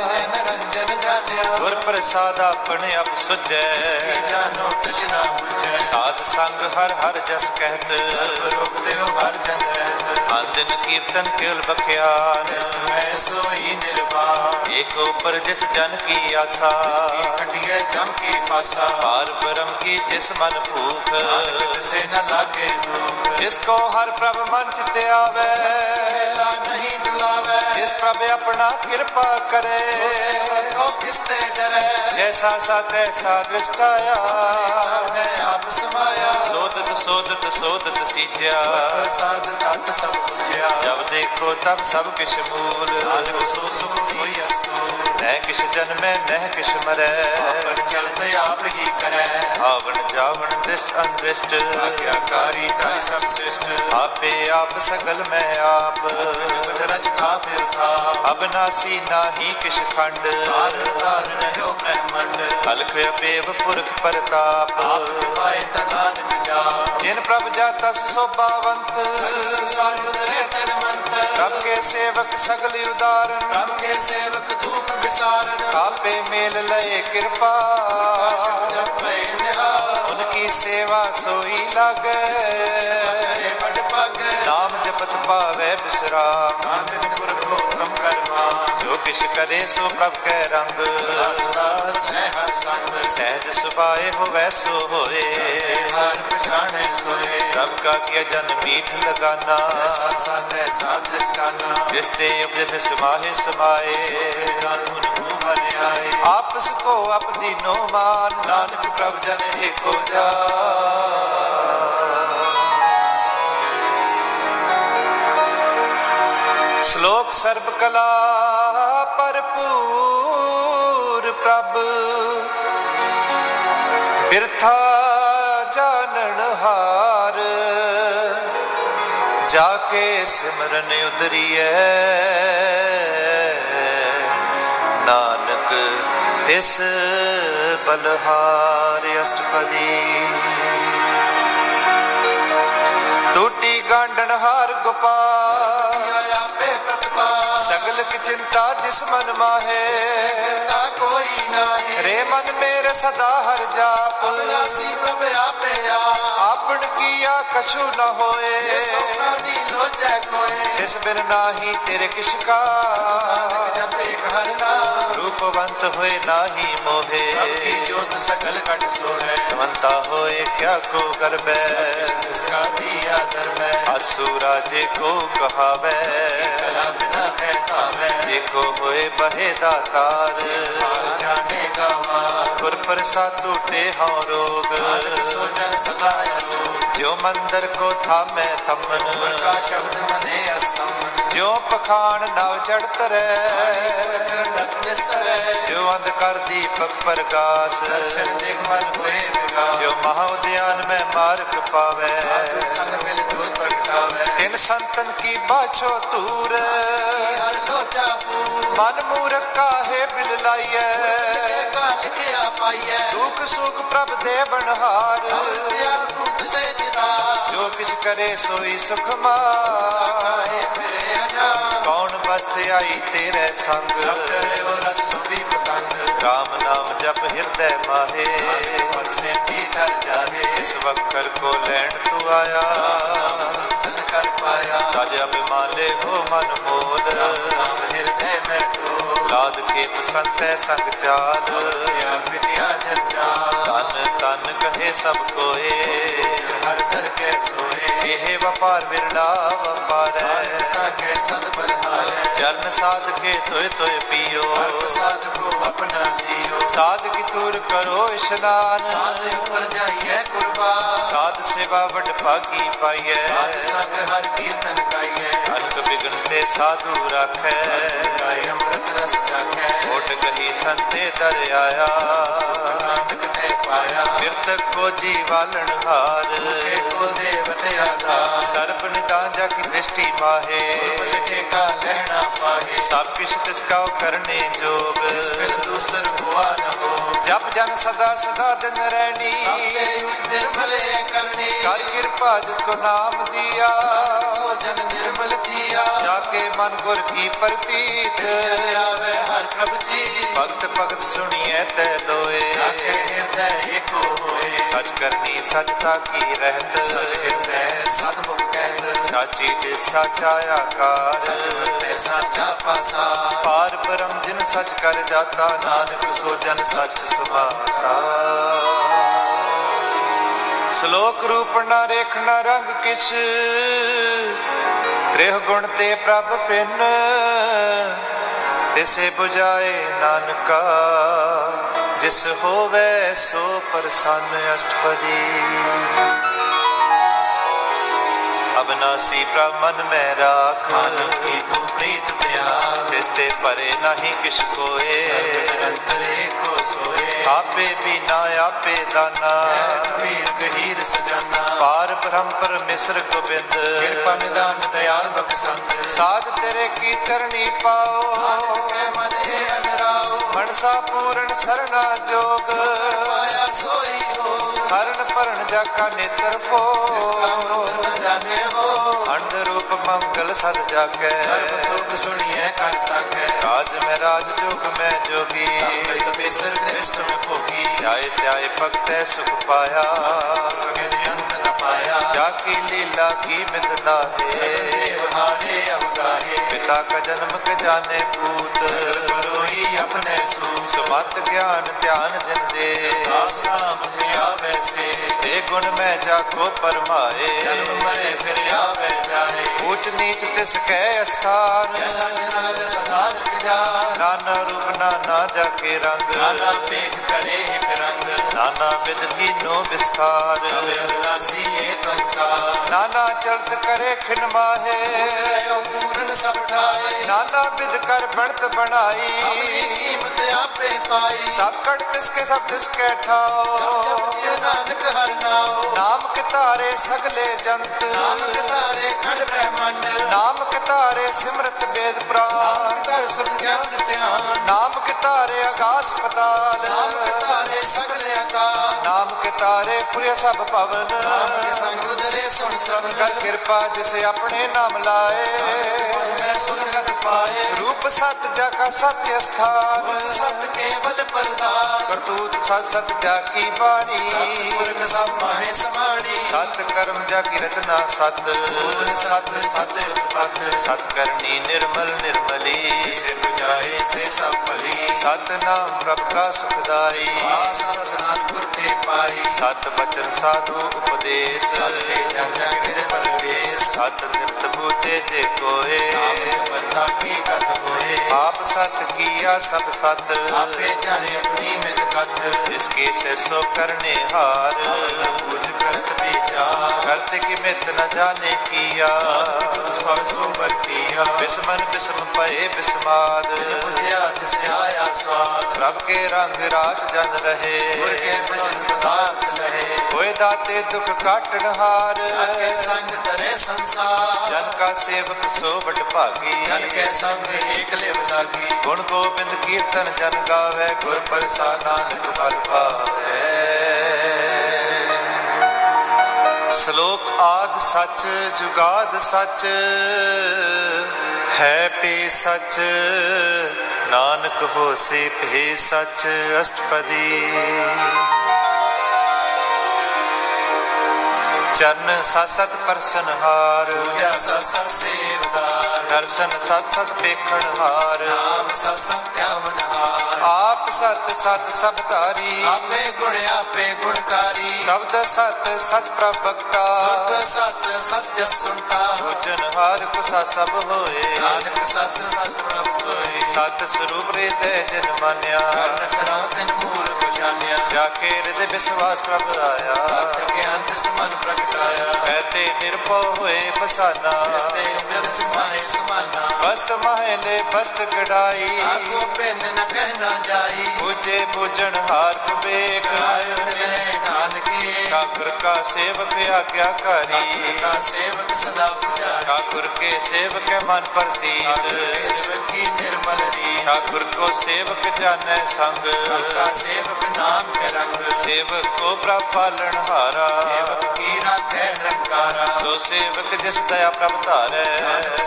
[SPEAKER 2] तेरे निरंजन जाने
[SPEAKER 1] ਗੁਰ ਪ੍ਰਸਾਦ ਆਪਣੇ ਆਪ ਸੁਜੈ
[SPEAKER 2] की जानो तृष्णा बुझे
[SPEAKER 1] ਸਾਧ ਸੰਗ ਹਰ ਹਰ ਜਸ ਕਹਿਤ
[SPEAKER 2] सब रोग देव हर जन रहत
[SPEAKER 1] ਆਂਦਨ ਕੀਰਤਨ ਕਿਲ ਬਖਿਆਨ
[SPEAKER 2] ग्रस्त मैं सोई निर्वाण
[SPEAKER 1] ਏਕ ਉਪਰ ਜਿਸ ਜਨ ਕੀ ਆਸਾ
[SPEAKER 2] इसकी खटिए जम की फासा
[SPEAKER 1] ਪਾਰ ਬ੍ਰਹਮ ਕੀ ਜਿਸ ਮਨ ਭੂਖ
[SPEAKER 2] नानक से न लागे दुख
[SPEAKER 1] ਜਿਸ ਕੋ ਹਰ ਪ੍ਰਭ ਮਨ ਚਿਤ ਆਵੇ
[SPEAKER 2] पहला नहीं डुलावे
[SPEAKER 1] ਜਿਸ ਪ੍ਰਭ ਆਪਣਾ ਕਿਰਪਾ ਕਰੇ
[SPEAKER 2] जो सेवक को किसते डरे
[SPEAKER 1] ਜੈਸਾ ਸਾ ਤੈਸਾ ਦ੍ਰਿਸ਼ਟਾਇਆ
[SPEAKER 2] ने आप समाया
[SPEAKER 1] ਸੋਧਤ ਸੋਧਤ ਸੋਧਤ ਸੀਚਿਆ
[SPEAKER 2] प्रसाद तत् सब पूज्या
[SPEAKER 1] ਜਬ ਦੇਖੋ ਤਬ ਸਭ ਕਿਛ ਮੂਲ
[SPEAKER 2] नानक सो सुख होई अस्तु
[SPEAKER 1] ਨਹਿ ਕਿਛ ਜਨਮੈ ਨਹਿ ਕਿਛ
[SPEAKER 2] पर
[SPEAKER 1] ਮਰੈ
[SPEAKER 2] चलते आप ही करे
[SPEAKER 1] ਆਵਣ ਜਾਵਣ ਦ੍ਰਿਸ਼ ਅੰਦ੍ਰਿਸ਼ਟ
[SPEAKER 2] आज्ञाकारी ताई सब श्रेष्ठ
[SPEAKER 1] ਆਪੇ ਆਪ ਸਗਲ ਮੈਂ ਆਪ
[SPEAKER 2] जगत रच का था
[SPEAKER 1] ਅਬਨਾਸੀ ਨਾਹੀ ਕਿਛ ਖੰਡ
[SPEAKER 2] तार तार रहो ब्रह्मंड
[SPEAKER 1] ਹਲਖ ਅਪੇਵ ਪੁਰਖ ਪਰਤਾਪ
[SPEAKER 2] आप पाए तनान बिजा
[SPEAKER 1] ਜਿਨ ਪ੍ਰਭ ਜਾਤਸ ਸੋਭਾਵੰਤ
[SPEAKER 2] संसार उदरे तन मंत
[SPEAKER 1] ਪ੍ਰਭ ਕੇ ਸੇਵਕ ਸਗਲ ਉਦਾਰਨ
[SPEAKER 2] राम के सेवक धूप विसारण
[SPEAKER 1] ਆਪੇ ਮੇਲ ਲਏ ਕਿਰਪਾ
[SPEAKER 2] आशुभ जप पे निहार
[SPEAKER 1] ਉਨ ਕੀ ਸੇਵਾ ਸੋਈ ਲਾਗੈ
[SPEAKER 2] करे बड़ पग
[SPEAKER 1] ਨਾਮ ਜਪਤ ਪਾਵੈ ਬਿਸਰਾਮ
[SPEAKER 2] नानक गुर को कम कर्मा
[SPEAKER 1] ਜੋ ਕਿਛ ਕਰੇ ਸੋ ਪ੍ਰਭ ਕੈ ਰੰਗ
[SPEAKER 2] सदा सदा सह हर संग
[SPEAKER 1] ਸਹਿਜ ਸੁਭਾਏ ਹੋਵੈ ਸੋ ਹੋਏ
[SPEAKER 2] हार पछाणे सोए
[SPEAKER 1] ਪ੍ਰਭ ਕਾ ਕੀਆ ਜਨ ਮੀਠ ਲਗਾਨਾ
[SPEAKER 2] ऐसा सा तैसा दृष्टाना
[SPEAKER 1] ਜਿਸ ਤੇ ਉਪਜਿਤ ਸਮਾਹੇ ਸਮਾਏ ਆਪਸ ਕੋ ਆਪਦੀ ਨੋ ਮਾਨ
[SPEAKER 2] ਨਾਨਕ ਪ੍ਰਭ ਜਨ ਏਕੋ ਜਾ
[SPEAKER 1] ਸ਼ਲੋਕ ਸਰਬ ਕਲਾ ਭਰਪੂਰ ਪ੍ਰਭ ਬਿਰਥਾ ਜਾਣਨ ਹਾਰ ਜਾ ਕੇ ਸਿਮਰਨ ਉਦਰੀਐ ਨਾਨਕ ਤਿਸ ਬਲਹਾਰ ਅਸ਼ਟਪਦੀ ਟੂਟੀ ਗਾਂਡਣ ਹਾਰ ਗੋਪਾਲ
[SPEAKER 2] ਆਪੇ ਪ੍ਰਤਪਾ
[SPEAKER 1] ਸਗਲ ਕੀ ਚਿੰਤਾ ਜਿਸ ਮਨ ਮਾਹੇ
[SPEAKER 2] ਤਾ ਕੋਈ ਨਾਹੀ
[SPEAKER 1] ਰੇ ਮਨ ਮੇਰੇ ਸਦਾ ਹਰ ਜਾਪ
[SPEAKER 2] ਰਾਸੀ ਪ੍ਰਭ ਆਪੇ ਆ
[SPEAKER 1] ਆਪਣ ਕੀਆ ਕਛੂ ਨ ਹੋਏ
[SPEAKER 2] ਸੋ ਪ੍ਰਾਨੀ ਲੋਚੈ ਕੋਏ
[SPEAKER 1] ਤਿਸ ਬਿਨ ਨਾਹੀ ਤੇਰੇ ਕਿਛ ਕਾ
[SPEAKER 2] ਨਾਨਕ ਜਪੇ ਹਰ ਨਾਮ
[SPEAKER 1] ਰੂਪਵੰਤ ਹੋਏ ਨਾਹੀ
[SPEAKER 2] ਪ੍ਰਭ ਕੀ
[SPEAKER 1] ਮੋਹੇ
[SPEAKER 2] ਜੋਤ ਸਕਲ ਘਟ ਸੋਹੈ
[SPEAKER 1] ਮੰਤਾ ਹੋਏ ਕਿਆ ਕੋ ਕਰਬੈ
[SPEAKER 2] ਜਿਸ ਕਾ ਦੀਆ ਧਰਮੈ
[SPEAKER 1] ਆਸੂ ਰਾਜੇ ਕੋ ਕਹਾਵੇ
[SPEAKER 2] ਕਲਾ ਬਿਨਾ ਹੈ ਤਾਵੈ
[SPEAKER 1] ਜੇ ਕੋ ਹੋਏ ਬਹੇ ਦਾਤਾਰ
[SPEAKER 2] ਹਾਰ ਜਾਣੇ ਕਾ ਵਾਰ
[SPEAKER 1] ਗੁਰ ਪ੍ਰਸਾਦ ਟੂਟੇ ਹਉ
[SPEAKER 2] ਨਾਨਕ
[SPEAKER 1] ਰੋਗ
[SPEAKER 2] ਸੋ ਜਨ ਸਦਾ ਅਰੋ
[SPEAKER 1] ਜੋ ਮੰਦਰ ਕੋ ਥਾਮੈ
[SPEAKER 2] ਗੁਰ
[SPEAKER 1] ਥੰਮਨ
[SPEAKER 2] ਕਾ ਸ਼ਬਦ ਮਨੇ ਅਸਤਮ
[SPEAKER 1] ਜਿਉ ਪਖਾਨ ਨਵ ਚੜਤ ਰਹਿ
[SPEAKER 2] ਚਰਨ ਨਿਸਤਰੈ
[SPEAKER 1] ਜੋ ਅੰਧਕਾਰ ਦੀਪਕ ਪ੍ਰਗਾਸ
[SPEAKER 2] ਦਰਸ਼ਨ ਦੇਖ ਮਨ ਹੋਏ ਵਿਗਾਸ
[SPEAKER 1] ਜੋ ਮਹਾ ਉਦਿਆਨ ਮੈਂ ਮਾਰਗ ਪਾਵੇ
[SPEAKER 2] ਸਾਧੂ ਸੰਗ ਮਿਲ ਜੋਤ ਪ੍ਰਗਟਾਵੇ
[SPEAKER 1] ਤਿਨ ਸੰਤਨ ਕੀ ਬਾਛੋ ਤੂਰ
[SPEAKER 2] ਹਰ ਲੋਚਾ ਪੂਰ
[SPEAKER 1] ਮਨ ਮੂਰਖ ਕਾਹੇ ਬਿਲ ਲਾਈਐ
[SPEAKER 2] ਤੇ ਕਾਲ ਕੇ ਆ ਪਾਈਐ
[SPEAKER 1] ਦੁਖ ਸੁਖ ਪ੍ਰਭ ਦੇ ਬਨਹਾਰ
[SPEAKER 2] ਪਿਆਰ ਭੂਤ ਸੇ ਜਿਦਾ
[SPEAKER 1] ਜੋ ਕਿਛ ਕਰੇ ਸੋਈ ਸੁਖ ਮਾ
[SPEAKER 2] ਕਾਹੇ ਫਿਰੇ ਅਜਾ
[SPEAKER 1] ਕੌਣ ਬਸਤ ਆਈ ਤੇਰੇ
[SPEAKER 2] ਰਬ
[SPEAKER 1] ਸੰਗ
[SPEAKER 2] ਕਰਿਓ ਰਸ ਲੋਭੀ ਪਤੰਗ
[SPEAKER 1] ਰਾਮ ਨਾਮ ਜਪ ਹਿਰਦੈ ਮਾਹੇ
[SPEAKER 2] ਮਨ ਸੇ ਤੀ ਡਰ ਜਾਵੇ
[SPEAKER 1] ਇਸ ਵਕਰ ਕੋ ਲੈਣ ਤੂੰ ਆਇਆ
[SPEAKER 2] ਨਾਮ ਸੰਤਨ ਕਰ ਪਾਇਆ
[SPEAKER 1] ਤਜ ਅਭਿਮਾਲੇ ਹੋ ਮਨ ਮੋਲ
[SPEAKER 2] ਨਾਮ ਹਿਰਦੈ ਮੈਂ ਤੋ
[SPEAKER 1] ਲਾਦ ਕੇ ਪਸੰਤੈ ਸੰਗ ਚਾਲ
[SPEAKER 2] ਪਿਆ ਪਿਟਿਆ ਜੱਜਾ
[SPEAKER 1] ਤਨ ਤਨ ਕਹੇ ਸਭ ਕੋਏ
[SPEAKER 2] ਹਰ ਦਰ ਕੇ ਸੋਏ
[SPEAKER 1] ਇਹ ਵਪਾਰ ਵਿਰਲਾ ਵਪਾਰੈ
[SPEAKER 2] ਤਾ ਕੇ ਸਦ ਬਲਹਾਰੇ
[SPEAKER 1] ਚਰਨ ਸਾਧ ਕੇ ਤੋਏ ਤੋਏ ਪੀਓ
[SPEAKER 2] ਹਰ ਪ੍ਰਸਾਦ ਕੋ ਆਪਣਾ ਜੀਓ
[SPEAKER 1] ਸਾਧ ਕੀ ਤੂਰ ਕਰੋ ਇਸ਼ਨਾਨ
[SPEAKER 2] ਸਾਧ ਉਪਰ ਜਾਈਏ ਕੁਰਬਾਨ
[SPEAKER 1] ਸਾਧ ਸੇਵਾ ਵਡ ਭਾਗੀ ਪਾਈਐ
[SPEAKER 2] ਸਾਧ ਸੰਗ ਹਰ ਕੀਰਤਨ ਗਾਈਏ
[SPEAKER 1] ਅਨਕ ਵਿਗਨ ਤੇ ਸਾਧੂ ਰਾਖੈ
[SPEAKER 2] ਗਾਏ ਅੰਮ੍ਰਿਤ ਰਸ ਚਾਖੇ
[SPEAKER 1] ਓਟ ਕਹੀ ਸੰਤੇ ਦਰ ਆਇਆ
[SPEAKER 2] ਸੁਖ ਨਾਨਕ ਤੇ ਪਾਇਆ
[SPEAKER 1] ਬਿਰਤਕ ਕੋ ਜੀਵਾਲਣ ਹਾਰ
[SPEAKER 2] ਤੇ ਕੋ ਦੇਵਤਿਆ ਦਾ
[SPEAKER 1] ਸਰਬ ਨਿਦਾਨ ਜਾ ਕੀ ਦ੍ਰਿਸ਼ਟੀ ਮਾਹੇ
[SPEAKER 2] ਬੁਲਕੇ ਕਾ ਲਹਿਣਾ ਪਾਹੇ
[SPEAKER 1] ਸਭ ਕਿਛ ਤਿਸ ਕਾ ਕਰਨੇ ਜੋਗ ਜਪ ਜਨ ਸਦਾ ਸਦਾ ਦਿਨ ਰਹਿਣੀ
[SPEAKER 2] ਸਭ ਤੇ ਉਚ ਨਿਰਮਲੇ ਕਰਨੀ
[SPEAKER 1] ਕਰ ਕਿਰਪਾ ਜਿਸ ਕੋ ਨਾਮ ਦੀਆ
[SPEAKER 2] ਸੋ ਜਨ ਨਿਰਮਲ ਜੀਆ
[SPEAKER 1] ਜਾ ਕੇ ਮਨ ਗੁਰ ਕੀ ਪ੍ਰਤੀਤ
[SPEAKER 2] ਤਿਸ ਜਨ ਆਵੇ ਹਰ ਪ੍ਰਭ ਜੀ
[SPEAKER 1] ਭਗਤ ਭਗਤ ਸੁਣੀਐ ਤੈ ਲੋਏ
[SPEAKER 2] ਆਖੇ ਹਿਰਦੈ ਏਕੋ ਹੋਏ
[SPEAKER 1] ਸਚ ਕਰਨੀ ਸਚਤਾ ਕੀ ਰਹਿਤ
[SPEAKER 2] ਸਚ ਹਿਰਦੈ ਸਤਿਗੁਰ ਕਹਿਤ
[SPEAKER 1] ਸਾਚੀ ਤੇ ਸਾਚਾ ਆਕਾਰ
[SPEAKER 2] ਸਚ ਵਰਤੈ ਸਾਚਾ ਪਾਸਾ
[SPEAKER 1] ਪਾਰ ਬ੍ਰਹਮ ਜਿਨ ਸਚ ਕਰ ਜਾਤਾ ਨਾਨਕ ਸੋ ਜਨ ਸਚ ਸੁਭਾਤਾ ਸ਼ਲੋਕ ਰੂਪ ਨਾ ਰੇਖ ਨਾ ਰੰਗ ਕਿਛ ਤ੍ਰਿਹ ਗੁਣ ਤੇ ਪ੍ਰਭ ਪਿੰਨ ਤਿਸੇ 부ਜਾਏ ਨਾਨਕਾ ਜਿਸ ਹੋਵੇ ਸੋ ਪ੍ਰਸੰਨ ਅਸ਼ਟਪਦੀ ਅਬਨਾਸੀ ਪ੍ਰਭ ਮਨ ਮੈਂ ਰਾਖ
[SPEAKER 2] ਮਨ ਕੀ ਤੂੰ ਪ੍ਰੀਤ ਪਿਆ
[SPEAKER 1] ਤਿਸ ਤੇ ਪਰੇ ਨਹੀਂ ਕਿਛ ਕੋਏ
[SPEAKER 2] ਸਰਬ ਨਿਰੰਤਰ ਏਕੋ ਸੋਏ
[SPEAKER 1] ਆਪੇ ਬਿਨਾ ਆਪੇ ਦਾਨਾ
[SPEAKER 2] ਕਬੀਰ ਗਹੀਰ ਸੁਜਾਨਾ
[SPEAKER 1] ਪਾਰ ਬ੍ਰਹਮ ਪਰਮੇਸ਼ਰ ਗੋਬਿੰਦ
[SPEAKER 2] ਕਿਰਪਾ ਨਿਦਾਨ ਦਇਆਲ ਬਖਸ਼ੰਤ
[SPEAKER 1] ਸਾਧ ਤੇਰੇ ਕੀ ਚਰਣੀ ਪਾਓ
[SPEAKER 2] ਨਾਨਕ ਕੈ ਮਨ ਏ ਅਨਰਾਓ
[SPEAKER 1] ਮਨਸਾ ਪੂਰਨ ਸਰਣਾ ਜੋਗ
[SPEAKER 2] ਪਾਇਆ ਸੋਈ ਹੋ
[SPEAKER 1] ਹਰਨ ਭਰਨ ਜਾ ਕਾ ਨੇਤਰ ਫੋ
[SPEAKER 2] ਇਸ ਕਾ ਮੰਦਰ ਨ ਜਾਣੇ ਹੋ
[SPEAKER 1] ਅੰਡ ਰੂਪ ਮੰਗਲ ਸਦ ਜਾਗੈ
[SPEAKER 2] ਸਰਬ ਦੁਖ ਸੁਣੀਐ ਕਰ ਤਾਕੈ
[SPEAKER 1] ਰਾਜ ਮੈਂ ਰਾਜ ਜੋਗ ਮੈਂ ਜੋਗੀ
[SPEAKER 2] ਅੰਮ੍ਰਿਤ ਬੇਸਰ ਕ੍ਰਿਸ਼ਟ ਮੈਂ ਭੋਗੀ
[SPEAKER 1] ਜਾਏ ਧਿਆਏ ਭਗਤੈ ਸੁਖ ਪਾਇਆ
[SPEAKER 2] ਅਗੇ ਅੰਤ ਨ ਪਾਇਆ
[SPEAKER 1] ਜਾ ਕੀ ਲੀਲਾ ਕੀ ਬਿੰਦ
[SPEAKER 2] ਸਗਲ
[SPEAKER 1] ਨਾਹੇ
[SPEAKER 2] ਦੇਵ ਹਾਰੇ ਅਵਗਾਹੇ
[SPEAKER 1] ਪਿਤਾ ਕਾ ਜਨਮ ਕ ਜਾਣੇ ਭੂਤ
[SPEAKER 2] ਸਗਲ ਪਰੋਈ ਆਪਣੇ ਸੂ
[SPEAKER 1] ਸਮਤ ਗਿਆਨ ਧਿਆਨ ਜਿਨ ਦੇ
[SPEAKER 2] ਆਸ ਨਾਮ ਲਿਆ ਵੈਸੇ
[SPEAKER 1] ਤੇ ਗੁਣ ਮੈਂ ਜਾਗੋ ਪਰਮਾਏ
[SPEAKER 2] ਜਨਮ ਮਰੇ ਫਿਰ ਆਵੇ ਜਾਏ
[SPEAKER 1] ਊਚ ਨੀਚ ਤਿਸ ਕੈ ਅਸਥਾਨ
[SPEAKER 2] ਜੈਸਾ ਜਨਾ ਵੈਸਾ ਨਾਨਕ ਜਾ
[SPEAKER 1] ਨਾਨਾ ਰੂਪ ਨਾਨਾ ਜਾ ਕੇ ਰੰਗ
[SPEAKER 2] ਨਾਨਾ ਪੇਖ ਕਰੇ ਬਿਰੰਗ
[SPEAKER 1] ਨਾਨਾ ਵਿਦ ਕੀਨੋ ਵਿਸਥਾਰ
[SPEAKER 2] ਰਵੇ ਅਗਨਾਸੀ ਏ ਤੰਕਾ
[SPEAKER 1] ਨਾਨਾ ਚਲਤ ਕਰੇ ਖਿਨ ਮਾਹੇ
[SPEAKER 2] ਰਹਿਓ ਪੂਰਨ ਸਭ ਠਾਏ
[SPEAKER 1] ਨਾਨਾ ਵਿਦ ਕਰ ਬਣਤ
[SPEAKER 2] ਆਪਣੀ
[SPEAKER 1] ਬਣਾਈ
[SPEAKER 2] ਕੀਮਤ ਆਪੇ ਪਾਈ ਸਭ
[SPEAKER 1] ਸਭ ਕਟ ਤਿਸ ਕੇ ਸਭ ਤਿਸ ਕੈ ਠਾਓ
[SPEAKER 2] ਜਪ ਜੇ ਨਾਨਕ ਹਰ ਨਾਉ
[SPEAKER 1] ਨਾਮ ਕਿਤਾਰੇ ਸਗਲੇ ਜੰਤ
[SPEAKER 2] ਨਾਨਕ ਧਾਰੇ ਖੰਡ ਬ੍ਰਹਮੰਡ
[SPEAKER 1] ਨਾਮ ਕਿਤਾਰੇ ਸਿਮਰਤ ਵੇਦ ਪ੍ਰਾਨ
[SPEAKER 2] ਨਾਨਕ ਧਰ ਸੁਣ ਗਿਆਨ ਧਿਆਨ
[SPEAKER 1] ਨਾਮ ਕਿਤਾਰੇ ਆਗਾਸ ਪਤਾਲ
[SPEAKER 2] ਨਾਨਕ ਧਾਰੇ ਸਗਲ ਅਕਾਲ
[SPEAKER 1] ਨਾਮ ਕਿਤਾਰੇ ਪੁਰੇ ਸਭ ਭਵਨ
[SPEAKER 2] ਨਾਨਕ ਸੰਗ ਉਦਰੇ ਸੁਣ ਸਭ
[SPEAKER 1] ਕਰ ਕਿਰਪਾ ਜਿਸ ਆਪਣੇ ਨਾਮ ਲਾਏ
[SPEAKER 2] ਮਨ ਮੈਂ ਸੁਰਗਤ ਪਾਏ
[SPEAKER 1] ਰੂਪ ਸਤ ਜਾ ਕਾ ਸਤਿ
[SPEAKER 2] ਗੁਰ
[SPEAKER 1] ਅਸਥਾਨ
[SPEAKER 2] ਸਤ ਕੇਵਲ ਪ੍ਰਦਾਨ
[SPEAKER 1] ਕਰਤੂਤ ਸਤ ਸਤ ਜਾ ਕੀ ਬਾਣੀ
[SPEAKER 2] ਸਤਿਗੁਰ ਸਭ ਮਾਹੇ ਸਮਾਣੀ
[SPEAKER 1] ਸਤ ਕਰਮ ਜਾ ਕੀ ਰਚਨਾ ਸਤ
[SPEAKER 2] ਸਤਿਗੁਰ ਸਤ ਸਤ ਉਤਪਤ
[SPEAKER 1] ਸਤ ਕਰਨੀ ਨਿਰਮਲ ਨਿਰਮਲੀ
[SPEAKER 2] ਸੇ ਬੁਝਾਏ ਸੇ ਸਭ ਭਲੀ
[SPEAKER 1] ਸਤ ਨਾਮ ਪ੍ਰਭ ਕਾ ਸੁਖਦਾਈ
[SPEAKER 2] ਆਸ ਸਤਨਾਮ ਗੁਰ ਤੇ ਪਾਈ
[SPEAKER 1] ਸਤ ਬਚਨ ਸਾਧੂ ਉਪਦੇਸ਼
[SPEAKER 2] ਸਭੇ ਜਨ ਜਗ ਦੇ ਪਰਵੇਸ
[SPEAKER 1] ਸਤ ਨਿਰਤ ਬੂਝੇ ਜੇ ਕੋਏ
[SPEAKER 2] ਨਾਮ ਜਪਤਾ ਕੀ ਕਤ ਹੋਏ
[SPEAKER 1] ਆਪ ਸਤ ਕੀਆ ਸਭ ਸਤ
[SPEAKER 2] ਆਪੇ ਜਾਣੇ ਆਪਣੀ ਮਿਤ ਕਤ
[SPEAKER 1] ਜਿਸ ਕੀ ਸੋ ਕਰਨੇ ਹਾਰ
[SPEAKER 2] ਗੁਰ ਕਰਤ ਵਿਚਾਰ
[SPEAKER 1] ਕਰਤ ਕੀ ਮਿਤ ਨ ਜਾਣੇ ਕੀਆ
[SPEAKER 2] ਸਭ ਸੋ ਵਰਤੀਆ
[SPEAKER 1] ਬਿਸਮਨ ਬਿਸਮ ਪਏ ਬਿਸਮਾਦ
[SPEAKER 2] ਜਿਨ ਬੁਝਿਆ ਤਿਸ ਆਇਆ ਸਵਾਦ
[SPEAKER 1] ਪ੍ਰਭ ਕੇ ਰੰਗ ਰਾਜ ਜਨ ਰਹੇ
[SPEAKER 2] ਗੁਰ ਕੇ ਭਜਨ ਪਦਾਰਥ ਲਹੇ
[SPEAKER 1] ਹੋਏ ਦਾਤੇ ਦੁਖ ਕਾਟਣਹਾਰ
[SPEAKER 2] ਅਕੇ ਸੰਗ ਤਰੇ ਸੰਸਾਰ
[SPEAKER 1] ਜਨ ਕਾ ਸੇਵਕ ਸੋ ਵਡ
[SPEAKER 2] ਜਨ
[SPEAKER 1] ਭਾਗੀ
[SPEAKER 2] ਕੇ ਸੰਗ ਏਕ ਲਿਵ ਲਾਗੀ
[SPEAKER 1] ਗੁਣ ਗੋਬਿੰਦ ਕੀਰਤਨ ਜਨ ਗਾਵੇ ਗੁਰ
[SPEAKER 2] ਗੁਰ ਪ੍ਰਸਾਦ ਨਾਨਕ ਫਲ ਪਾਵੇ
[SPEAKER 1] ਸ਼ਲੋਕ ਆਦ ਸੱਚ ਜੁਗਾਦ ਸੱਚ ਹੈ ਪੇ ਸੱਚ ਨਾਨਕ ਹੋਸੀ ਭੇ ਸੱਚ ਅਸ਼ਟਪਦੀ ਚਰਨ ਸਤ ਪਰਸਨ ਹਾਰ
[SPEAKER 2] ਪੂਜਾ ਸਸ ਸੇਵਦਾਰ
[SPEAKER 1] ਦਰਸ਼ਨ ਸਤ ਸਤ ਪੇਖਣ ਹਾਰ
[SPEAKER 2] ਨਾਮ ਸਸ ਧਿਆਵਨਹਾਰ
[SPEAKER 1] ਆਪ ਸਤ ਸਤ ਸਭ ਧਾਰੀ
[SPEAKER 2] ਆਪੇ ਗੁਣ ਆਪੇ ਗੁਣਕਾਰੀ
[SPEAKER 1] ਸ਼ਬਦ ਸਤ ਸਤ ਪ੍ਰਭਗਤਾ
[SPEAKER 2] ਸਤ ਸਤ ਸਤ ਜਸ ਸੁਣਤਾ
[SPEAKER 1] ਭੋਜਨ ਹਾਰ ਕੁਸਾ ਸਭ ਹੋਏ
[SPEAKER 2] ਨਾਨਕ ਸਤ ਸਤ ਪ੍ਰਭ ਸੋਈ
[SPEAKER 1] ਸਤ ਸਰੂਪ ਰਿਤੇ ਜਿਨ ਮਾਨਿਆ
[SPEAKER 2] ਕਰਨ ਕਰਾ ਤਿਨ ਮੂਲ ਪਛਾਨਿਆ
[SPEAKER 1] ਜਾ ਕੇ ਹਿਰਦੇ ਵਿਸ਼ਵਾਸ ਪ੍ਰਭ ਆਇਆ
[SPEAKER 2] ਅਤ ਗਿਆਨ ਤਿਸ ਮਨ ਪ੍ਰਗਟਾਇਆ
[SPEAKER 1] ਕਹਤੇ ਨਿਰਭਉ ਹੋਏ ਬਸਾਨਾ
[SPEAKER 2] ਤਿਸ ਤੇ ਬਿਲ ਸਮਾਏ ਸਮਾਨਾ
[SPEAKER 1] ਬਸਤ ਮਹਿਲੇ ਬਸਤ ਗੜਾਈ
[SPEAKER 2] ਆਗੋ ਪਿੰਨ ਨ ਕਹਿ ਨਾ ਜਾਈ
[SPEAKER 1] ਪੂਜੇ ਪੂਜਣ ਹਾਰ ਪਵੇਕ
[SPEAKER 2] ਆਇਓ ਮਿਲੇ ਨਾ ਨਾਨਕੇ
[SPEAKER 1] ठाकुर का सेवक आज्ञाकारी
[SPEAKER 2] ਦਾ ਸੇਵਕ ਸਦਾ ਪੁਜਾਰੀ
[SPEAKER 1] ठाकुर के सेवक मन प्रतीत
[SPEAKER 2] ਸੇਵਕ ਕੀ ਨਿਰਮਲ ਰੀਤ
[SPEAKER 1] ठाकुर को सेवक जानै संग
[SPEAKER 2] ਦਾ ਸੇਵਕ ਨਾਮ ਕੇ ਰੰਗ
[SPEAKER 1] सेवक को प्रभ पालन हारा
[SPEAKER 2] ਸੇਵਕ ਕੀ ਰਾਖੈ ਨਿਰੰਕਾਰਾ
[SPEAKER 1] सो सेवक जिस दया प्रभ धारै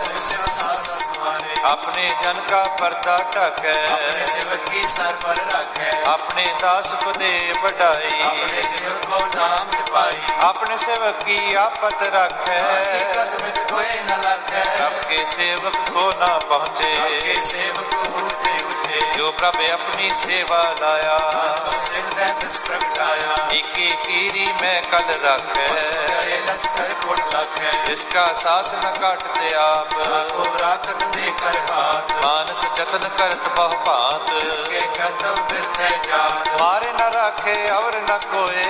[SPEAKER 2] ਸੁਸਿਆ ਸਾਸ ਸਮਾਰੇ
[SPEAKER 1] अपने जन का पर्दा ढाकै
[SPEAKER 2] ਆਪਣੇ ਸੇਵਕ ਕੀ ਸਰ ਪਰ ਰਾਖੈ
[SPEAKER 1] अपने दास को दे बढ़ाई
[SPEAKER 2] ਆਪਣੇ ਸੇਵਕ ਕੋ ਨਾਮ ਜਪਾਈ
[SPEAKER 1] अपने सेवक की आपत राखै
[SPEAKER 2] ਹਕੀਕਤ ਵਿੱਚ ਕੋਈ ਨ ਲਾਗੈ
[SPEAKER 1] प्रभ के सेवक को ना
[SPEAKER 2] ਕੇ
[SPEAKER 1] पहुँचे
[SPEAKER 2] ਸੇਵਕ ਉਰਦੇ ਉਠੇ
[SPEAKER 1] जो प्रभ अपनी सेवा लाया
[SPEAKER 2] ਸੋ ਸਿਰ ਦਾ ਤਿਸ ਪ੍ਰਗਟਾਇਆ
[SPEAKER 1] इकी कीरी मैं कल राखै
[SPEAKER 2] ਕਰੇ ਲਸਕਰ ਕੋਟ ਲਾਗੈ
[SPEAKER 1] जिसका सास न काटते आप
[SPEAKER 2] ਆਖੋ ਰਾਖਤ ਦੇ ਕਰ ਹਾਥ
[SPEAKER 1] मानस जतन करत बहु भांत
[SPEAKER 2] ਇਸਕੇ ਕਰਤਵ ਬਿਰਤੇ ਜਾਤ
[SPEAKER 1] मारे न राखे और न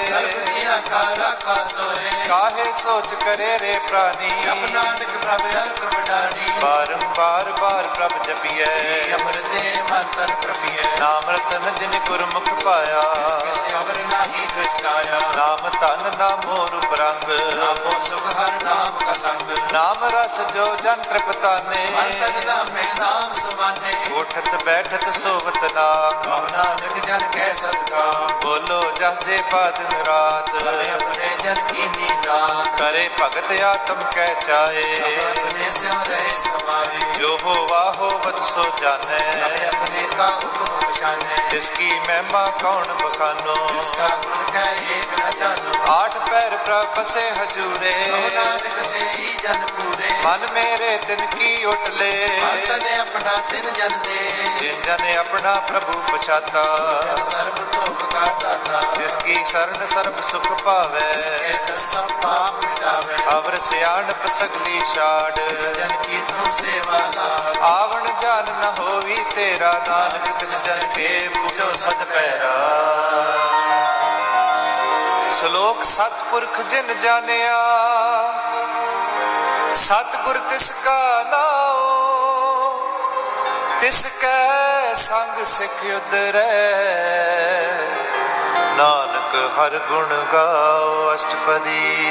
[SPEAKER 2] ਸਰਬ
[SPEAKER 1] कोए
[SPEAKER 2] ਦੀਆਂ ਕਾਰਾ ਕਾ ਸੋਏ
[SPEAKER 1] काहे सोच करे रे
[SPEAKER 2] ਜਪ
[SPEAKER 1] प्राणी
[SPEAKER 2] ਨਾਨਕ ਪ੍ਰਭ ਹਰ ਕਬਡਾਣੀ
[SPEAKER 1] बारंबार बार प्रभ जपिए
[SPEAKER 2] ਅਮਰਦੇ ਮੰਤਨ ਪ੍ਰਭੀਏ
[SPEAKER 1] नाम रतन जिन गुरमुख पाया
[SPEAKER 2] ਕਿਸੇ ਅਵਰ ਨਾਹੀ ਦ੍ਰਿਸ਼ਟਾਇਆ
[SPEAKER 1] नाम धन नामो रूप रंग
[SPEAKER 2] ਨਾਮੋ ਸੁਖ ਹਰ ਨਾਮ ਕਾ ਸੰਗ
[SPEAKER 1] नाम रस जो जन तृपताने
[SPEAKER 2] ਅੰਤਨ ਨਾਮੇ ਨਾਮ ਸਮਾਨੇ
[SPEAKER 1] उठत बैठत सोवत नाम
[SPEAKER 2] ਭਾਵ ਨਾਨਕ ਜਨ ਕੈ ਸਦਕਾ
[SPEAKER 1] बोलो जस जे बादन
[SPEAKER 2] ਭਲੇ
[SPEAKER 1] रात
[SPEAKER 2] ਆਪਣੇ ਜਨ ਕੀ ਨੀਦਾ
[SPEAKER 1] करे भगत आत्म कह चाहे
[SPEAKER 2] ਆਪਣੇ ਸਿਉ ਰਹੇ ਸਮਾਏ
[SPEAKER 1] ਜੋ ਹੋਵਾ ਹੋਵਤ ਸੋ ਜਾਣੈ
[SPEAKER 2] ਭਲੇ ਆਪਣੇ ਕਾ ਹੁਕਮ ਪਛਾਨੇ
[SPEAKER 1] ਜਿਸ ਕੀ ਮਹਿਮਾ ਕੌਣ ਬਖਾਨੋ
[SPEAKER 2] ਜਿਸ ਕਾ ਗੁਣ ਕਹੇ ਬਿਨਾ ਜਾਣੋ
[SPEAKER 1] ਆਠ ਪੈਰ ਪ੍ਰਭ ਬਸੇ ਹਜੂਰੇ
[SPEAKER 2] ਸੋ ਨਾਨਕ ਸੇਈ ਜਨ ਪੂਰੇ
[SPEAKER 1] ਮਨ ਮੇਰੇ ਤਿਨ ਕੀ ਉਟਲੇ
[SPEAKER 2] ਅੰਤ ਨੇ ਆਪਣਾ ਤਿਨ ਜਨ ਦੇ
[SPEAKER 1] ਜਿਨ ਜਨ ਆਪਣਾ ਪ੍ਰਭੂ ਪਛਾਤਾ
[SPEAKER 2] ਜਨ ਸਰਬ ਦੁਖ ਕਾ ਦਾਤਾ
[SPEAKER 1] ਜਿਸ ਕੀ ਸਰਨ ਸਰਬ ਸੁਖ ਭਾਵੈ
[SPEAKER 2] ਜਿਸਕੇ ਦਸਾਂ ਪਾਪ ਮਿਟਾਵੇ
[SPEAKER 1] ਅਵਰ ਸਿਆਣਪ ਸਗਲੀ ਛਾੜ
[SPEAKER 2] ਜਿਸ ਜਨ ਕੀ ਤੂੰ ਸੇਵਾ ਲਾਭ
[SPEAKER 1] ਆਵਣ ਜਾਨ ਨ ਹੋਵੀ ਤੇਰਾ ਨਾਨਕ ਤਿਸ ਜਨ ਕੇ ਪੂਜੋ ਸਤ ਪੈਰਾ ਸ਼ਲੋਕ ਸਤਪੁਰਖ ਜਿਨ ਜਾਣਿਆ ਸਤਗੁਰ ਤਿਸ ਕਾ ਨਾਉ ਤਿਸ ਕੈ ਸੰਗ ਸਿਖ ਉਦਰੈ ਨਾਨਕ ਹਰ ਗੁਣ ਗਾਓ ਅਸ਼ਟਪਦੀ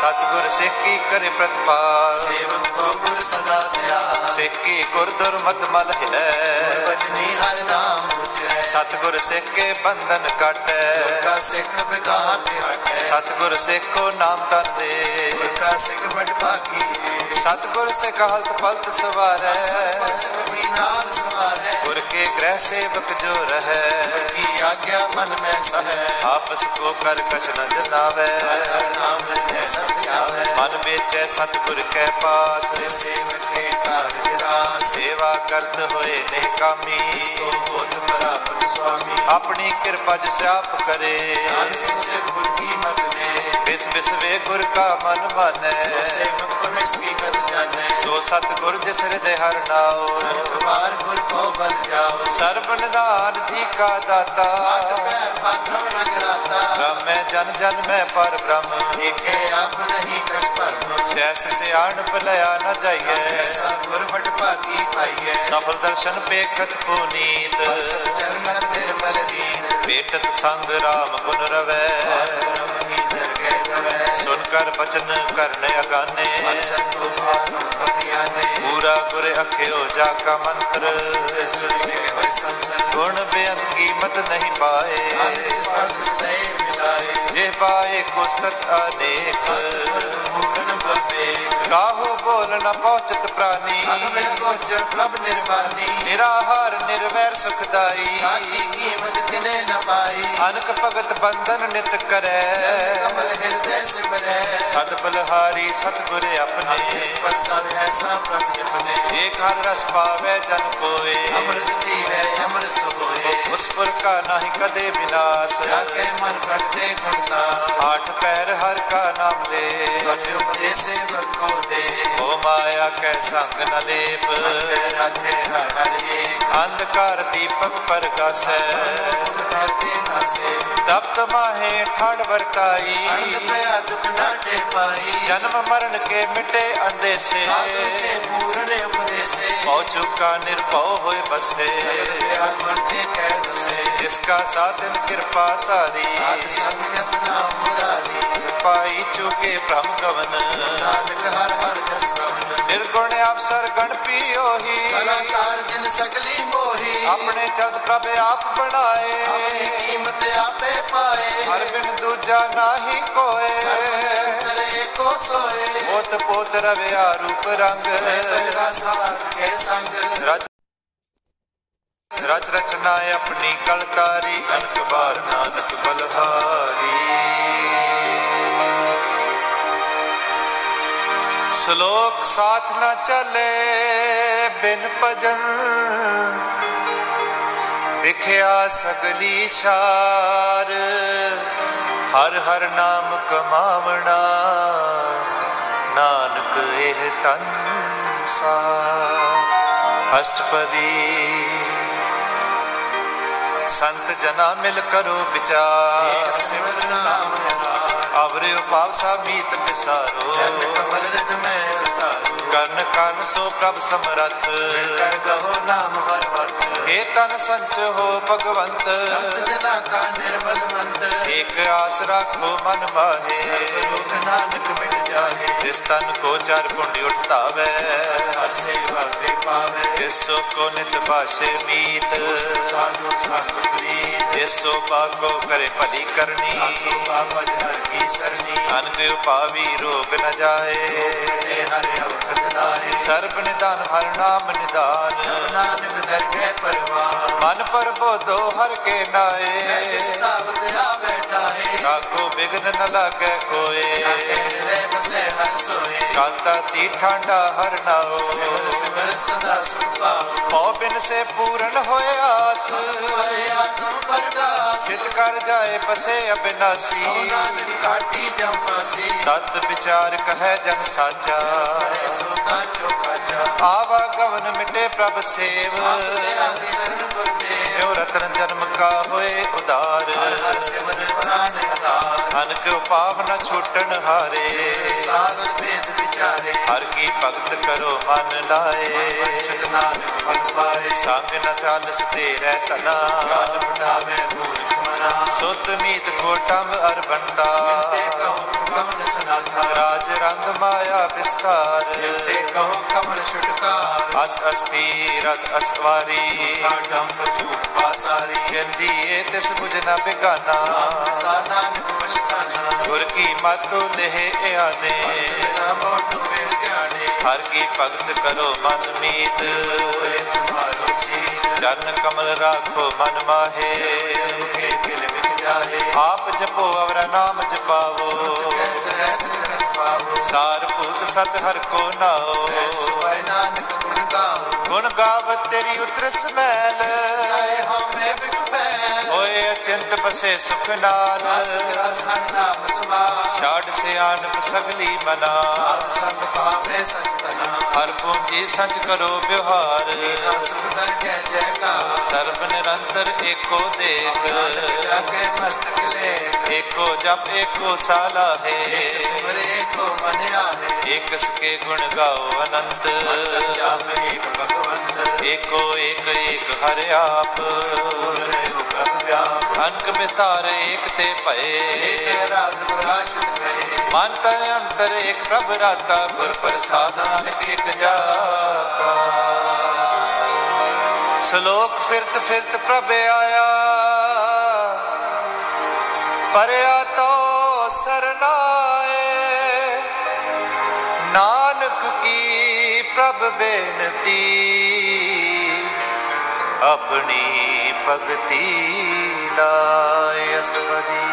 [SPEAKER 1] ਸਤਗੁਰ ਸਿੱਖ ਕੀ ਕਰੇ ਪ੍ਰਤਪਾਲ
[SPEAKER 2] ਸੇਵਕ ਕੋ ਗੁਰ ਸਦਾ ਦਿਆ
[SPEAKER 1] ਸਿੱਖੀ ਗੁਰਦੁਰ ਮਤ ਮਲ ਹਿਲੈ
[SPEAKER 2] ਵਚਨੀ ਹਰ ਨਾਮ ਉਚਰੈ
[SPEAKER 1] ਸਤਗੁਰ ਸਿੱਖ ਕੇ ਬੰਧਨ
[SPEAKER 2] ਗੁਰ
[SPEAKER 1] ਕਾਟੈ
[SPEAKER 2] ਕਾ ਸਿੱਖ ਵਿਕਾਰ ਤੇ ਹਟੈ
[SPEAKER 1] ਸਤਗੁਰ ਸਿੱਖੋ ਨਾਮ ਤਨ ਦੇ
[SPEAKER 2] ਗੁਰ ਕਾ ਸਿੱਖ ਬਟ ਭਾਗੀ ਹੈ
[SPEAKER 1] ਸਤਗੁਰ ਸਿੱਖ ਹਲਤ ਪਲਤ ਸਵਾਰੈ
[SPEAKER 2] ਸਭ ਸਿੱਖ ਵੀ ਨਾਲ ਸਮਾਰੈ
[SPEAKER 1] ਗੁਰ ਕੇ ਗ੍ਰਹਿ ਸੇਵਕ ਜੋ ਰਹੈ
[SPEAKER 2] ਗੁਰ ਕੀ ਆਗਿਆ ਮਨ ਮੈਂ ਸਹੈ
[SPEAKER 1] ਆਪਸ ਕੋ ਕਰ ਕਛ ਨ ਜਨਾਵੈ
[SPEAKER 2] ਹਰ ਹਰ ਨਾਮ ਲੈ ਸਭ ਜਾਵੇ
[SPEAKER 1] ਮਨ ਵੇਚੈ ਸਤਗੁਰ ਕੈ ਪਾਸ
[SPEAKER 2] ਸੇਵਕ ਕੇ ਕਾਰਜ ਰਾਸ
[SPEAKER 1] ਸੇਵਾ ਕਰਤ ਹੋਏ ਨਿਹ ਕਾਮੀ
[SPEAKER 2] ਕੋ ਬੋਧ ਪ੍ਰਾਪਤ ਸੁਆਮੀ
[SPEAKER 1] ਆਪਣੀ ਕਿਰਪਾ ਜਿਸ ਆਪ ਕਰੇ
[SPEAKER 2] ਨਾਨਕ ਸਿੱਖ ਗੁਰ ਕੀ ਮਤ ਨੇ
[SPEAKER 1] ਬਿਸ ਬਿਸ ਵੇ ਗੁਰ ਕਾ ਮਨ
[SPEAKER 2] ਸੋ
[SPEAKER 1] ਮਾਨੈ
[SPEAKER 2] ਸੇਵਕ ਪਰਮੇਸ਼ਰ ਕੀ ਜਾਣੈ
[SPEAKER 1] ਸੋ ਸਤਿਗੁਰ ਜਿਸ ਹਿਰਦੇ ਹਰ ਨਾਉ
[SPEAKER 2] ਅਖਬਾਰ ਗੁਰ ਕੋ ਬਲ ਜਾਓ
[SPEAKER 1] ਸਰਬ ਨਿਧਾਨ ਜੀ ਕਾ ਦਾਤਾ
[SPEAKER 2] ਆਟ ਮੈਂ ਪਾਠਮ ਰਗਰਾਤਾ
[SPEAKER 1] ਬ੍ਰਹਮੈ ਜਨ ਜਨ ਮੈਂ ਪਰ ਬ੍ਰਹਮ
[SPEAKER 2] ਏਕੇ ਆਪ ਨਹੀਂ ਕਛ ਪਰਮ
[SPEAKER 1] ਸੈਸ ਸਿਆਣ ਭਲਿਆ ਨ ਜਾਈਐ
[SPEAKER 2] ਐਸਾ ਗੁਰ ਵਟ ਭਾਗੀ ਪਾਈਐ
[SPEAKER 1] ਸਫਲ ਦਰਸ਼ਨ ਪੇਖਤ ਪੁਨੀਤ
[SPEAKER 2] ਸਤ ਚਰਨ ਨਿਰਮਲ ਰੀਨ
[SPEAKER 1] ਭੇਟਤ ਸੰਗ ਰਾਮ ਗੁਣ ਰਵੈ
[SPEAKER 2] ਹਰ ਬ੍ਰਹਮ ਕੀ ਦਰਗਹਿ ਗਵੈ
[SPEAKER 1] ਸੁਨ ਕਰ ਬਚਨ ਕਰਨ ਅਗਾਨੇ
[SPEAKER 2] ਮਨ ਸੰਤੋ ਭਾਰਮ ਭਗਿਆਨੇ
[SPEAKER 1] ਪੂਰਾ ਗੁਰ ਅਖਿਓ ਜਾ ਕਾ ਮੰਤਰ
[SPEAKER 2] ਇਸ ਲਿਖੇ ਹੋਏ ਸੰਤਨ
[SPEAKER 1] ਗੁਣ ਬੇਅੰਤ ਕੀਮਤ ਨਹੀਂ ਪਾਏ
[SPEAKER 2] ਆਨਿਸ ਪਰਦਸ ਲੈ ਮਿਲਾਏ
[SPEAKER 1] ਜੇ ਪਾਏ ਕੁਸਤਤ ਅਨੇਕ
[SPEAKER 2] ਸਤਿਗੁਰ ਪੂਰਨ ਬਵੇਕ
[SPEAKER 1] ਕਾਹੋ ਬੋਲ ਨ ਪਹੁੰਚਤ ਪ੍ਰਾਨੀ
[SPEAKER 2] ਅਗਵੇ ਗੋਚਰ ਪ੍ਰਭ ਨਿਰਵਾਣੀ
[SPEAKER 1] ਨਿਰਾਹਾਰ ਨਿਰਵੈਰ ਸੁਖਦਾਈ
[SPEAKER 2] ਕਾਕੀ ਕੀਮਤ ਕਿਨੇ ਨ ਪਾਈ
[SPEAKER 1] ਅਨਕ ਭਗਤ ਬੰਧਨ ਨਿਤ ਕਰੈ
[SPEAKER 2] ਕਮਲ ਹਿਰਦੈ ਸਿਮਰੈ
[SPEAKER 1] ਸਤ ਬਲਹਾਰੀ ਸਤਗੁਰ
[SPEAKER 2] ਇਸ
[SPEAKER 1] ਆਪਣੇ
[SPEAKER 2] ਪ੍ਰਸਾਦ ਐਸਾ ਪ੍ਰਭ ਜਪਨੇ
[SPEAKER 1] ਏਕ ਹਰ ਰਸ ਪਾਵੇ ਜਨ ਕੋਏ
[SPEAKER 2] ਅਮਰਤ ਪੀਵੇ ਅਮਰ ਸੋਏ
[SPEAKER 1] ਉਸ ਪੁਰ ਕਾ ਨਾਹੀ ਕਦੇ ਵਿਨਾਸ਼
[SPEAKER 2] ਜਾ ਕੇ ਮਨ ਪ੍ਰਗਟੇ ਗੁਣਦਾਸ
[SPEAKER 1] ਆਠ ਪੈਰ ਹਰ ਕਾ ਨਾਮ ਲੇ
[SPEAKER 2] ਸਚ ਉਪਦੇਸੇ ਵਕੋ ਦੇ
[SPEAKER 1] ਹੋ ਮਾਇਆ ਕੈ ਸੰਗ ਨ ਲੇਪ
[SPEAKER 2] ਮਨ ਪੈ ਰਾਖੇ ਹਰ ਹਰ ਏਕ
[SPEAKER 1] ਅੰਧ ਕਾ ਘਰ ਦੀਪਕ ਪ੍ਰਗਾਸੈ
[SPEAKER 2] ਦੁਖ ਦਾਤੇ ਨਾਸੇ
[SPEAKER 1] ਤਪਤ ਮਾਹੇ ਠੰਡ ਵਰਤਾਈ
[SPEAKER 2] ਅਨੰਦ ਪਿਆ ਦੁਖ ਨਾਟੇ ਪਾਈ
[SPEAKER 1] ਜਨਮ ਮਰਨ ਕੇ ਮਿਟੇ ਅੰਦੇਸੇ
[SPEAKER 2] ਸਾਧੂ ਤੇ ਪੂਰਨ ਉਪਦੇਸੇ
[SPEAKER 1] ਪਉ ਚੁਕਾ ਨਿਰਭਉ ਹੋਏ ਬਸੇ
[SPEAKER 2] ਸਗਲ ਪਿਆ ਮਨ ਤੇ ਕਹਿ ਦਸੇ
[SPEAKER 1] ਜਿਸ ਕਾ ਸਾਧਨ ਕਿਰਪਾ
[SPEAKER 2] ਸਾਧ
[SPEAKER 1] ਧਾਰੀ
[SPEAKER 2] ਸੰਗ ਜਪ ਨਾਮ ਮੁਰਾਰੀ
[SPEAKER 1] ਪਾਈ ਚੁਕੇ ਭ੍ਰਮ ਗਵਨ
[SPEAKER 2] ਨਾਨਕ ਹਰ ਹਰ ਜਸ ਪ੍ਰਭ
[SPEAKER 1] ਨਿਰਗੁਣ ਅਵਸਰ ਗਣ ਪੀਓਹੀ
[SPEAKER 2] ਕਲਾ ਤਾਰ ਜਿਨ ਸਗਲੀ ਮੋਹੀ
[SPEAKER 1] ਆਪਣੇ ਚਤ ਪ੍ਰਭ ਆਪ ਬਣਾਏ
[SPEAKER 2] ਆਪਣੀ ਕੀਮਤ ਆਪੇ ਪਾਏ
[SPEAKER 1] ਹਰ ਬਿਨ ਦੂਜਾ ਨਾਹੀ ਕੋਏ
[SPEAKER 2] ਸਰਬ ਨਿਰੰਤਰ ਏਕੋ ਸੋਏ
[SPEAKER 1] ਮੋਤ ਪੋਤ ਰਵਿਆ ਰੂਪ ਰੰਗ
[SPEAKER 2] ਪਰਵਾ ਸਾਥ ਕੇ ਸੰਗ
[SPEAKER 1] ਰਚ ਰਚ ਰਚਨਾ ਆਪਣੀ ਕਲਤਾਰੀ ਅਨਕ ਬਾਰ ਨਾਨਕ ਬਲਹਾਰੀ ਸ਼ਲੋਕ ਸਾਥ ਨਾ ਚਲੇ ਬਿਨ ਭਜਨ ਵਿਖਿਆ ਸਗਲੀ ਸ਼ਾਰ ਹਰ ਹਰ ਨਾਮ ਕਮਾਵਣਾ ਨਾਨਕ ਇਹ ਤਨ ਸਾਰ ਅਸ਼ਟਪਦੀ ਸੰਤ ਜਨਾ ਮਿਲ ਕਰੋ
[SPEAKER 2] ਏਕ
[SPEAKER 1] ਵਿਚਾਰ
[SPEAKER 2] ਸਿਮਰ ਨਾਮ ਹਰਾਰ
[SPEAKER 1] ਅਵਰਿਓ ਪਾਪ ਸਾ ਮੀਤ ਵਿਸਾਰੋ
[SPEAKER 2] ਜਨ ਕਮਲ ਰਿਤ ਮੈਂ ਉਤਾਰੂ
[SPEAKER 1] ਕਰਨ ਕਨ ਸੋ ਪ੍ਰਭ ਸਮਰੱਥ
[SPEAKER 2] ਕਰ ਕਹੋ ਨਾਮ ਹਰ ਵਕਤ
[SPEAKER 1] ਏ ਤਨ ਸੰਚ ਹੋ ਭਗਵੰਤ
[SPEAKER 2] ਸੰਤ ਜਨਾ ਕਾ ਨਿਰਮਲ ਮੰਤ
[SPEAKER 1] ਏਕ ਆਸ ਰੱਖੋ ਮਨ
[SPEAKER 2] ਸਰਬ
[SPEAKER 1] ਮਾਹੇ
[SPEAKER 2] ਰੋਗ ਨਾਨਕ ਮਿਟ ਜਾਏ
[SPEAKER 1] ਜਿਸ ਤਨ ਕੋ ਚਾਰ ਕੁੰਡੀ ਉਠਤਾਵੇ
[SPEAKER 2] ਹਰ ਸੇਵਾ ਤੇ ਪਾਵੇ
[SPEAKER 1] ਜਿਸ ਸੋ ਕੋ ਨਿਤ ਪਾਸ਼ੇ ਮੀਤ
[SPEAKER 2] ਸਾਧੂ ਸੰਗ ਪ੍ਰੀਤ
[SPEAKER 1] ਜਿਸ ਸੋ ਪਾਕੋ ਕਰੇ ਭਲੀ ਕਰਨੀ
[SPEAKER 2] ਸਾਸੂ ਬਾਬਜ ਹਰ ਕੀ ਸਰਨੀ
[SPEAKER 1] ਅਨਕ ਉਪਾਵੀ ਰੋਗ ਨ ਜਾਏ
[SPEAKER 2] ਨੇ ਹਰਿ ਅਵਖਤ ਲਾਏ
[SPEAKER 1] ਸਰਬ ਨਿਦਾਨ ਹਰ ਨਾਮ
[SPEAKER 2] ਜਪ
[SPEAKER 1] ਨਿਦਾਨ
[SPEAKER 2] ਨਾਨਕ ਦਰਗਹਿ ਪਰਵਾਰ
[SPEAKER 1] ਮਨ ਪ੍ਰਬੋਧੋ ਹਰ ਕੇ ਨਾਏ
[SPEAKER 2] ਇਸ ਤਾਵਤ ਆਵੇ ਟਾਏ
[SPEAKER 1] ਕਾਕੋ ਵਿਗਨ ਨ ਲਾਗੈ ਕੋਏ
[SPEAKER 2] ਆਕੇ ਹਿਰਦੇ ਵਸੇ ਹਰ ਸੋਏ
[SPEAKER 1] ਕਾਤਾ ਤੀ ਠਾਂਡਾ ਹਰ ਨਾਓ
[SPEAKER 2] ਸਿਮਰ ਸਿਮਰ ਸਦਾ ਸੁਖ ਪਾਓ
[SPEAKER 1] ਪਉ ਬਿਨ ਸੇ ਪੂਰਨ ਹੋਏ ਆਸ
[SPEAKER 2] ਹੋਏ ਆਤਮ ਪਰਗਾਸ
[SPEAKER 1] ਸਿਤ ਕਰ ਜਾਏ ਬਸੇ
[SPEAKER 2] ਹੋ
[SPEAKER 1] ਅਬਿਨਾਸੀ
[SPEAKER 2] ਨਾਨਕ ਕਾਟੀ ਜਮ ਫਾਸੀ
[SPEAKER 1] ਤਤ ਵਿਚਾਰ ਕਹੈ ਜਨ ਸਾਚਾ
[SPEAKER 2] ਹਰੇ ਸੋਤਾ ਚੋਖਾਚਾ
[SPEAKER 1] ਆਵਾ ਗਵਨ ਮਿਟੇ ਪ੍ਰਭ ਸੇਵ
[SPEAKER 2] ਆਪੇ ਆਪ ਸਰਨ ਗੁਰਦੇਵ
[SPEAKER 1] ਜੋ ਰਤਨ ਜਨਮ ਕਾ ਹੋਏ ਉਦਾਰ
[SPEAKER 2] ਹਰ ਹਰ ਸਿਮਰ ਪ੍ਰਾਨ ਹਤਾਰ
[SPEAKER 1] ਅਨਕ ਉਪਾਵ ਨ ਛੁਟਣ ਹਾਰੇ
[SPEAKER 2] ਸਾਸ ਭੇਦ ਵਿਚਾਰੇ
[SPEAKER 1] ਹਰ ਕੀ ਭਗਤ ਕਰੋ ਮਨ ਲਾਏ
[SPEAKER 2] ਅਛਤ ਨਾਨਕ ਫਲ ਪਾਏ
[SPEAKER 1] ਸੰਗ ਨ ਚਾਲਸ ਤੇਰੇ ਤਨਾ
[SPEAKER 2] ਕਾਲ ਮਟਾਵੇ ਮੂਰਖ ਮਨਾ
[SPEAKER 1] ਸੁਤ ਮੀਤ ਕੋਟੰਬ ਅਰਬੰਤਾ
[SPEAKER 2] ਤੇ ਕਹੋ ਕਮਨ ਸਨਾਥਾ
[SPEAKER 1] ਰਾਜ ਰੰਗ ਮਾਇਆ ਵਿਸਤਾਰ
[SPEAKER 2] ਤੇ ਕਹੋ ਕਮਨ ਛੁਟਕਾਰ
[SPEAKER 1] ਅਸ ਅਸਤੀ ਰਤ ਅਸਵਾਰੀ
[SPEAKER 2] ਕਾਟਮ ਫਚੂਟ ਪਾਸਾਰੀ
[SPEAKER 1] ਜੰਦੀਏ ਤਿਸ ਬੁਝ ਨ ਬਿਗਾਨਾ
[SPEAKER 2] ਸਾ ਨਾਨਕ ਪਛਤਾਨਾ
[SPEAKER 1] ਗੁਰ ਕੀ ਮਾਤੋ ਲਹਿ ਆਨੇ
[SPEAKER 2] ਨਾ ਮੋਟੂ ਵੇ ਸਿਆਣੇ
[SPEAKER 1] ਹਰ ਕੀ ਭਗਤ ਕਰੋ ਮਨ ਮੀਤ
[SPEAKER 2] ਹੋਏ ਤੁਮਾਰੋ ਜੀਤ
[SPEAKER 1] ਚਰਨ ਕਮਲ ਰਾਖੋ ਮਨ ਮਾਹੇ
[SPEAKER 2] ਕੇ ਦਿਲ ਵਿੱਚ ਜਾਏ
[SPEAKER 1] ਆਪ ਜਪੋ ਅਵਰਾ ਨਾਮ ਜਪਾਵੋ
[SPEAKER 2] ਕਹਿਤ ਰਹਿਤ ਰਤ ਪਾਵੋ
[SPEAKER 1] ਸਾਰ ਭੂਤ ਸਤ ਹਰ ਕੋ ਨਾਓ
[SPEAKER 2] ਸੁਭੈ ਨਾਨਕ ਗੁਣ ਗਾਓ
[SPEAKER 1] ਗੁਣ ਗਾਵਤ ਤੇਰੀ ਉਤਰਸ ਮੈਲ
[SPEAKER 2] ਆਏ ਹਮੇ ਬਿਗ ਫੈਨ
[SPEAKER 1] ਹੋਏ ਅਚਿੰਤ ਬਸੇ ਸੁਖ ਨਾਲ
[SPEAKER 2] ਰਸ ਰਸ ਹਰ ਨਾਮ ਸਮਾ
[SPEAKER 1] ਛਾੜ ਸਿਆਣਪ ਸਗਲੀ ਮਨਾ
[SPEAKER 2] ਸਾਧ ਸੰਗ ਪਾਵੇ ਸਚ ਤਨਾ
[SPEAKER 1] ਹਰ ਪੂੰਜੀ ਸੱਚ ਕਰੋ ਵਿਵਹਾਰ
[SPEAKER 2] ਨਾ ਸੁਖ ਦਰ ਕੈ ਜੈਕਾਰ
[SPEAKER 1] ਸਰਬ ਨਿਰੰਤਰ ਏਕੋ
[SPEAKER 2] ਨਾਨਕ
[SPEAKER 1] ਦੇਖ
[SPEAKER 2] ਜਾਗੇ ਮਸਤਕ ਲੈ
[SPEAKER 1] ਏਕੋ ਜਪ ਏਕੋ ਸਾਲਾ ਹੈ
[SPEAKER 2] ਸਿਮਰੇ ਕੋ ਮਨ ਆਵੇ
[SPEAKER 1] ਏਕ ਸਕੇ ਗੁਣ ਗਾਓ ਅਨੰਤ
[SPEAKER 2] ਜਾਪੇ ਭਗਵੰਤ
[SPEAKER 1] ਏਕੋ ਏਕ ਏਕ ਹਰਿ ਆਪ
[SPEAKER 2] ਗੁਰੂ ਪ੍ਰਭ ਵਿਆਪ
[SPEAKER 1] ਅਨਕ ਵਿਸਤਾਰ ਏਕ ਤੇ ਭਏ
[SPEAKER 2] ਏਕ ਰਾਤ ਪ੍ਰਾਸ਼ਤ ਕਰੇ
[SPEAKER 1] ਮਨ ਤਨ ਅੰਤਰ ਏਕ ਪ੍ਰਭ ਰਾਤਾ ਗੁਰ ਪ੍ਰਸਾਦ
[SPEAKER 2] ਨਾਨਕ ਇੱਕ ਜਾਤਾ
[SPEAKER 1] ਸ਼ਲੋਕ ਫਿਰਤ ਫਿਰਤ ਪ੍ਰਭ ਆਇਆ ਪਰਿਆ ਤੋ ਸਰਨਾਏ ਨਾਨਕ ਕੀ ਪ੍ਰਭ ਬੇਨਤੀ ਆਪਣੀ ਭਗਤੀ ਲਾਇ ਅਸਤਪਦੀ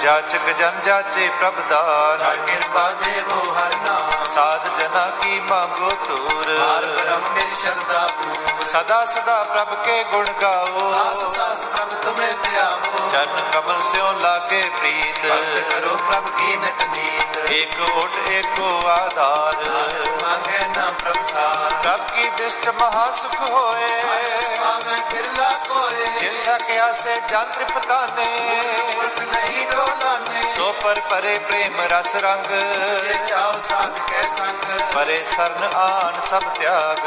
[SPEAKER 1] ਜਾਚਕ ਜਨ ਜਾਚੇ ਪ੍ਰਭ ਦਾਨ
[SPEAKER 2] ਤਾ ਕਿਰਪਾ ਦੇਵੋ ਹਰ ਨਾਮ
[SPEAKER 1] ਸਾਧ ਜਨਾ ਕੀ ਮੰਗੋ ਤੂਰ
[SPEAKER 2] ਹਰ ਬ੍ਰਹਮ ਮੇਰੀ ਸ਼ਰਧਾ ਪੂਰ
[SPEAKER 1] ਸਦਾ ਸਦਾ ਪ੍ਰਭ ਕੇ ਗੁਣ ਗਾਓ
[SPEAKER 2] ਸਾਸ ਸਾਸ ਪ੍ਰਭ ਤੁਮੇ ਤੇ ਆਵੋ
[SPEAKER 1] ਚਰਨ ਕਮਲ ਸਿਓ ਲਾਗੇ
[SPEAKER 2] ਭਗਤ
[SPEAKER 1] ਪ੍ਰੀਤ
[SPEAKER 2] ਕਰੋ ਪ੍ਰਭ ਕੀ ਨਿਤ ਨੀਤ
[SPEAKER 1] ਏਕ ਓਟ ਏਕੋ ਆਧਾਰ
[SPEAKER 2] ਨਾਨਕ ਮੰਗੇ ਨਾਮ ਪ੍ਰਭ ਸੰਸਾਰ
[SPEAKER 1] ਪ੍ਰਭ ਕੀ ਦਿਸ਼ਟ ਮਹਾ ਸੁਖ ਹੋਏ
[SPEAKER 2] ਭਾਵੇਂ ਬਿਰਲਾ ਕੋਏ
[SPEAKER 1] ਜਿਨ ਸਕਿਆ ਸੇ ਜਨ ਤ੍ਰਿਪਤਾਨੇ
[SPEAKER 2] ਮੁਰਖ ਨਹੀਂ ਡੋਲਾਨੇ
[SPEAKER 1] ਸੋ ਪਰ ਪਰੇ ਪ੍ਰੇਮ ਰਸ ਰੰਗ
[SPEAKER 2] ਜੇ ਚਾਉ ਸਾਥ ਕੈ ਸੰਗ
[SPEAKER 1] ਪਰੇ ਸਰਨ ਆਨ ਸਭ ਤਿਆਗ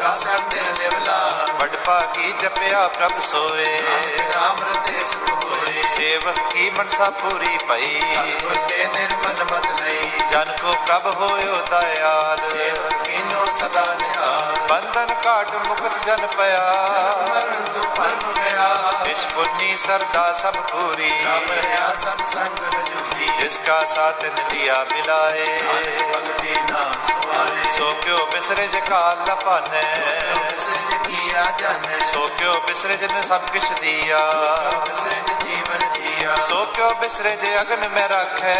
[SPEAKER 2] ਰਾਸਣ ਦੇ ਲੇਵਲਾ
[SPEAKER 1] ਵਡ ਭਾਗੀ ਜਪਿਆ ਪ੍ਰਭ ਸੋਏ
[SPEAKER 2] ਰਾਮ ਰਤੇ ਸੁਖ ਹੋਏ
[SPEAKER 1] ਸੇਵਕ ਕੀ ਮਨਸਾ ਪੂਰੀ ਭਈ
[SPEAKER 2] ਸਤਿਗੁਰ ਤੇ ਨਿਰਮਲ ਮਤ ਲਈ
[SPEAKER 1] ਜਨ ਕੋ ਪ੍ਰਭ ਹੋਇਓ ਦਇਆਲ
[SPEAKER 2] ਸੇਵਕ ਕੀਨੋ ਸਦਾ ਨਿਹਾਲ
[SPEAKER 1] ਬੰਧਨ ਘਾਟ ਮੁਕਤ ਜਨ ਪਿਆ
[SPEAKER 2] ਮਰਨ ਤੂੰ ਪਰਮ ਗਿਆ
[SPEAKER 1] ਇਸ ਪੁੰਨੀ ਸਰਦਾ ਸਭ ਪੂਰੀ
[SPEAKER 2] ਰਾਮ ਰਿਆ ਸਤ ਸੰਗ ਰਜੂਗੀ
[SPEAKER 1] ਜਿਸ ਕਾ ਸਾਥ ਨਿਤਿਆ ਮਿਲਾਏ
[SPEAKER 2] ਭਗਤੀ ਨਾਮ ਸੁਆਏ
[SPEAKER 1] ਸੋ ਕਿਉ ਬਿਸਰਜ ਕਾਲ ਨ ਭਾਨੈ
[SPEAKER 2] ਸਿਰਜ ਕੀਆ ਜਾਣੈ
[SPEAKER 1] ਸੋ ਕਿਉ ਬਿਸਰਜ ਨ ਸਭ ਕਿਛ ਦੀਆ
[SPEAKER 2] ਪ੍ਰਭ ਸਿਰਜ ਜੀਵਨ ਜੀਆ
[SPEAKER 1] ਸੋ ਕਿਉ ਬਿਸਰਜ ਅਗਨ ਮੈਂ ਰਾਖੈ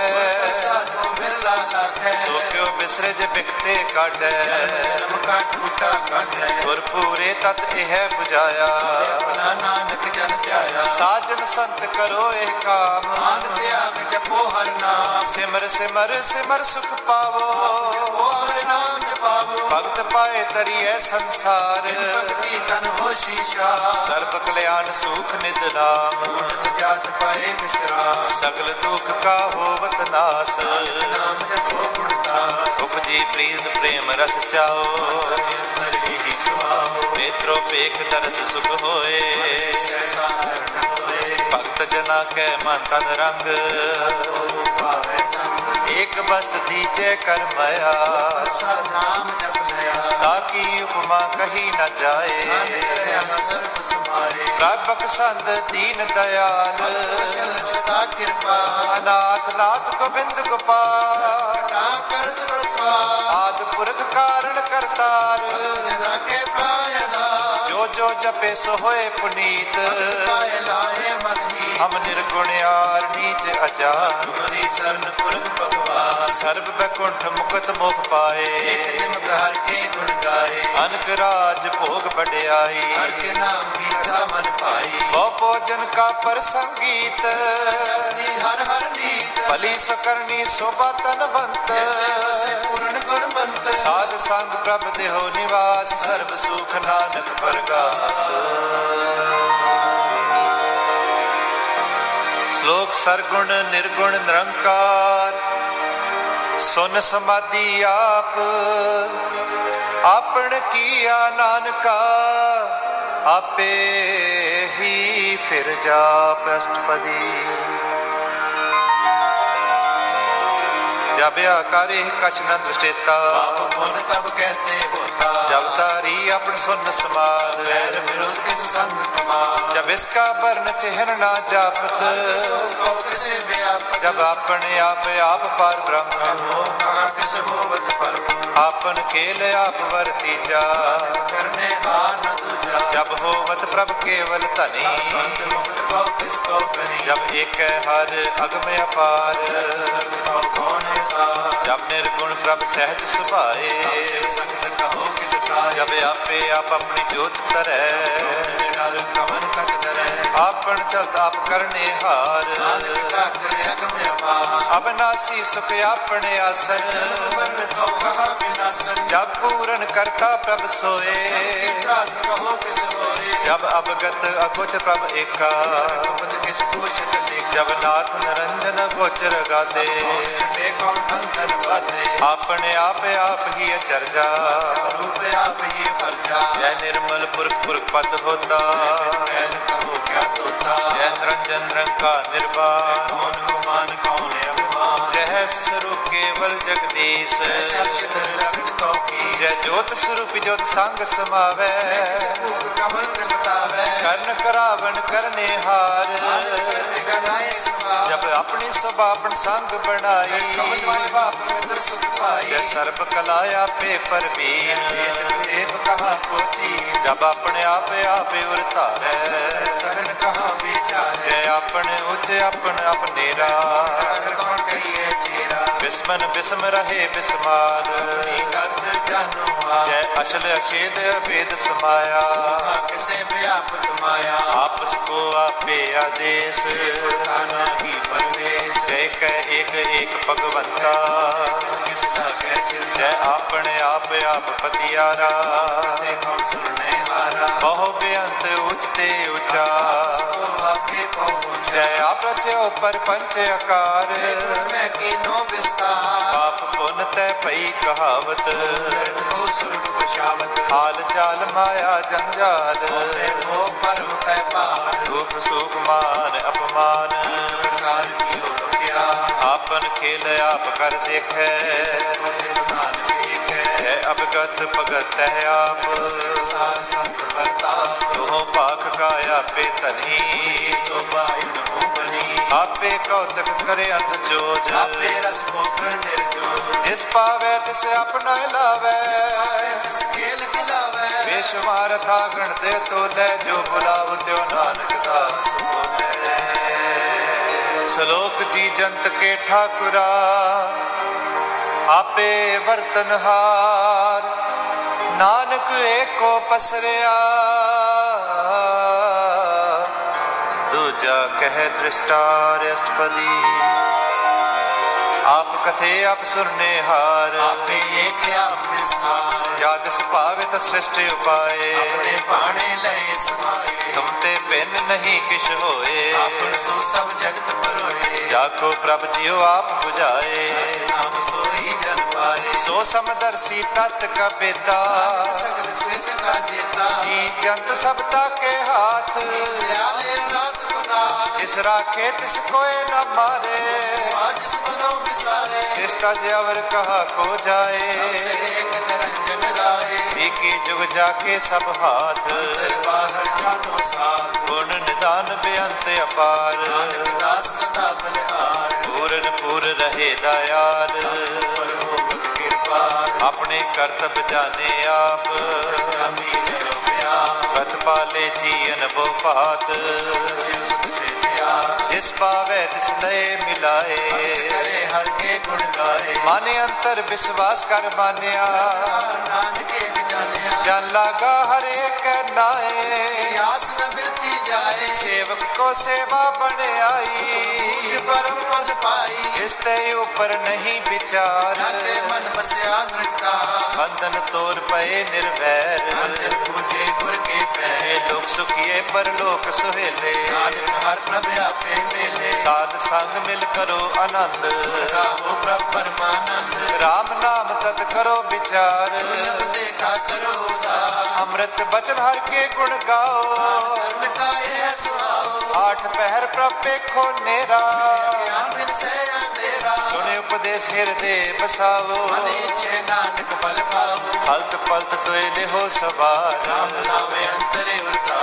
[SPEAKER 2] ਸਾਧੂ ਬਿਰਲਾ ਲਾਖੈ
[SPEAKER 1] ਸੋ ਕਿਉ ਬਿਸਰਜ ਬਿਖਤੇ ਕਾਢੈ
[SPEAKER 2] ਜਨਮ ਕਾ ਟੂਟਾ ਕਾਢੈ
[SPEAKER 1] ਗੁਰ ਪੂਰੇ ਤਤ ਇਹ 부ਜਾਇਆ
[SPEAKER 2] ਆਪਣਾ ਨਾਨਕ ਜਨ ਧਿਆਇਆ
[SPEAKER 1] ਸਾਜਨ ਸੰਤ ਕਰੋ ਇਹ ਕਾਮ
[SPEAKER 2] ਆਨ ਤਿਆਗ ਜਪੋ ਹਰ ਨਾਮ
[SPEAKER 1] ਸਿਮਰ ਸਿਮਰ ਸਿਮਰ ਸੁਖ ਪਾਵੋ
[SPEAKER 2] ਜਪੋ ਹਰ ਨਾਮ ਜਪਾਵੋ
[SPEAKER 1] ਭਗਤ ਪਾਏ ਤਰੀਐ ਸੰਸਾਰ
[SPEAKER 2] ਭਗਤੀ ਤਨ ਹੋਸ਼ੀ ਸ਼ਾ
[SPEAKER 1] ਸਰਬ ਕਲਿਆਣ ਸੂਖ ਨਿਦ ਨਾਮ
[SPEAKER 2] ਉਠਤ ਜਾਤ ਪਾਏ ਵਿਸਰਾ
[SPEAKER 1] ਸਗਲ ਦੁਖ ਕਾ ਹੋਵਤ ਨਾਸ
[SPEAKER 2] ਨਾਮ ਜਪੋ ਗੁਣਤਾ
[SPEAKER 1] ਉਪਜੀ ਪ੍ਰੀਤ ਪ੍ਰੇਮ ਰਸ ਚਾਓ
[SPEAKER 2] ਅੰਦਰ ਹੀ ਸੁਆਓ
[SPEAKER 1] ਨੇਤਰੋ ਪੇਖ ਦਰਸ ਸੁਖ ਹੋਏ
[SPEAKER 2] ਸੈਸਾ ਕਰਨ ਹੋਏ
[SPEAKER 1] ਭਗਤ ਜਨਾ ਕੈ ਮਨ ਤਨ ਰੰਗ
[SPEAKER 2] ਉਹ ਪਾਵੇ ਸੰਗ
[SPEAKER 1] ਏਕ ਬਸਤ ਦੀਜੈ ਕਰਮਇਆ
[SPEAKER 2] ਪ੍ਰਸਾਦ ਨਾਮ ਜਪ ਲਿਆ
[SPEAKER 1] ਤਾਂ ਕੀ ਉਪਮਾ ਕਹੀ ਨ ਜਾਏ
[SPEAKER 2] ਨਾਨਕ ਰਹਾ ਸਰਬ ਸਮਾਏ
[SPEAKER 1] ਪ੍ਰਭਕ ਸੰਤ ਦੀਨ ਦਇਆਲ
[SPEAKER 2] ਅਚਲ ਸਦਾ ਕਿਰਪਾ
[SPEAKER 1] ਅਨਾਥ ਨਾਥ ਗੋਬਿੰਦ ਗੋਪਾਲ
[SPEAKER 2] ਨਾ ਕਰਤ ਪ੍ਰਤਵਾ
[SPEAKER 1] ਆਦ ਪੁਰਖ ਕਾਰਣ ਕਰਤਾਰ
[SPEAKER 2] ਰਾਕੇ ਪਾਇਦਾ
[SPEAKER 1] ਜੋ ਜੋ ਜਪੇ ਸੋ ਹੋਏ ਪੁਨੀਤ
[SPEAKER 2] ਪਾਇ ਲਾਏ ਮਨ ਹੀ
[SPEAKER 1] ਹਮ ਨਿਰਗੁਣ ਆਰ ਨੀਚ ਅਜਾਨ
[SPEAKER 2] ਹਮਾਰੀ ਸਰਨ ਪੁਰਖ ਭਗਵਾਨ
[SPEAKER 1] ਸਰਬ ਬੈਕੁੰਠ ਮੁਕਤ ਮੁਖ ਪਾਏ
[SPEAKER 2] ਇੱਕ ਦਿਨ ਪ੍ਰਹਾਰ ਕੇ ਗੁਣ ਗਾਏ
[SPEAKER 1] ਅਨਕ ਰਾਜ ਭੋਗ ਵਡਿਆਈ
[SPEAKER 2] ਹਰ ਕੇ ਨਾਮ ਕੀਤਾ ਮਨ ਪਾਈ
[SPEAKER 1] ਬਹੁ ਭੋਜਨ ਕਾ ਪ੍ਰਸੰਗੀਤ
[SPEAKER 2] ਜੀ ਹਰ ਹਰ ਨੀਤ
[SPEAKER 1] ਭਲੀ ਸਕਰਨੀ ਸੋਭਾ ਤਨਵੰਤ
[SPEAKER 2] ਸੇ ਪੂਰਨ ਗੁਰ ਮੰਤ
[SPEAKER 1] ਸਾਧ ਸੰਗ ਪ੍ਰਭ ਦੇਹੋ ਨਿਵਾਸ ਸਰਬ ਸੁਖ ਨਾਨਕ ਪ੍ਰਗਾਸ ਸ਼ਲੋਕ ਸਰਗੁਣ ਨਿਰਗੁਣ ਨਿਰੰਕਾਰ ਸੁਨ ਸਮਾਧੀ ਆਪ ਆਪਣ ਕੀਆ ਨਾਨਕਾ ਆਪੇ ਹੀ ਫਿਰ ਜਾਪ ਅਸ਼ਟਪਦੀ ਜਬਿਆ ਕਰੇ ਕਛ ਨ ਦ੍ਰਿਸ਼ਟੇਤਾ
[SPEAKER 2] ਆਪ ਪੁੰਨ ਤਬ ਕਹਤੇ ਹੋਤਾ
[SPEAKER 1] ਜਬ ਤਾਰੀ ਆਪਣ ਸੁਨ ਸਮਾਦ
[SPEAKER 2] ਵੈਰ ਵਿਰੋਧ ਕਿਸ ਸੰਗ ਕਮਾ
[SPEAKER 1] ਜਬ ਇਸ ਕਾ ਬਰਨ ਚਿਹਨ ਨਾ ਜਾਪਤ
[SPEAKER 2] ਸੋ ਕੋ ਕਿਸੇ ਵਿਆਪਤ
[SPEAKER 1] ਜਬ ਆਪਣ ਆਪ ਆਪ ਪਰ ਬ੍ਰਹਮ
[SPEAKER 2] ਮੋਹ ਕਾ ਕਿਸ ਹੋਵਤ ਪਰਮ
[SPEAKER 1] ਆਪਨ ਕੇਲ ਆਪ ਵਰਤੀਜਾ
[SPEAKER 2] ਕਰਨੇ ਹਾਰ ਨ ਦੂਜਾ
[SPEAKER 1] ਜਬ ਹੋਵਤ ਪ੍ਰਭ ਕੇਵਲ ਧਨੀ
[SPEAKER 2] ਅੰਤ ਮੁਕਤ ਕੋ ਕਿਸ ਕੋ ਕਰੀ
[SPEAKER 1] ਜਬ ਏਕੈ ਹਰ ਅਗਮ ਅਪਾਰ
[SPEAKER 2] ਸਰਬ ਕੋ ਕੌਣ ਹੈ ਤਾ
[SPEAKER 1] ਜਬ ਨਿਰਗੁਣ ਪ੍ਰਭ ਸਹਿਜ ਸੁਭਾਏ
[SPEAKER 2] ਸੇ ਸੰਗਤ ਕਹੋ ਕਿਤ ਕਾਇਆ
[SPEAKER 1] ਜਬ ਆਪੇ ਆਪ ਆਪਣੀ ਜੋਤ ਤਰੈ
[SPEAKER 2] ਨਿਰਲ ਕਮਨ ਕਤ ਡਰੈ
[SPEAKER 1] ਆਪਣ ਚਲਤ ਆਪ ਕਰਨੇ ਹਾਰ
[SPEAKER 2] ਨਾਨਕ ਕਾ ਕਰਿ ਅਗਮ ਅਪਾਰ
[SPEAKER 1] ਅਬਨਾਸੀ ਸੁਖ ਆਪਣੇ ਆਸਨ
[SPEAKER 2] ਵਰਨ ਕੋ ਕਹਾ ਬਿਨਾਸਨ
[SPEAKER 1] ਜਬ ਪੂਰਨ ਕਰਤਾ ਪ੍ਰਭ ਸੋਏ
[SPEAKER 2] ਤਰਾਸ ਕਹੋ ਕਿਸ ਹੋਏ
[SPEAKER 1] ਜਬ ਅਵਗਤ ਅਗੋਚ ਪ੍ਰਭ ਏਕਾ
[SPEAKER 2] ਗੁਪਤ ਕਿਸ ਕੋਸ਼ਤ ਲੇਖਾ
[SPEAKER 1] ਜਬ ਨਾਥ ਨਰੰਜਨ ਗੋਚਰ ਗਾਦੇ
[SPEAKER 2] ਛਟੇ ਕੌਣ ਅੰਤਰ ਬਾਤੇ
[SPEAKER 1] ਆਪਣੇ ਆਪ ਆਪ ਹੀ ਅਚਰਜਾ
[SPEAKER 2] ਰੂਪ ਆਪ ਹੀ ਪਰਜਾ
[SPEAKER 1] ਜੈ ਨਿਰਮਲ ਪੁਰਖ ਪੁਰਖ ਪਤ ਹੋਤਾ
[SPEAKER 2] ਮੈਲ ਕਹੋ ਕਿਆ ਤੋਤਾ
[SPEAKER 1] ਜੈ ਨਿਰੰਜਨ ਰੰਕਾ ਨਿਰਭਾ
[SPEAKER 2] ਕੌਣ ਗੁਮਾਨ ਕੌਣ ਅਭਿਮਾਨ
[SPEAKER 1] ਜੈ ਸਰੂਪ ਕੇਵਲ ਜਗਦੀਸ਼
[SPEAKER 2] ਜੈ ਸ਼ਬਦ ਰਖਤ ਕੋ ਕੀ
[SPEAKER 1] ਜੈ ਜੋਤ ਸਰੂਪ ਜੋਤ ਸੰਗ ਸਮਾਵੈ
[SPEAKER 2] ਕਿਸ ਭੂਖ ਕਮਲ ਤ੍ਰਿਪਤਾਵੇ
[SPEAKER 1] ਕਰਨ ਕਰਾਵਣ ਕਰਨੇ ਹਾਰ
[SPEAKER 2] ਨਾਨਕ ਕਰਨੇ ਗਨਾਏ ਸਮਾ
[SPEAKER 1] ਜਬ ਆਪਣੀ ਸਭਾ ਆਪਣ ਸੰਗ
[SPEAKER 2] ਕਮਲ
[SPEAKER 1] ਬਣਾਈ
[SPEAKER 2] ਵਾਏ ਬਾਪ ਸਿੰਦਰ ਸੁਖ ਪਾਈ
[SPEAKER 1] ਜੈ ਸਰਬ ਕਲਾ ਆਪੇ ਪਰਵੀਨ
[SPEAKER 2] ਜੇਤ ਦੇਵ ਕਹਾ ਕੋ ਚੀਨ
[SPEAKER 1] ਜਬ ਆਪਣੇ ਆਪ ਆਪੇ ਉਰ ਧਾਰੈ
[SPEAKER 2] ਸਗਨ ਕਹਾ ਵਿਚਾਰੇ
[SPEAKER 1] ਜੈ ਆਪਣੇ ਉੱਚ ਆਪਣ ਆਪਨੇਰਾ
[SPEAKER 2] ਅਗਰ ਕੌਣ ਕਹੀਏ ਤੇਰਾ
[SPEAKER 1] ਬਿਸਮ ਬਿਸਮਨ ਬਿਸਮ ਰਹੇ ਬਿਸਮਾਦ
[SPEAKER 2] ਆਪਣੀ ਗਤ ਜਾਨੁਆ
[SPEAKER 1] ਜੈ ਅਸਲ ਅਛੇਦ ਅਭੇਦ ਸਮਾਇਆ
[SPEAKER 2] ਮਹਾ ਕਿਸੇ ਵਿਆਪਤ ਮਾਇਆ
[SPEAKER 1] ਆਪਸ ਕੋ ਆਪੇ ਆਦੇਸ
[SPEAKER 2] ਤਾ ਨਾਹੀ ਪਰਮੇਸ
[SPEAKER 1] ਜੈ ਕੈ ਏਕ ਏਕ ਭਗਵੰਤਾ
[SPEAKER 2] ਕਿਸ ਦਾ ਕਹਿ
[SPEAKER 1] ਜੈ
[SPEAKER 2] ਚਿੰਤਾ
[SPEAKER 1] ਆਪਣੇ ਆਪ ਆਪ ਪਤਿਆਰਾ
[SPEAKER 2] ਤੇ ਕੌਣ ਸੁਣਨੇ ਹਾਰਾ
[SPEAKER 1] ਬਹੁ ਬੇਅੰਤ ਉਚ ਤੇ ਉਚਾ
[SPEAKER 2] ਸੋ ਆਪੇ ਪਹੁੰਚ
[SPEAKER 1] ਜੈ ਆਪਰਚੋ ਪਰਪੰਚ ਅਕਾਰ
[SPEAKER 2] ਮੈਂ ਕਿਨੋ ਵਿਸਤਾਰ
[SPEAKER 1] ਆਪ ਪੁਨ ਤੈ ਪਈ ਕਹਾਵਤ
[SPEAKER 2] ਦਰਦ ਕੋ ਸੁਰਗ ਪਛਾਵਤ
[SPEAKER 1] ਹਾਲ ਚਾਲ ਮਾਇਆ ਜੰਜਾਲ
[SPEAKER 2] ਤੇ ਮੋਹ ਪਰਮ ਪੈ ਪਾਰ
[SPEAKER 1] ਰੂਪ ਸੁਖ ਮਾਨ ਅਪਮਾਨ
[SPEAKER 2] ਪ੍ਰਕਾਰ ਕੀ ਹੋ ਲੁਕਿਆ
[SPEAKER 1] ਆਪਨ ਖੇਲ ਆਪ ਕਰ ਦੇਖੈ
[SPEAKER 2] ਸਤਿਗੁਰ ਦੇ ਨਾਮ ਠੀਕ ਹੈ
[SPEAKER 1] ਜੈ ਅਬਗਤ ਭਗਤ ਹੈ ਆਪ
[SPEAKER 2] ਸੰਸਾਰ ਸੰਤ ਵਰਤਾ
[SPEAKER 1] ਦੋਹ ਪਾਖ ਕਾ ਆਪੇ ਧਨੀ
[SPEAKER 2] ਸੋ ਬਾਇਣ ਹੋ ਬਣੀ
[SPEAKER 1] ਆਪੇ ਕੌਤਕ ਕਰੇ ਅਰਧ ਜੋਜ
[SPEAKER 2] ਆਪੇ ਰਸ ਭੋਗ ਨਿਰਜੋ
[SPEAKER 1] ਜਿਸ ਪਾਵੇ ਤਿਸ ਆਪਣਾ ਲਾਵੇ
[SPEAKER 2] ਤਿਸ ਖੇਲ ਖਿਲਾਵੇ
[SPEAKER 1] ਬੇਸ਼ੁਮਾਰ ਥਾ ਗਣਤੇ ਤੋਲੇ ਜੋ ਬੁਲਾਵ ਤਿਉ ਨਾਨਕ ਦਾਸ ਸ਼ਲੋਕ ਜੀ ਜੰਤ ਕੇ ਠਾਕੁਰਾ ਆਪੇ ਵਰਤਨਹਾਰ ਨਾਨਕ ਏਕੋ ਪਸਰਿਆ ਦੂਜਾ ਕਹਿ ਦ੍ਰਿਸ਼ਟਾਰ ਅਸ਼ਟਪਦੀ ਆਪ ਕਥੇ ਆਪ ਸੁਰਨੇ ਹਾਰ
[SPEAKER 2] ਆਪੇ ਏਕ ਆਪ ਵਿਸਤਾਰ
[SPEAKER 1] ਜਾ ਤਿਸ ਭਾਵਿਤ ਸ੍ਰਿਸ਼ਟ ਉਪਾਏ
[SPEAKER 2] ਆਪਣੇ ਬਾਣੇ ਲੈ ਸਮਾਏ
[SPEAKER 1] ਤੁਮ ਤੇ ਪਿੰਨ ਨਹੀਂ ਕਿਛ ਹੋਏ
[SPEAKER 2] ਆਪਣ ਸੋ ਸਭ ਜਗਤ ਪਰੋਏ
[SPEAKER 1] ਜਾ ਕੋ ਪ੍ਰਭ ਜੀਉ ਆਪ 부ਝਾਏ
[SPEAKER 2] ਨਾਮ ਸੋਈ ਜਨ ਪਾਏ
[SPEAKER 1] ਸੋ ਸਮਦਰਸੀ ਤਤ ਕਬਿਤਾ
[SPEAKER 2] ਸਗਲ ਸ੍ਰਿਸ਼ਟ ਕਾ ਜੇਤਾ
[SPEAKER 1] ਜੀ ਜੰਤ ਸਭ ਤਾਕੇ ਹਾਥ
[SPEAKER 2] ਪਿਆਲੇ ਨਾਥ ਬਨਾਲ
[SPEAKER 1] ਜਿਸ ਰਾਖੇ ਤਿਸ ਕੋਏ ਨਾ ਮਾਰੇ
[SPEAKER 2] ਆਜ ਸਮਰੋ ਵਿਸਾਰੇ
[SPEAKER 1] ਜਿਸ ਤਾ ਜਵਰ ਕਹਾ ਕੋ ਜਾਏ
[SPEAKER 2] ਸਰੇ ਇੱਕ ਨਿਰੰਜਨ ਰਾਏ
[SPEAKER 1] ਜੀ ਕੀ ਜੁਗ ਜਾ ਕੇ ਸਭ ਹਾਥ
[SPEAKER 2] ਦਰਬਾਰ ਜਾਨੋ ਸਾਥ
[SPEAKER 1] ਗੁਣ ਨਿਦਾਨ ਬੇਅੰਤ ਅਪਾਰ
[SPEAKER 2] ਨਾਨਕ ਦਾਸ ਸਦਾ ਬਲਿਹਾਰ
[SPEAKER 1] ਪੂਰਨ ਪੂਰ ਰਹੇ ਦਇਆਲ
[SPEAKER 2] ਪਰੋ ਬਦ ਕਿਰਪਾ
[SPEAKER 1] ਆਪਣੇ ਕਰਤਬ ਜਾਣੇ ਆਪ
[SPEAKER 2] ਰਾਮੀ ਲਿਓ ਪਿਆ
[SPEAKER 1] ਕਤ ਪਾਲੇ ਜੀਨ ਬੋ ਭਾਤ
[SPEAKER 2] ਜਿਉ ਸੁਧ ਸੇ ਪਿਆ
[SPEAKER 1] ਜਿਸ ਪਾਵੇ ਤਿਸ ਲਏ ਮਿਲਾਏ
[SPEAKER 2] ਕਰੇ ਹਰ ਕੇ ਗੁਣ ਗਾਏ
[SPEAKER 1] ਮਨ ਅੰਤਰ ਵਿਸ਼ਵਾਸ ਕਰ ਮਾਨਿਆ
[SPEAKER 2] ਨਾਨਕੇ ਜਾਣਿਆ
[SPEAKER 1] ਜਨ ਲਾਗਾ ਹਰੇ ਕੈ ਨਾਏ
[SPEAKER 2] ਆਸ ਨ ਬਿਰਤੀ ਜਾਏ
[SPEAKER 1] ਸੇਵਕ ਕੋ ਸੇਵਾ ਬਣਾਈ
[SPEAKER 2] ਪੂਜ ਪਰਮ ਪਦ ਪਾਈ
[SPEAKER 1] ਇਸ ਤੇ ਉਪਰ ਨਹੀਂ ਵਿਚਾਰ
[SPEAKER 2] ਨਾਤੇ ਮਨ ਵਸਿਆ ਨਿਰੰਕਾਰ
[SPEAKER 1] ਬੰਧਨ ਤੋਰ ਪਏ ਨਿਰਵੈਰ
[SPEAKER 2] ਅੰਦਰ ਪੂਜੇ ਗੁਰ ਕੇ ਪੈ
[SPEAKER 1] ਇਹ ਲੋਕ ਸੁਖੀਏ ਪਰ ਲੋਕ ਸੁਹੇਲੇ
[SPEAKER 2] ਨਾਨਕ ਹਰ ਪ੍ਰਭ ਆਪੇ ਮੇਲੇ
[SPEAKER 1] ਸਾਧ ਸੰਗ ਮਿਲ ਕਰੋ ਆਨੰਦ
[SPEAKER 2] ਕਾਹੋ ਪ੍ਰਭ ਪਰਮਾਨੰਦ
[SPEAKER 1] ਰਾਮ ਨਾਮ ਤਤ ਕਰੋ ਵਿਚਾਰ
[SPEAKER 2] ਦੁਲਭ ਦੇ ਕਾ ਕਰੋ ਦਾ
[SPEAKER 1] ਅੰਮ੍ਰਿਤ ਬਚਨ ਹਰ ਕੇ ਗੁਣ ਗਾਓ
[SPEAKER 2] ਕਰਨ ਕਾਏ ਸੁਹਾਓ
[SPEAKER 1] ਆਠ ਪਹਿਰ ਪ੍ਰਪੇਖੋ ਨੇਰਾ
[SPEAKER 2] ਗਿਆਨ ਬਿਨ ਸਹਿ ਅੰਧੇਰਾ
[SPEAKER 1] ਸੁਣੇ ਉਪਦੇਸ਼ ਹਿਰਦੇ ਬਸਾਵੋ
[SPEAKER 2] ਮਨੇ ਛੇ ਨਾਨਕ ਫਲ ਪਾਓ
[SPEAKER 1] ਹਲਤ ਪਲਤ ਤੋਏ ਲਿਹੋ ਸਵਾਰ
[SPEAKER 2] ਰਾਮ ਨਾਮੇ ਅੰਤਰੇ ਉਰਤਾ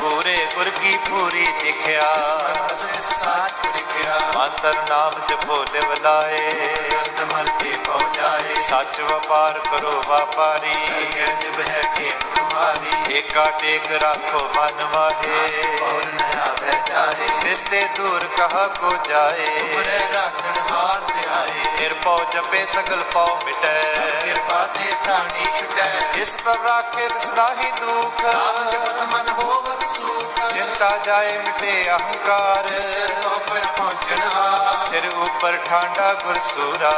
[SPEAKER 1] ਪੂਰੇ ਗੁਰ ਕੀ ਪੂਰੀ ਦਿਖਿਆ
[SPEAKER 2] ਮਨ ਵਸੇ ਸਾਚ ਪ੍ਰਿਖਿਆ
[SPEAKER 1] ਮੰਤਰ ਨਾਮ ਜਪੋ ਲਿਵ ਲਾਏ
[SPEAKER 2] ਅੰਤ ਮਨ ਤੇ ਪਹੁੰਚਾਏ
[SPEAKER 1] ਸੱਚ ਵਪਾਰ ਕਰੋ ਵਾਪਾਰੀ
[SPEAKER 2] ਕੇ ਨਿਭ ਹੈ ਖੇਤ ਤੁਮਾਰੀ
[SPEAKER 1] ਏਕਾ ਟੇਕ ਰਾਖੋ ਮਨ ਵਾਹੇ
[SPEAKER 2] ਔਰ ਨ ਆਵੇ ਜਾਏ
[SPEAKER 1] ਰਿਸ਼ਤੇ ਦੂਰ ਕਹਾ ਕੋ ਜਾਏ
[SPEAKER 2] ਮਰੇ ਰਾਖਣ ਹਾਰ ਤੇ ਆਏ
[SPEAKER 1] ਨਿਰਭਉ ਜਪੇ ਸਗਲ ਪਾਉ ਮਿਟੈ
[SPEAKER 2] ਕਿਰਪਾ ਤੇ ਪ੍ਰਾਣੀ ਛੁਟੈ
[SPEAKER 1] ਜਿਸ ਪ੍ਰਭ ਰਾਖੇ ਤਿਸ ਨਾਹੀ ਦੁਖ
[SPEAKER 2] ਨਾਮ ਜਪਤ ਮਨ ਹੋਵਤ ਸੂਖ
[SPEAKER 1] ਚਿੰਤਾ ਜਾਏ ਮਿਟੇ ਅਹੰਕਾਰ
[SPEAKER 2] ਸਿਰ ਤੋਂ ਪਰ ਪਹੁੰਚਣ ਹਾਰ
[SPEAKER 1] ਸਿਰ ਉਪਰ ਠਾਂਡਾ ਗੁਰ ਸੂਰਾ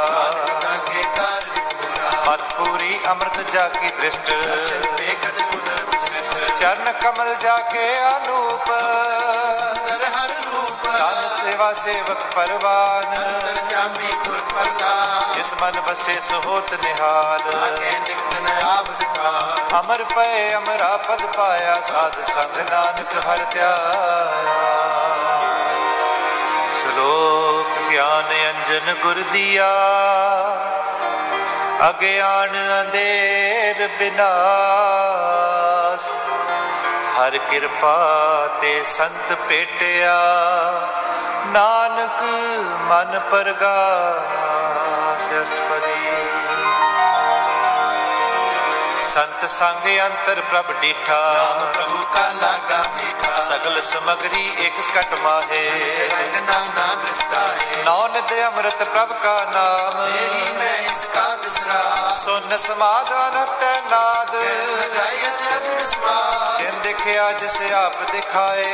[SPEAKER 2] ਤਾਂ ਕੇ ਕਾਰਜ ਪੂਰਾ
[SPEAKER 1] ਮਤ ਪੂਰੀ ਅੰਮ੍ਰਿਤ ਜਾ ਕੀ ਦ੍ਰਿਸ਼ਟ
[SPEAKER 2] ਦਰਸ਼ਨ ਬੇਕਦ ਉਦਰ ਸ੍ਰਿਸ਼ਟ
[SPEAKER 1] ਚਰਨ ਕਮਲ ਜਾ ਕੇ ਅਨੂਪ
[SPEAKER 2] ਸੁੰਦਰ ਹਰ ਰੂਪ
[SPEAKER 1] ਤਨ ਸੇਵਾ ਸੇਵਕ ਪਰਵਾਨ
[SPEAKER 2] ਅੰਦਰ ਜਾਮੀ ਪੁਰ ਪਰਦਾ
[SPEAKER 1] ਜਿਸ ਮਨ ਵਸੇ ਸੋਹਤ ਨਿਹਾਲ
[SPEAKER 2] ਆਗੇ ਨਿਕਟਨ ਆਬਦ ਕਾ
[SPEAKER 1] ਅਮਰ ਪਏ ਅਮਰਾ ਪਦ ਪਾਇਆ ਸਾਧ ਸੰਗ ਨਾਨਕ ਹਰ ਧਿਆਇਆ ਸ਼ਲੋਕ ਗਿਆਨ ਅੰਜਨ ਗੁਰ ਦੀਆ ਅਗਿਆਨ ਅੰਧੇਰ ਬਿਨਾਸ ਹਰ ਕਿਰਪਾ ਤੇ ਸੰਤ ਭੇਟਿਆ ਨਾਨਕ ਮਨ ਪਰਗਾਸ ਅਸ਼ਟਪਦੀ ਸੰਤ ਸੰਗ ਅੰਤਰ ਪ੍ਰਭ ਡੀਠਾ
[SPEAKER 2] ਨਾਮ ਪ੍ਰਭੂ ਕਾ ਲਾਗਾ ਮੀਠਾ
[SPEAKER 1] ਸਗਲ ਸਮਗਰੀ ਇਕ ਸਕਟ ਮਾਹੇ
[SPEAKER 2] ਰੰਗ ਨਾਨਾ ਦ੍ਰਿਸ਼ਟਾ ਹੈ
[SPEAKER 1] ਨੌਨਦ ਅੰਮ੍ਰਿਤ ਪ੍ਰਭ ਕਾ
[SPEAKER 2] ਤੇਰੀ
[SPEAKER 1] ਨਾਮ
[SPEAKER 2] ਮੈਂ ਇਸ ਕਾ ਵਿਸਰਾ
[SPEAKER 1] ਸੁਨ ਸਮਾਧਾਨ ਤੈ ਨਾਦ
[SPEAKER 2] ਰਾਇਤ ਅਜ ਵਿਸਵਾ
[SPEAKER 1] ਜਿਨ ਦੇਖਿਆ ਜਿਸ ਆਪ ਦਿਖਾਏ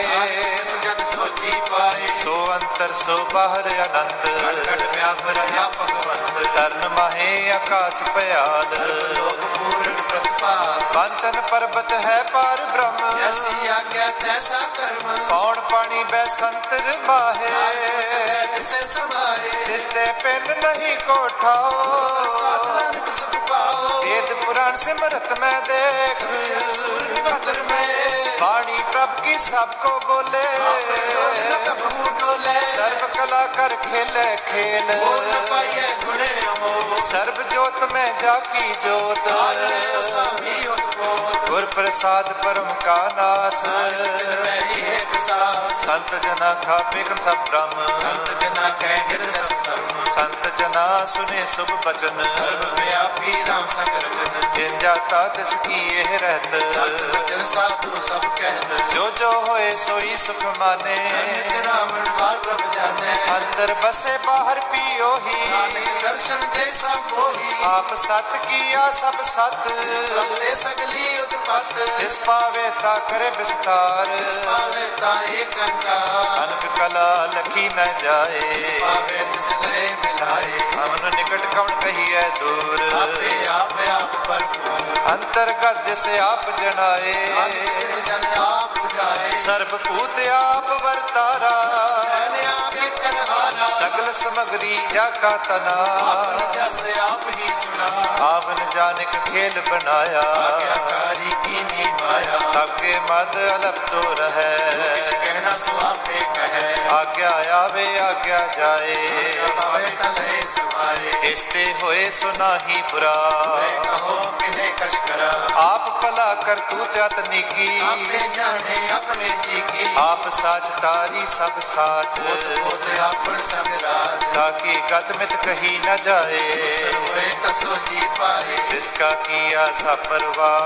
[SPEAKER 2] ਇਸ ਜਨ ਸੋਚੀ ਪਾਏ
[SPEAKER 1] ਸੋ ਅੰਤਰ ਸੋ ਬਾਹਰ
[SPEAKER 2] ਘਟ
[SPEAKER 1] ਅਨੰਤ
[SPEAKER 2] ਘਟ ਵਿਆਪ ਰਹਾ ਭਗਵੰਤ
[SPEAKER 1] ਤਰਨ ਮਹੇ ਆਕਾਸ
[SPEAKER 2] ਸਰਬ
[SPEAKER 1] ਭਿਆਲ
[SPEAKER 2] ਲੋਕ ਪੂਰਨ ਪ੍ਰਤਪਾਲ
[SPEAKER 1] ਬੰਤਨ ਪਰਬਤ ਹੈ ਪਾਰ ਬ੍ਰਹਮ
[SPEAKER 2] ਜੈਸੀ ਆਗਿਆ ਤੈਸਾ ਕਰਮ
[SPEAKER 1] ਪੌਣ ਪਾਣੀ ਬੈ ਸੰਤਰ ਮਾਹੇ
[SPEAKER 2] ਹੈ ਤਿਸੇ ਸਮਾਏ
[SPEAKER 1] ਜਿਸ ਤੇ ਪਿੰਡ ਨਹੀਂ ਕੋਠਾਓ
[SPEAKER 2] ਸਾਧਨਾਂ ਦੇ ਸੁਖ ਪਾਓ
[SPEAKER 1] ਵੇਦ ਪੁਰਾਣ ਸਿਮਰਤ ਮੈਂ ਦੇਖ
[SPEAKER 2] ਸੁਰ ਨਿਕਤਰ ਮੈਂ
[SPEAKER 1] ਬਾਣੀ ਪ੍ਰਭ ਕੀ ਸਭ ਕੋ ਬੋਲੇ ਸਰਬ ਕਲਾ ਕਰ ਖੇਲੇ ਖੇਲ ਸਰਬ ਜੋਤ ਮੈਂ ਜਾ ਕੀ ਜੋਤ ਗੁਰ ਪ੍ਰਸਾਦ ਪਰਮ ਕਾ ਨਾਸ ਸੰਤ ਜਨਾ ਖਾਪੇ ਕਨ ਸਭ ਬ੍ਰਹਮ ਸੰਤ ਜਨਾ ਸੁਨੇ ਸੁਭ ਬਚਨ ਜਿਨ ਜਾਤਾ ਤਿਸ ਕੀ ਇਹ ਰਹਿਤ ਜੋ ਜੋ ਹੋਏ ਸੋਈ ਸੁਖ ਮਾਨੇ ਅੰਦਰ ਬਸੇ ਬਾਹਰ ਪੀਓ ਹੀ
[SPEAKER 2] ਦਰਸ਼ਨ ਦੇ ਸਭ ਮੋਹੀ
[SPEAKER 1] ਆਪ ਸਤ ਕੀਆ ਸਭ ਸਤ
[SPEAKER 2] ਰੱਬ ਦੇ ਸਗਲੀ ਉਤਪਤ
[SPEAKER 1] ਜਿਸ ਪਾਵੇ ਤਾ ਕਰੇ ਵਿਸਤਾਰ
[SPEAKER 2] ਇਸ ਪਾਵੇ ਤਾਂ ਏਕ ਅੰਕਾਰ
[SPEAKER 1] ਅਨਕ ਕਲਾ ਲਖੀ ਨ ਜਾਏ
[SPEAKER 2] ਪਾਵੇ ਤਿਸ ਲੈ ਮਿਲਾਏ
[SPEAKER 1] ਅਮਨ ਨਿਕਟ ਕਵਣ ਕਹੀਐ ਦੂਰ
[SPEAKER 2] ਆਪੇ ਆਪ ਆਪ ਭਰਪੂਰ
[SPEAKER 1] ਅੰਤਰਗਤ ਜਿਸ ਆਪ ਜਣਾਏ
[SPEAKER 2] ਜਿਸ ਜਨ ਆਪ ਜਾਏ
[SPEAKER 1] ਸਰਬ ਭੂਤ ਆਪ ਵਰਤਾਰਾ
[SPEAKER 2] ਜਨ ਆਪ ਇਕਨ ਹਾਰਾ
[SPEAKER 1] ਸਗਲ ਸਮਗਰੀ ਜਾ ਕਾ ਤਨਾ
[SPEAKER 2] ਆਪਨ ਜਸ ਆਪ ਹੀ ਸੁਣਾ
[SPEAKER 1] ਆਵਨ ਜਾਨਕ ਖੇਲ ਬਣਾਇਆ
[SPEAKER 2] ਆਗਿਆਕਾਰੀ ਕੀ ਨਿਭਾਇਆ ਸਭ
[SPEAKER 1] ਸਭ ਕੇ ਮਦ ਅਲਪ ਤੋ
[SPEAKER 2] ਕੁਛ
[SPEAKER 1] ਰਹੈ
[SPEAKER 2] ਕਹਿਣਾ ਸੋ ਆਪੇ ਕਹੈ
[SPEAKER 1] ਆਗਿਆ ਆਵੇ ਆਗਿਆ ਜਾਏ
[SPEAKER 2] ਪਾਵੇ ਕਲੇ ਸਮਾਏ
[SPEAKER 1] ਇਸ ਤੇ ਹੋਏ ਸੁਨਾਹੀ ਬੁਰਾ
[SPEAKER 2] ਇਹ ਕਹੋ ਬਿਨੇ ਕਛ ਕਰਾ
[SPEAKER 1] ਆਪ ਭਲਾ ਕਰ ਤੂ ਤਤ ਨੀਕੀ
[SPEAKER 2] ਆਪੇ ਜਾਣੇ ਆਪਣੇ ਜੀ ਕੀ
[SPEAKER 1] ਆਪ ਸਾਚ ਤਾਰੀ ਸਭ ਸਾਚ
[SPEAKER 2] ਬੋਧ ਬੋਧ ਆਪਣ ਸਭ ਰਾਜ
[SPEAKER 1] ਤਾਕੀ ਗਤ ਮਿਤ ਕਹੀ ਨ ਜਾਏ
[SPEAKER 2] ਸਰਵੇ ਤਸੋ ਜੀ ਪਾਏ
[SPEAKER 1] ਜਿਸ ਕਾ ਕੀਆ ਸਫਰਵਾ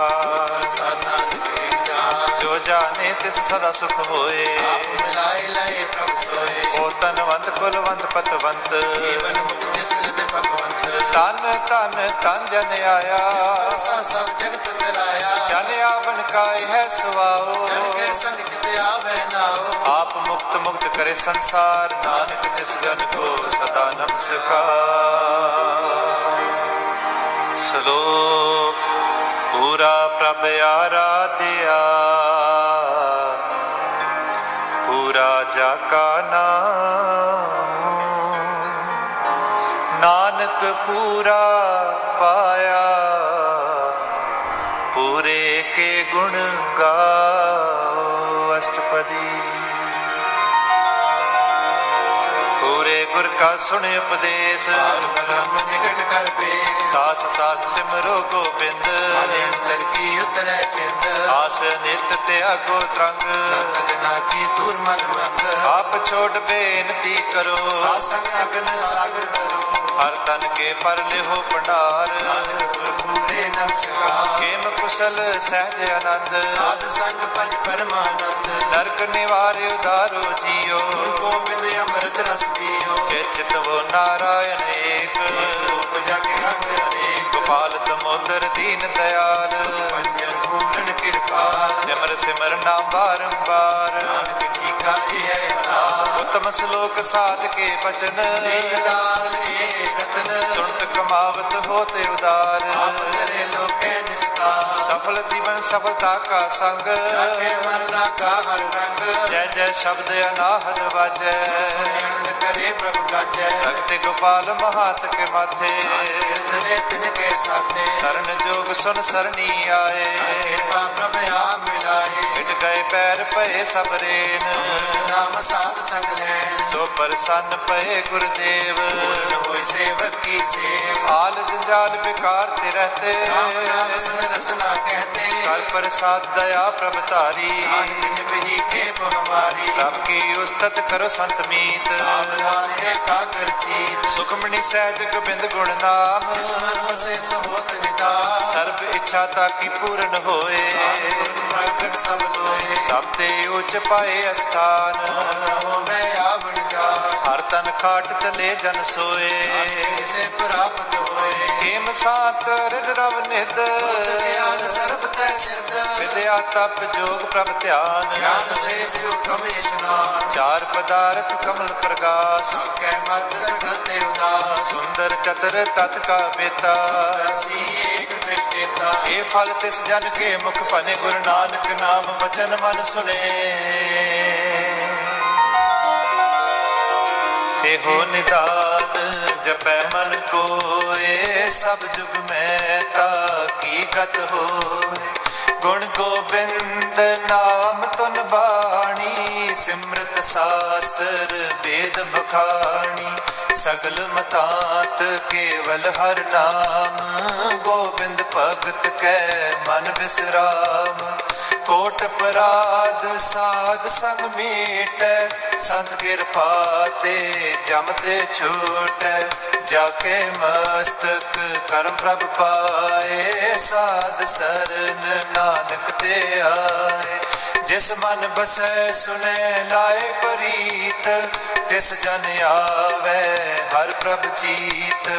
[SPEAKER 2] ਸਾਨਾ ਜਪੇ ਜਾਨ
[SPEAKER 1] ਜੋ ਜਾਣੇ ਤਿਸ ਸਦਾ ਸੁਖ ਹੋਏ
[SPEAKER 2] ਆਪ ਮਿਲਾਏ ਲਏ ਪ੍ਰਭ ਸੋਏ
[SPEAKER 1] ਉਹ ਤਨਵੰਤ ਕੁਲਵੰਤ ਪਤਵੰਤ
[SPEAKER 2] ਜੀਵਨ ਮੁਕਤਿ ਸਿਰਤ ਭਗਵੰਤ
[SPEAKER 1] ਤਨ ਤਨ ਤਨ ਜਨ ਆਇਆ
[SPEAKER 2] ਸਰਸਾ ਸਭ ਜਗਤ ਤਰਾਇਆ
[SPEAKER 1] ਜਨ ਆਵਣ ਕਾਇ ਹੈ ਸੁਆਓ
[SPEAKER 2] ਜਨ ਕੇ ਸੰਗ ਚਿਤ ਆਵੈ ਨਾਓ
[SPEAKER 1] ਆਪ ਮੁਕਤ ਮੁਕਤ ਕਰੇ ਸੰਸਾਰ ਨਾਨਕ ਤਿਸ ਜਨ ਕੋ ਸਦਾ ਨਮਸਕਾਰ ਸਲੋਕ ਪੂਰਾ ਪ੍ਰਭ ਆਰਾਧਿਆ ਪੂਰਾ ਜਾ ਕਾ ਨਾਮ ਨਾਨਕ ਪੂਰਾ ਪਾਇਆ ਪੂਰੇ ਕੇ ਗੁਣ ਗਾਓ ਅਸ਼ਟਪਦੀ ਪੂਰੇ ਗੁਰ ਕਾ ਸੁਣ ਉਪਦੇਸ਼
[SPEAKER 2] ਹਰ ਬ੍ਰਹਮ ਨਿਕਟ ਕਰ ਪੇਖ
[SPEAKER 1] ਸਾਸ ਸਾਸ ਸਿਮਰੋ ਗੋਬਿੰਦ
[SPEAKER 2] ਮਨ ਅੰਤਰ ਕੀ ਉਤਰੈ ਚਿੰਤ
[SPEAKER 1] ਆਸ ਨਿਤ ਤਿਆਗੋ ਤਰੰਗ
[SPEAKER 2] ਸਤ ਜਨਾ ਕੀ ਤੁਰ ਮਨ ਮੰਗ
[SPEAKER 1] ਆਪ ਛੋਟ ਬੇਨਤੀ ਕਰੋ
[SPEAKER 2] ਸਾ ਸੰਗ ਅਗਨ ਸਾਗਰ ਤਰੋ
[SPEAKER 1] ਹਰ ਤਨ ਕੇ ਪਰ ਲਿਹੋ ਭੰਡਾਰ
[SPEAKER 2] ਗੁਰ ਪੂਰੇ ਨਮਸਕਾਰ
[SPEAKER 1] ਕੇਮ ਕੁਸਲ ਸਹਿਜ ਆਨੰਦ
[SPEAKER 2] ਸਾਧ ਸੰਗ ਭਜ ਪਰਮਾਨੰਦ
[SPEAKER 1] ਨਰਕ ਨਿਵਾਰੇ ਉਦਾਰੋ ਜੀਓ
[SPEAKER 2] ਗੁਰੂ ਗੋਬਿੰਦ ਅੰਮ੍ਰਿਤ ਰਸ ਪੀਓ
[SPEAKER 1] ਜੇ ਚਿਤਵੋ ਨਾਰਾਇਣ ਏਕ
[SPEAKER 2] ਰੂਪ ਜਗ ਰੰਗ ਅਨੇਕ
[SPEAKER 1] ਗੋਪਾਲ ਦਮੋਦਰ ਦੀਨ ਦਇਆਲ
[SPEAKER 2] ਪੰਜਨ ਪੂਰਨ ਕਿਰਪਾਲ
[SPEAKER 1] ਸਿਮਰ ਸਿਮਰ ਨਾਮ ਬਾਰੰਬਾਰ
[SPEAKER 2] ਨਾਨਕ ਜੀ ਕਾ ਇਹ ਹੈ ਲਾਲ
[SPEAKER 1] ਉਤਮ ਸ਼ਲੋਕ ਸਾਧ ਕੇ ਬਚਨ
[SPEAKER 2] ਇਹ ਲਾਲ ਇਹ ਰਤਨ
[SPEAKER 1] ਸੁਣਤ ਕਮਾਵਤ ਹੋਤੇ ਉਦਾਰ
[SPEAKER 2] ਆਪ ਕਰੇ ਲੋਕੈ ਨਿਸਤਾਰ
[SPEAKER 1] ਸਫਲ ਜੀਵਨ ਸਫਲਤਾ ਕਾ ਸੰਗ
[SPEAKER 2] ਜਾਕੇ ਮੱਲਾ ਕਾ ਹਰ ਰੰਗ
[SPEAKER 1] ਜੈ ਜੈ ਸ਼ਬਦ ਅਨਾਹਦ ਵਾਜੈ
[SPEAKER 2] ਸੁਣਨ ਕਰੇ ਪ੍ਰਭ ਗਾਜੈ
[SPEAKER 1] ਭਗਤੇ ਗੋਪਾਲ ਮਹਾਤ ਕੇ ਮਾਥੇ
[SPEAKER 2] ਤੇਰੇ ਤਿਨ ਕੇ ਸਾਥੇ
[SPEAKER 1] ਸਰਨ ਜੋਗ ਸੁਨ ਸਰਣੀ ਆਏ
[SPEAKER 2] ਕਿਰਪਾ ਪ੍ਰਭ ਆ ਮਿਲਾਏ
[SPEAKER 1] ਮਿਟ ਗਏ ਪੈਰ ਪਏ ਸਭ ਰੇਨ
[SPEAKER 2] ਨਾਮ ਸਾਧ ਸੰਗ ਲੈ
[SPEAKER 1] ਸੋ ਪ੍ਰਸੰਨ ਪਏ ਗੁਰਦੇਵ
[SPEAKER 2] ਪੂਰਨ ਹੋਈ ਸੇਵਕ ਕੀ ਸੇਵਾ
[SPEAKER 1] ਹਾਲ ਜੰਜਾਲ ਵਿਕਾਰ ਤੇ ਰਹਤੇ
[SPEAKER 2] ਰਾਮ ਨਾਮ ਸੁਨ ਰਸਨਾ ਕਹਤੇ
[SPEAKER 1] ਕਰ ਪ੍ਰਸਾਦ ਦਇਆ ਪ੍ਰਭ ਧਾਰੀ
[SPEAKER 2] ਨਾਨਕ ਨਿਭਈ ਕੇ ਪਵਮਾਰੀ
[SPEAKER 1] ਪ੍ਰਭ ਕੀ ਉਸਤਤ ਕਰੋ ਸੰਤ ਮੀਤ
[SPEAKER 2] ਸਾਵਧਾਨ ਹੈ ਕਾਗਰ ਚੀਤ
[SPEAKER 1] ਸੁਖਮਣੀ ਸਹਿਜ ਗੋਬਿੰਦ ਗੁਣ ਨਾਮ
[SPEAKER 2] ਸਮਰ ਬਸੇ ਸਹੋਤ ਨਿਦਾਨ
[SPEAKER 1] ਸਰਬ ਇੱਛਾ ਤਾਂ ਕੀ ਪੂਰਨ ਹੋਏ
[SPEAKER 2] ਗੁਰੂ ਪ੍ਰਗਟ ਸਭ ਲੋਏ
[SPEAKER 1] ਸਭ ਤੇ ਉੱਚ ਪਾਏ ਅਸਥਾਨ
[SPEAKER 2] ਹੋ ਮੈਂ ਆਵਣ ਜਾ
[SPEAKER 1] ਹਰ ਤਨ ਖਾਟ ਚਲੇ ਜਨ ਸੋਏ
[SPEAKER 2] ਕਿਸੇ ਪ੍ਰਾਪਤ ਹੋਏ
[SPEAKER 1] ਖੇਮ ਸਾਤ ਰਿਦ ਰਵ ਨਿਦ
[SPEAKER 2] ਗਿਆਨ ਸਰਬ ਤੈ ਸਿਧ
[SPEAKER 1] ਵਿਦਿਆ ਤਪ ਜੋਗ ਪ੍ਰਭ ਧਿਆਨ
[SPEAKER 2] ਗਿਆਨ ਸ੍ਰੇਸ਼ਟ ਉਤਮ ਇਸਨਾਨ
[SPEAKER 1] ਚਾਰ ਪਦਾਰਥ ਕਮਲ ਪ੍ਰਗਾਸ
[SPEAKER 2] ਕੈ ਮਤ ਸਕਲ ਤੇ ਉਦਾਸ
[SPEAKER 1] ਸੁੰਦਰ ਚਤਰ ਤਤ ਕਾ ਬੇਤਾ
[SPEAKER 2] ਸੀ ਏਕ ਦ੍ਰਿਸ਼ਟੇਤਾ
[SPEAKER 1] ਇਹ ਫਲ ਤਿਸ ਜਨ ਕੇ ਮੁਖ ਭਨੇ ਗੁਰੂ ਨਾਨਕ ਨਾਮ ਬਚਨ ਮਨ ਸੁਨੇ ਇਹੋ ਨਿਦਾਨ ਜਪੈ ਮਨ ਕੋਏ ਸਭ ਜੁਗ ਮੈਂ ਤਾ ਕੀ ਗਤ ਹੋਏ ਗੁਣ ਗੋਬਿੰਦ ਨਾਮ ਤੁਨ ਬਾਣੀ ਸਿਮਰਤ ਸਾਸਤਰ ਵੇਦ ਬਖਾਣੀ ਸਗਲ ਮਤਾਂਤ ਕੇਵਲ ਹਰ ਨਾਮ ਗੋਬਿੰਦ ਭਗਤ ਕੈ ਮਨ ਵਿਸਰਾਮ ਕੋਟ ਪਰਾਧ ਸਾਧ ਸੰਗ ਮੀਟੈ ਸੰਤ ਕਿਰਪਾ ਤੇ ਜਮ ਤੇ ਛੂਟੈ ਜਾ ਕੇ ਮਸਤਕ ਕਰਮ ਪ੍ਰਭ ਪਾਏ ਸਾਧ ਸਰਨ ਨਾਨਕ ਤੇ ਆਏ ਜਿਸ ਮਨ ਬਸੈ ਸੁਨੈ ਲਾਏ ਪ੍ਰੀਤ ਤਿਸ ਜਨ ਆਵੇ ਹਰ ਪ੍ਰਭ ਜੀਤ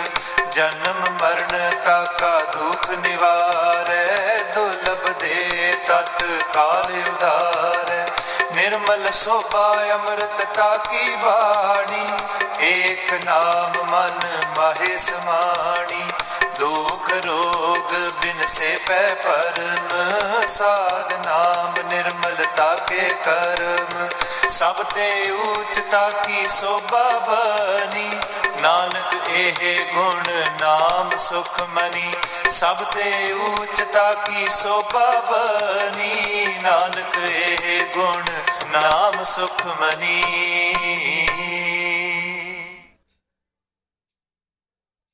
[SPEAKER 1] ਜਨਮ ਮਰਨ ਤਾਕਾ ਦੁਖ ਨਿਵਾਰੈ ਦੁਲਭ ਦੇ ਤਤ ਕਾਲ ਉਧਾਰੈ ਨਿਰਮਲ ਸੋਭਾ ਅੰਮ੍ਰਿਤ ਤਾ ਕੀ ਬਾਣੀ ਏਕ ਨਾਮ ਮਨ ਮਾਹੇ ਸਮਾਣੀ ਦੁਖ ਰੋਗ ਬਿਨ ਸੇ ਪੈ ਪਰਮ ਸਾਧ ਨਾਮ ਨਿਰਮਲਤਾ ਕੇ ਕਰਮ ਸਭ ਤੇ ਊਚਤਾ ਕੀ ਸੋਭਾ ਬਣੀ ਨਾਨਕ ਇਹ ਗੁਣ ਨਾਮ ਸੁਖ ਮਨੀ ਸਭ ਤੇ ਊਚਤਾ ਕੀ ਸੋਭਾ ਬਣੀ ਨਾਨਕ ਇਹ ਗੁਣ ਨਾਮ ਸੁਖ ਮਨੀ